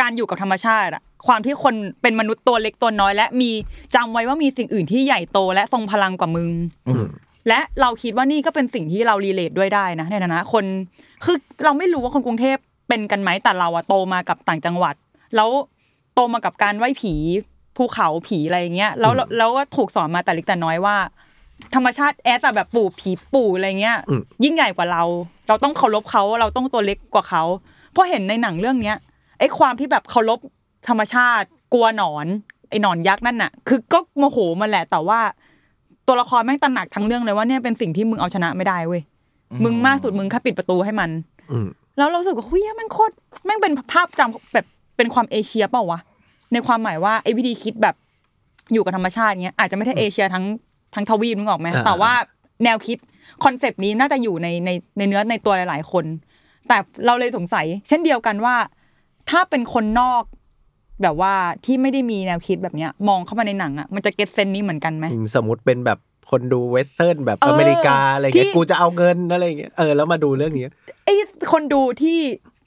การอยู่กับธรรมชาติอะความที่คนเป็นมนุษย์ตัวเล็กตัวน้อย และมีจำไว้ว่ามีสิ่งอื่นที่ใหญ่โตและทรงพลังกว่ามึง
อืม
และเราคิดว่านี่ก็เป็นสิ่งที่เรารีเลทด้วยได้นะในฐานะคนคือเราไม่รู้ว่าคนกรุงเทพเป็นกันไหมแต่เราอะโตมากับต่างจังหวัด แล้วโตมากับการไหว้ผีภูเขาผีอะไรอย่างเงี้ยแล้วแล้วก็ถูกสอนมาแต่เล็กแต่น้อยว่า ธรรมชาติแอสแบบปู่ผีปู่อะไรเงี้ย
อืม
ยิ่งใหญ่กว่าเรา เราต้องเคารพเขาเราต้องตัวเล็กกว่าเขาเพราะเห็นในหนังเรื่องเนี้ยไอ้ความที่แบบเคารพธรรมชาติ กลัวหนอนไอ้หนอนยักษ์นั่นน่ะ คือก็โมโหมันแหละแต่ว่า ตัวละครแม่งตระหนักทั้งเรื่องเลยว่าเนี่ยเป็นสิ่งที่มึงเอาชนะไม่ได้เว้ยมึงมากสุดมึงแค่ปิดประตูให้มัน
อืม
แล้วเรารู้สึกว่าเฮ้ยแม่งโคตรแม่งเป็นภาพจำแบบเป็นความเอเชียเปล่าวะในความหมายว่าไอ้วิธีคิดแบบอยู่กับธรรมชาติเงี้ยอาจจะไม่ใช่เอเชียทั้งทั้งทวีปนึกออกไหม
อ่า
แต่ว่าแนวคิดคอนเซปต์นี้น่าจะอยู่ในในในเนื้อในตัวหลาย ๆ คน แต่เราเลยสงสัย เช่นเดียวกันว่า ถ้าเป็นคนนอกแบบว่าที่ไม่ได้มีแนวคิดแบบเนี้ย มองเข้ามาในหนังอ่ะมันจะเก็ตเซนนี้เหมือนกันไหม
อืมสมมติเป็นแบบคนดูเวสเทิร์นแบบ
เออ
อเมริกาอะไร
ที่
เงี้ยกูจะเอาเงินอะไรเงี้ยเออแล้วมาดูเรื่องนี้
ไอ้คนดูที่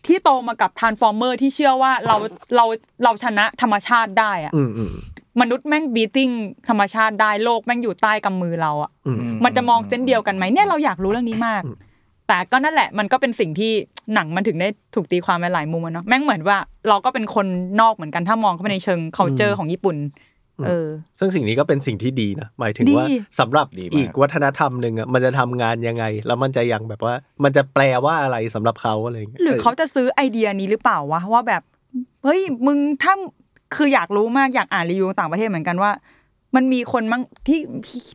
ที่โตมากับทานฟอร์เมอร์ที่เชื่อว่าเราเราเราชนะธรรมชาติได้อะ
อืมอืม
มนุษย์แม่งบีติ้งธรรมชาติได้โลกแม่งอยู่ใต้กำมือเราอะ
อืม
มันจะมองเส้นเดียวกันไหมเนี่ยเราอยากรู้เรื่องนี้มาก
อืม
แต่ก็นั่นแหละมันก็เป็นสิ่งที่หนังมันถึงได้ถูกตีความไปหลายมุมอะเนาะแม่งเหมือนว่าเราก็เป็นคนนอกเหมือนกันถ้ามองเข้าไปในเชิง c u เจอร์ของญี่ปุ่น เออ
ซึ่งสิ่งนี้ก็เป็นสิ่งที่ดีนะหมายถึงว่า
ดี
สำหรับ
ดีมาก
อีกวัฒนธรรมหนึ่งอ่ะมันจะทำงานยังไง แล้วมันจะยังแบบว่า มันจะแปลว่าอะไรสำหรับเขาอะไรเงี้ย
หรือเขาจะซื้อไอเดียนี้หรือเปล่าวะว่าแบบเฮ้ยมึงถ้าคืออยากรู้มากอยากอ่านรีวิวต่างประเทศเหมือนกันว่า มันมีคนมั้งที่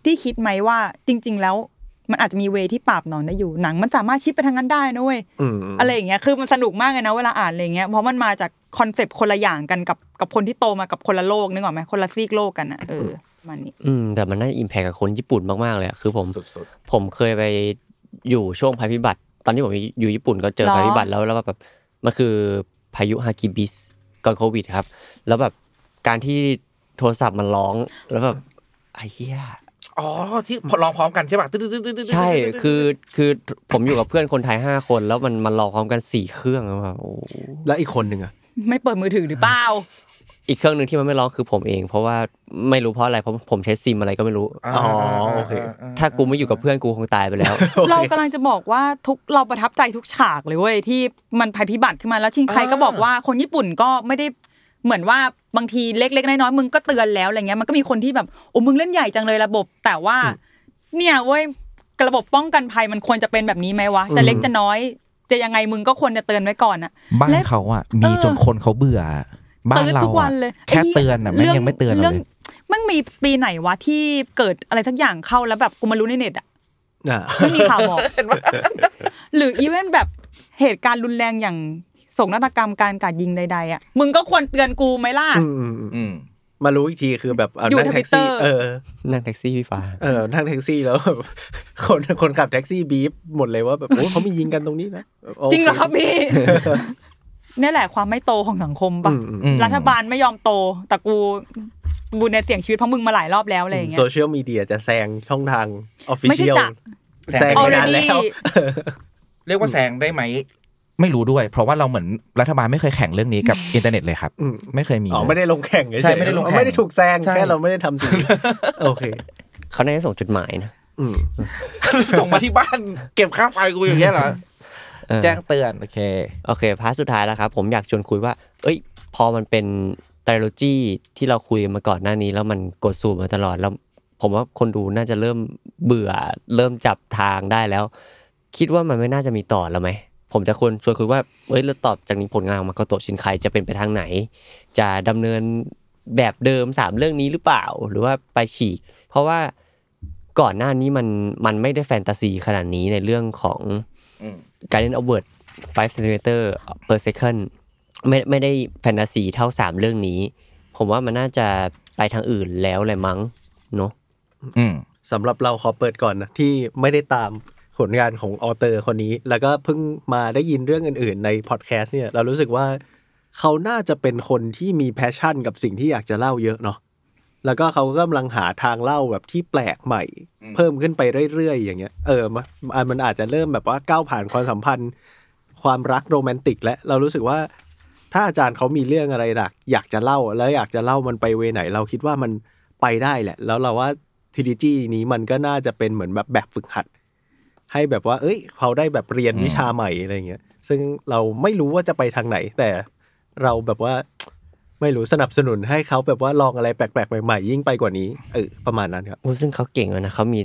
ที่คิดไหมว่าจริง ๆ แล้ว มันอาจจะมีเวที่ปราบหนอนได้อยู่หนัง มันสามารถชิปไปทางนั้นได้นะเว้ย
อืม
อะไรอย่างเงี้ยคือมันสนุกมากเลยนะเวลาอ่านอะไรอย่างเงี้ยเพราะมันมาจากคอนเซปต์คนละอย่างกันกับกับคนที่โตมากับคนละโลกนึกออกไหมคนละซีกโลกกันอ่ะเออประมันนี้
อืมแต่มันน่าอิมแพคกับคนญี่ปุ่นมากๆเลยอะคือผม
สุด
ผมเคยไปอยู่ช่วงภัยพิบัติ ตอนที่ผมอยู่ญี่ปุ่นก็เจอ
หรอ
ภัยพิบัติแล้วแล้วแบบมันคือพายุฮากิบิสก่อนโควิดครับ แล้วแบบการที่โทรศัพท์มันร้องแล้วแบบไอ้เหี้ย
อ๋อที่ลองพร้อมกันใช่ป่ะตึ๊ดตึ๊ดตึ๊ดตึ๊ดตึ๊ด
ใช่ คือคือผมอยู่กับเพื่อนคนไทยห้าคน แล้วมันมันรอพร้อมกันสี่เครื่องอะครับโอ้โห
แล้วอีกคนหนึ่งอ่ะ
ไม่เปิดมือถือหรือเปล่า
อีกเครื่องหนึ่งที่มันไม่ร้องคือผมเอง เพราะว่าไม่รู้เพราะอะไรเพราะผมใช้ซิมอะไรก็ไม่รู้
อ๋
อ๋อโอเค
ถ้ากูไม่อยู่กับเพื่อนกูคงตายไปแล้ว
เรากำลังจะบอกว่าทุกเราประทับใจทุกฉากเลยเว้ยที่มันภัยพิบัติขึ้นมาแล้วชิงใครก็บอกว่าคนญี่ปุ่นก็ไม่ได้เหมือนว่าบางทีเล็กๆน้อยๆมึงก็เตือนแล้วอะไรเงี้ยมันก็มีคนที่แบบโอ้มึงเล่นใหญ่จังเลยระบบ แต่ว่า เนี่ยเว้ยระบบป้องกันภัยมันควรจะเป็นแบบนี้ไหมวะจะเล็กจะน้อย จะยังไงมึงก็ควรจะเตือนไว้ก่อนอะ
บ้าน
และ
เขาอ่ะมี
เออ
จนคนเขาเบื่ออะบ้าน
ตือน
เรา
ทุกวั
อะ
นเลย
แค่
ไหี้
เตือนอ่ะแม่ง
รื่
ยังไม่เตือนเล
รื่
ย
มันมีปีไหนวะที่เกิดอะไรสักอย่างเข้าแล้วแบบกูมารู้ในเน็ตอะ
อ่า
ไม่มีข่าวบอกหรืออีเวนต์แบบเหตุการณ์รุนแรงอย่างโศกนาฏกรรมการกราดยิงใดๆอ่ะมึงก็ควรเตือนกูไหมล่ะ
อืมอืมอืม
อืม
มารู้อีกทีคือแบบเอา
อยู่
นั่งแท็กซี่
Twitter
เออ
นั่งแท็กซี่พี่ฟ้า
เออนั่งแท็กซี่แล้วแบบคน คนขับแท็กซี่บีบหมดเลยว่าแบบโอ้เขามียิงกันตรงนี้นะโ
จริงเหรอครับพี่นี่แหละความไม่โตของสังคมปะ
อืมอืม
อืม
รัฐบาลไม่ยอมโต แต่กูกูในเสี่ยงชีวิตเพราะมึงมาหลายรอบแล้วอะไรอย่างเงี้
โซ
ย
เชียลมีเดียจะแซงช่องทางออฟฟิ
ไม่ใช่
เชียล
จะ
แซงไปนาน
already
แล้ว
เรียกว่าแซงได้ไหม
ไม่รู้ด้วย เพราะว่าเราเหมือนรัฐบาลไม่เคยแข่งเรื่องนี้กับ อินเทอร์เน็ตเลยครับ
อืม
ไม่เคยมี
อ๋อ
เลย
ไม่ได้ลงแข่งเฉยๆ
ใช่ไม่ได้ลงแข่ง
ไม่ได้ถูกแซง
ใช่
แค่เราไม่ได้ทำสิ่งนี้ โอเค
เขาน่าจะส่งจดหมายนะ
อืม
ส่งมาที่บ้านเก็บค่าไฟกูอย่างเงี้ยเหรอ
เออ
แจ้งเตือน โอเค
โอเค พาร์ทสุดท้ายแล้วครับ ผมอยากชวนคุยว่า เอ้ย พอมันเป็นไตรโลจีที่เราคุยกันมาก่อนหน้านี้ แล้วมันกดสูตรมาตลอดแล้ว ผมว่าคนดูน่าจะเริ่มเบื่อ เริ่มจับทางได้แล้ว คิดว่ามันไม่น่าจะมีต่อแล้วไหม ผมจะควรชวนคุยว่า เอ้ยแล้วตอบจากนี้ผลงานของมาโกโตะชินไคจะเป็นไปทางไหน จะดำเนินแบบเดิมสามเรื่องนี้หรือเปล่า หรือว่าไปฉีก เพราะว่าก่อนหน้านี้มันมันไม่ได้แฟนตาซีขนาดนี้ในเรื่องของ
อืม
การเล่นเอาเวิร์ด5 cm per second ไม่ไม่ได้แฟนตาซีเท่าสามเรื่องนี้ ผมว่ามันน่าจะไปทางอื่นแล้วแหละมั้งเนาะ
อืม
สำหรับเราขอเปิดก่อนนะ ที่ไม่ได้ตามผลงานของออเตอร์คนนี้ แล้วก็เพิ่งมาได้ยินเรื่องอื่น ๆ ในพอดแคสต์เนี่ย เรารู้สึกว่า เขาน่าจะเป็นคนที่มีแพชชั่นกับสิ่งที่อยากจะเล่าเยอะเนาะ แล้วก็เขาก็กำลังหาทางเล่าแบบที่แปลกใหม่ เพิ่มขึ้นไปเรื่อย ๆ อย่างเงี้ย เออมะอันมันอาจจะเริ่มแบบว่าก้าวผ่านความสัมพันธ์ ความรักโรแมนติกและเรารู้สึกว่า ถ้าอาจารย์เขามีเรื่องอะไรหลักอยากจะเล่าแล้วอยากจะเล่ามันไปเวไหน เราคิดว่ามันไปได้แหละ แล้วเราว่าทีดีจีนี้มันก็น่าจะเป็นเหมือนแบบแบบฝึกหัด ให้แบบว่า เอ้ยเขาได้แบบเรียน
อืม
วิชาใหม่อะไรเงี้ย ซึ่งเราไม่รู้ว่าจะไปทางไหน แต่เราแบบว่า ไม่รู้สนับสนุนให้เขาแบบว่าลองอะไรแปลกๆใหม่ๆยิ่งไปกว่านี้เออประมาณนั้นครับ
โอ้ซึ่งเขาเก่งเลยนะเขามี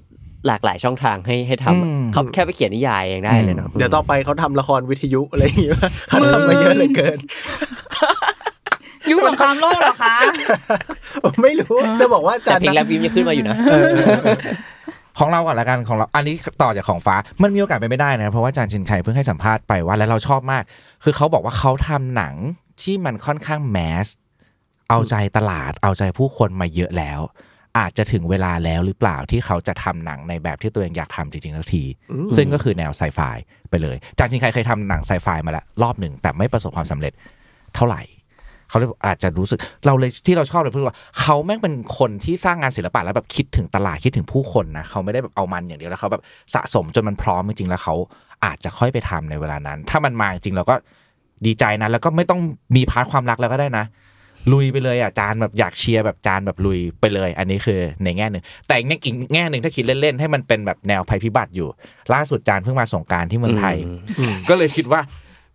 หลากหลายช่องทางให้ให้ท
อืม
ำเขาแค่ไปเขียนนิยายยังได้เลยเนาะ
เดี๋ยวต่อไปเขาทำละครวิทยุอะไรอย่างเงี้ยเขาทำมาเยอะเหลือเกิน
ยุคสงครามโลกเหรอคะ
ไม่รู้จะบอกว่าอา
แต่
จารย์
เพลงแรปวิมยังขึ้นมาอยู่นะ
ของเราก่อนละกันของเราอันนี้ต่อจากของฟ้ามันมีโอกาสไปนไม่ได้นะเพราะว่าอาจารย์ชินไคเพิ่งให้สัมภาษณ์ไปว่าและเราชอบมาก คือเขาบอกว่าเขาทำหนังที่มันค่อนข้างแมสเอาใจตลาด เอาใจผู้คนมาเยอะแล้ว อาจจะถึงเวลาแล้วหรือเปล่าที่เขาจะทำหนังในแบบที่ตัวเองอยากทำจริงๆสักที
อืม
ซึ่งก็คือแนวไซไฟไปเลยอาจารย์ชินไคเคยทำหนังไซไฟมาแล้วรอบหนึ่งแต่ไม่ประสบความสำเร็จเท่าไหร่ เขาเลยอาจจะรู้สึกเราเลยที่เราชอบเลยเพราะว่าเขาแม่งเป็นคนที่สร้างงานศิลปะแล้วแบบคิดถึงตลาดคิดถึงผู้คนนะเขาไม่ได้แบบเอามันอย่างเดียวแล้วเขาแบบสะสมจนมันพร้อมจริงๆแล้วเขาอาจจะค่อยไปทำในเวลานั้น ถ้ามันมาจริงเราก็ดีใจนะแล้วก็ไม่ต้องมีพาร์ทความรักแล้วก็ได้นะ ลุยไปเลยอ่ะจานแบบอยากเชียร์แบบจานแบบลุยไปเลย อันนี้คือในแง่หนึ่ง แต่อีกแง่อีกแง่หนึ่งถ้าคิดเล่นๆให้มันเป็นแบบแนวภัยพิบัติอยู่ ล่าสุดจานเพิ่งมาสงกรารที่เมืองไทย ก็เลยคิดว่า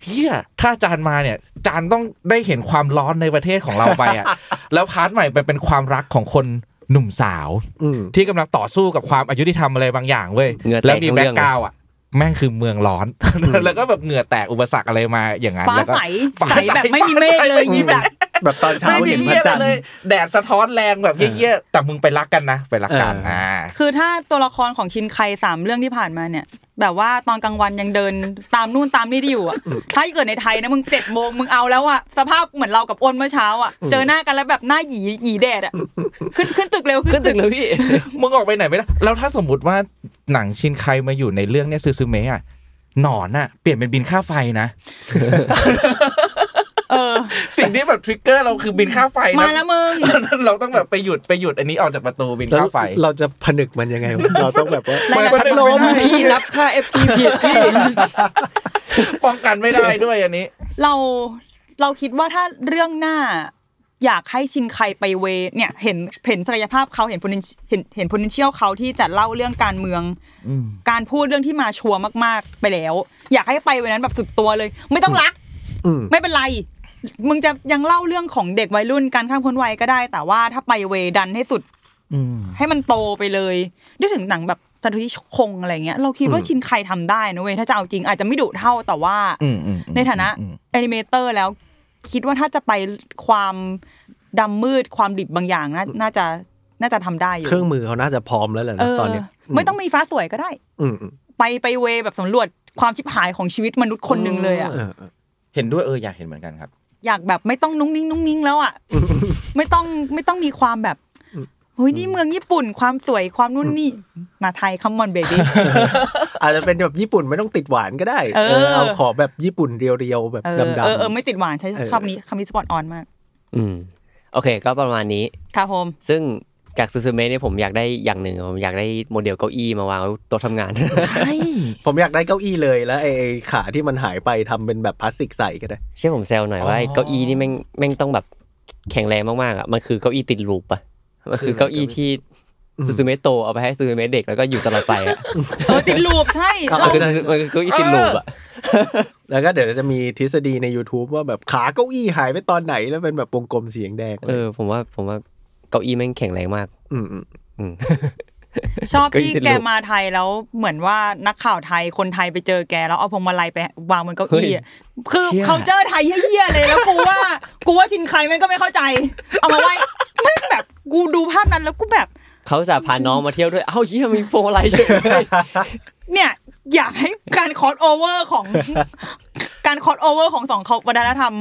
เฮียถ้าจานมาเนี่ย จานต้องได้เห็นความร้อนในประเทศของเราไปอ่ะ แล้วพาร์ทใหม่มันเป็นความรักของคนหนุ่มสาว
อืม
ที่กำลังต่อสู้กับความอายุที่ทำอะไรบางอย่างเว้ย
เหงื่อแตก
แล้วมี
ทั้งเรื่อ
แบ็
ง
คกราวด์อ่ะ แม่งคือเมืองร้อน แล้วก็แบบเหงื่อแตกอุปสรรคอะไรมาอย่างนั้น
ฟ้า
แล้วก็
ใส
ฟ้า
ใส
ใส
แบบไม่มีเมฆเลยยิ้มแบบ
แบบตอนเช้า
ไม่มี
เห็นพ
เฮี
ระ
ยอะไร
จันท
เล
ร์
ย แดดสะท้อนแรงแบบเฮี้ยๆแต่มึงไปรักกันนะไปรักกัน
เอออ่
อ่า
คือถ้าตัวละครของชินไคสามเรื่องที่ผ่านมาเนี่ย แบบว่าตอนกลางวันยังเดินตามนู่นตามนี่ได้อยู่อ่ะถ้าเกิดในไทยนะมึงเจ็ดโมงมึงเอาแล้วอ่ะสภาพเหมือนเรากับอ้นเมื่อเช้าอ่ะเจอหน้ากันแล้วแบบหน้าหยีหยีแดดอ่ะขึ้นขึ้นตึกเร็ว
ขึ้นตึกเลยพี่
มึงออกไปไหนไม่ได้ แล้วถ้าสมมติว่าหนังชินไคมาอยู่ในเรื่องเนี้ยซูซูเมะอะหนอนอะเปลี่ยนเป็นบินค่าไฟนะ
เออ
สิ่งที่แบบทริกเกอร์เราคือบินค่าไฟนะ
มาแล้วมึง
เราต้องแบบไปหยุดไปหยุดอันนี้ออกจากประตูบิน
แล้ว
ค่าไฟ
เราจะผนึกมันยังไงวะ เราต้องแบบว่า
ไม่
เปิดพัดลม
พี่รับค่า FT ผิดพี่ ป้องกันไม่ได้ด้วยอันนี้
เราเราคิดว่าถ้าเรื่องหน้า อยากให้ชินไคไปเวเนี่ยเห็นเห็นศักยภาพเขาเห็น poten- เห็นเห็น potential เขาที่จะเล่าเรื่องการเมือง การพูดเรื่องที่มาชัวร์มาก ๆ ไปแล้ว อยากให้ไปเวนั้นแบบสุดตัวเลย ไม่ต้องรัก
อืม
ไม่เป็นไร มึงจะยังเล่าเรื่องของเด็กวัยรุ่นการข้ามพ้นวัยก็ได้ แต่ว่าถ้าไปเวดันให้สุด ให้มันโตไปเลยนึกถึงหนังแบบตะทุยคงอะไรเงี้ย เราคิดว่าชินใครทำได้นะเว้ย ถ้าจะเอาจริงอาจจะไม่ดุเท่าแต่ว่า
อืมอืม
ในฐานะ
อืม
แอนิเมเตอร์แล้ว คิดว่าถ้าจะไปความดำมืดความดิบบางอย่างน่าน่าจะน่าจะทำได้อยู่
เครื่องมือเขาน่าจะพร้อมแล้วแหละ
เอ
นะ
อ
ตอนเนี้ย
ไม่ต้องมีฟ้าสวยก็ได้
อืมอืม
ไปไปเวแบบสำรวจความชิบหายของชีวิตมนุษย์คนหนึ่งเลยอ่ะ
เออเออ
เห็นด้วยเอออยากเห็นเหมือนกันครับ
อยากแบบไม่ต้องนุ้งนิ้งนุ้งนิ้งแล้วอ่ะ ไม่ต้องไม่ต้องมีความแบบเฮ้ยนี่เมืองญี่ปุ่นความสวยความนู่นนี่มาไทยคัมมอนเบบี้
อาจจะเป็นแบบญี่ปุ่นไม่ต้องติดหวานก็ได้
เออ
เออเอาขอแบบญี่ปุ่นเรียวๆแบบ
เออ
ดำ
เออเออ
ๆ
ไม่ติดหวานใช้
เออ
ชอบนี้คำนี้สปอตออนมาก
อืมโอเค ก็ประมาณนี้
ค่ะผม
ซึ่งจากซูซูเมะเนี่ยผมอยากได้อย่างหนึ่งผมอยากได้โมเดลเก้าอี้มาวางไว้โต๊ะทำงาน
ผมอยากได้เก้าอี้เลยแล้วไอ้ไอ้ขาที่มันหายไปทำเป็นแบบพลาสติกใสก็ได้
เชื่อผมแซวหน่อยว่าไอ้เก้าอี้นี่แม่งแม่งต้องแบบแข็งแรงมากๆอ่ะมันคือเก้าอี้ติดลูปอ่ะมันคือเก้าอี้ที่
อืม
ซูซูเมะโตเอาไปให้ซูซูเมะเด็กแล้วก็อยู่ตลอดไป อ่ะ
เออติดลูปใช่
เอา
มัน
เรา
คือ
ใช่
มันคือเก้าอี้ติดลูปอ่ะ
แล้วก็เดี๋ยวจะมีทฤษฎีใน YouTube ว่าแบบขาเก้าอี้หายไปตอนไหนแล้วเป็นแบบวงกลมสีแดงๆ
เออผมว่าผมว่าเก้าอี้แม่งแข็งแรงมาก
อืมอืม
อืม
ชอบ
เก้าอี้
ที่
ติดรูป
แกมาไทยแล้วเหมือนว่านักข่าวไทยคนไทยไปเจอแกแล้วเอาพวงมาลัยไปวางบนเก้าอี้อะคือเขาเจอไทยเยี่ยๆเลยแล้วกูว่า กูว่าชินใครแม่งก็ไม่เข้าใจ เอามาไว้แม่งแบบกูดูภาพนั้นแล้วกูแบบ
เขาจะพาน้องมาเที่ยวด้วย เอ้าเยี่ยมีโปรอะไรใช่ไหม
เนี่ยอยากให้การคอสโอเวอร์ของ การคอสโอเวอร์ของสองเขาวัฒนธรรม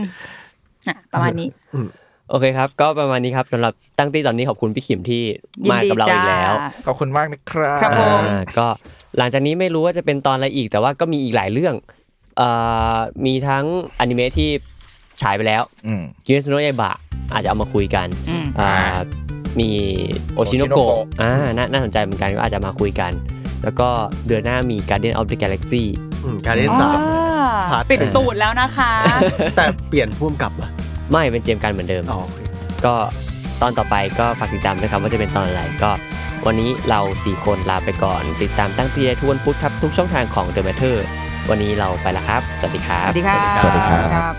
อ่ะประมาณนี้
โอเคครับ ก็ประมาณนี้ครับสำหรับตั้งตี้ตอนนี้ขอบคุณพี่ขิมที่มากับเราอีกแล้ว
ขอบคุณมากนะครับ
ครับผม
อ่าก็หลังจากนี้ไม่รู้ว่าจะเป็นตอนอะไรอีก แต่ว่าก็มีอีกหลายเรื่องเอ่อมีทั้งอนิเมะที่ฉายไปแล้ว
อืม
กิเมซุโนะยาบะอาจจะเอามาคุยกัน
อืม
อ่ามีโอชิโนโกะ
Oshinoko
อ่าน่าน่าสนใจเหมือนกันก็อาจจะมาคุยกัน แล้วก็เดือนหน้ามี Guardian of the Galaxy
อืมการเล่นสาม พาร์ท
ปิดตูดแล้วนะคะ
แต่เปลี่ยนพ่วมกลับเหรอ
ไม่เป็นเจมส์กันเหมือนเดิม
อ๋อโอเค
ก็ตอนต่อไปก็ฝากติดตามนะครับว่าจะเป็นตอนอะไรก็ วันนี้เรา 4 คนลาไปก่อน ติดตามตั้งตีได้ทุกวันพุธครับ ทุกช่องทางของ The Matter วันนี้เราไปละครับ สวัสดีครับ
สวัสดีครับ
สวัสดีครับ
ครับ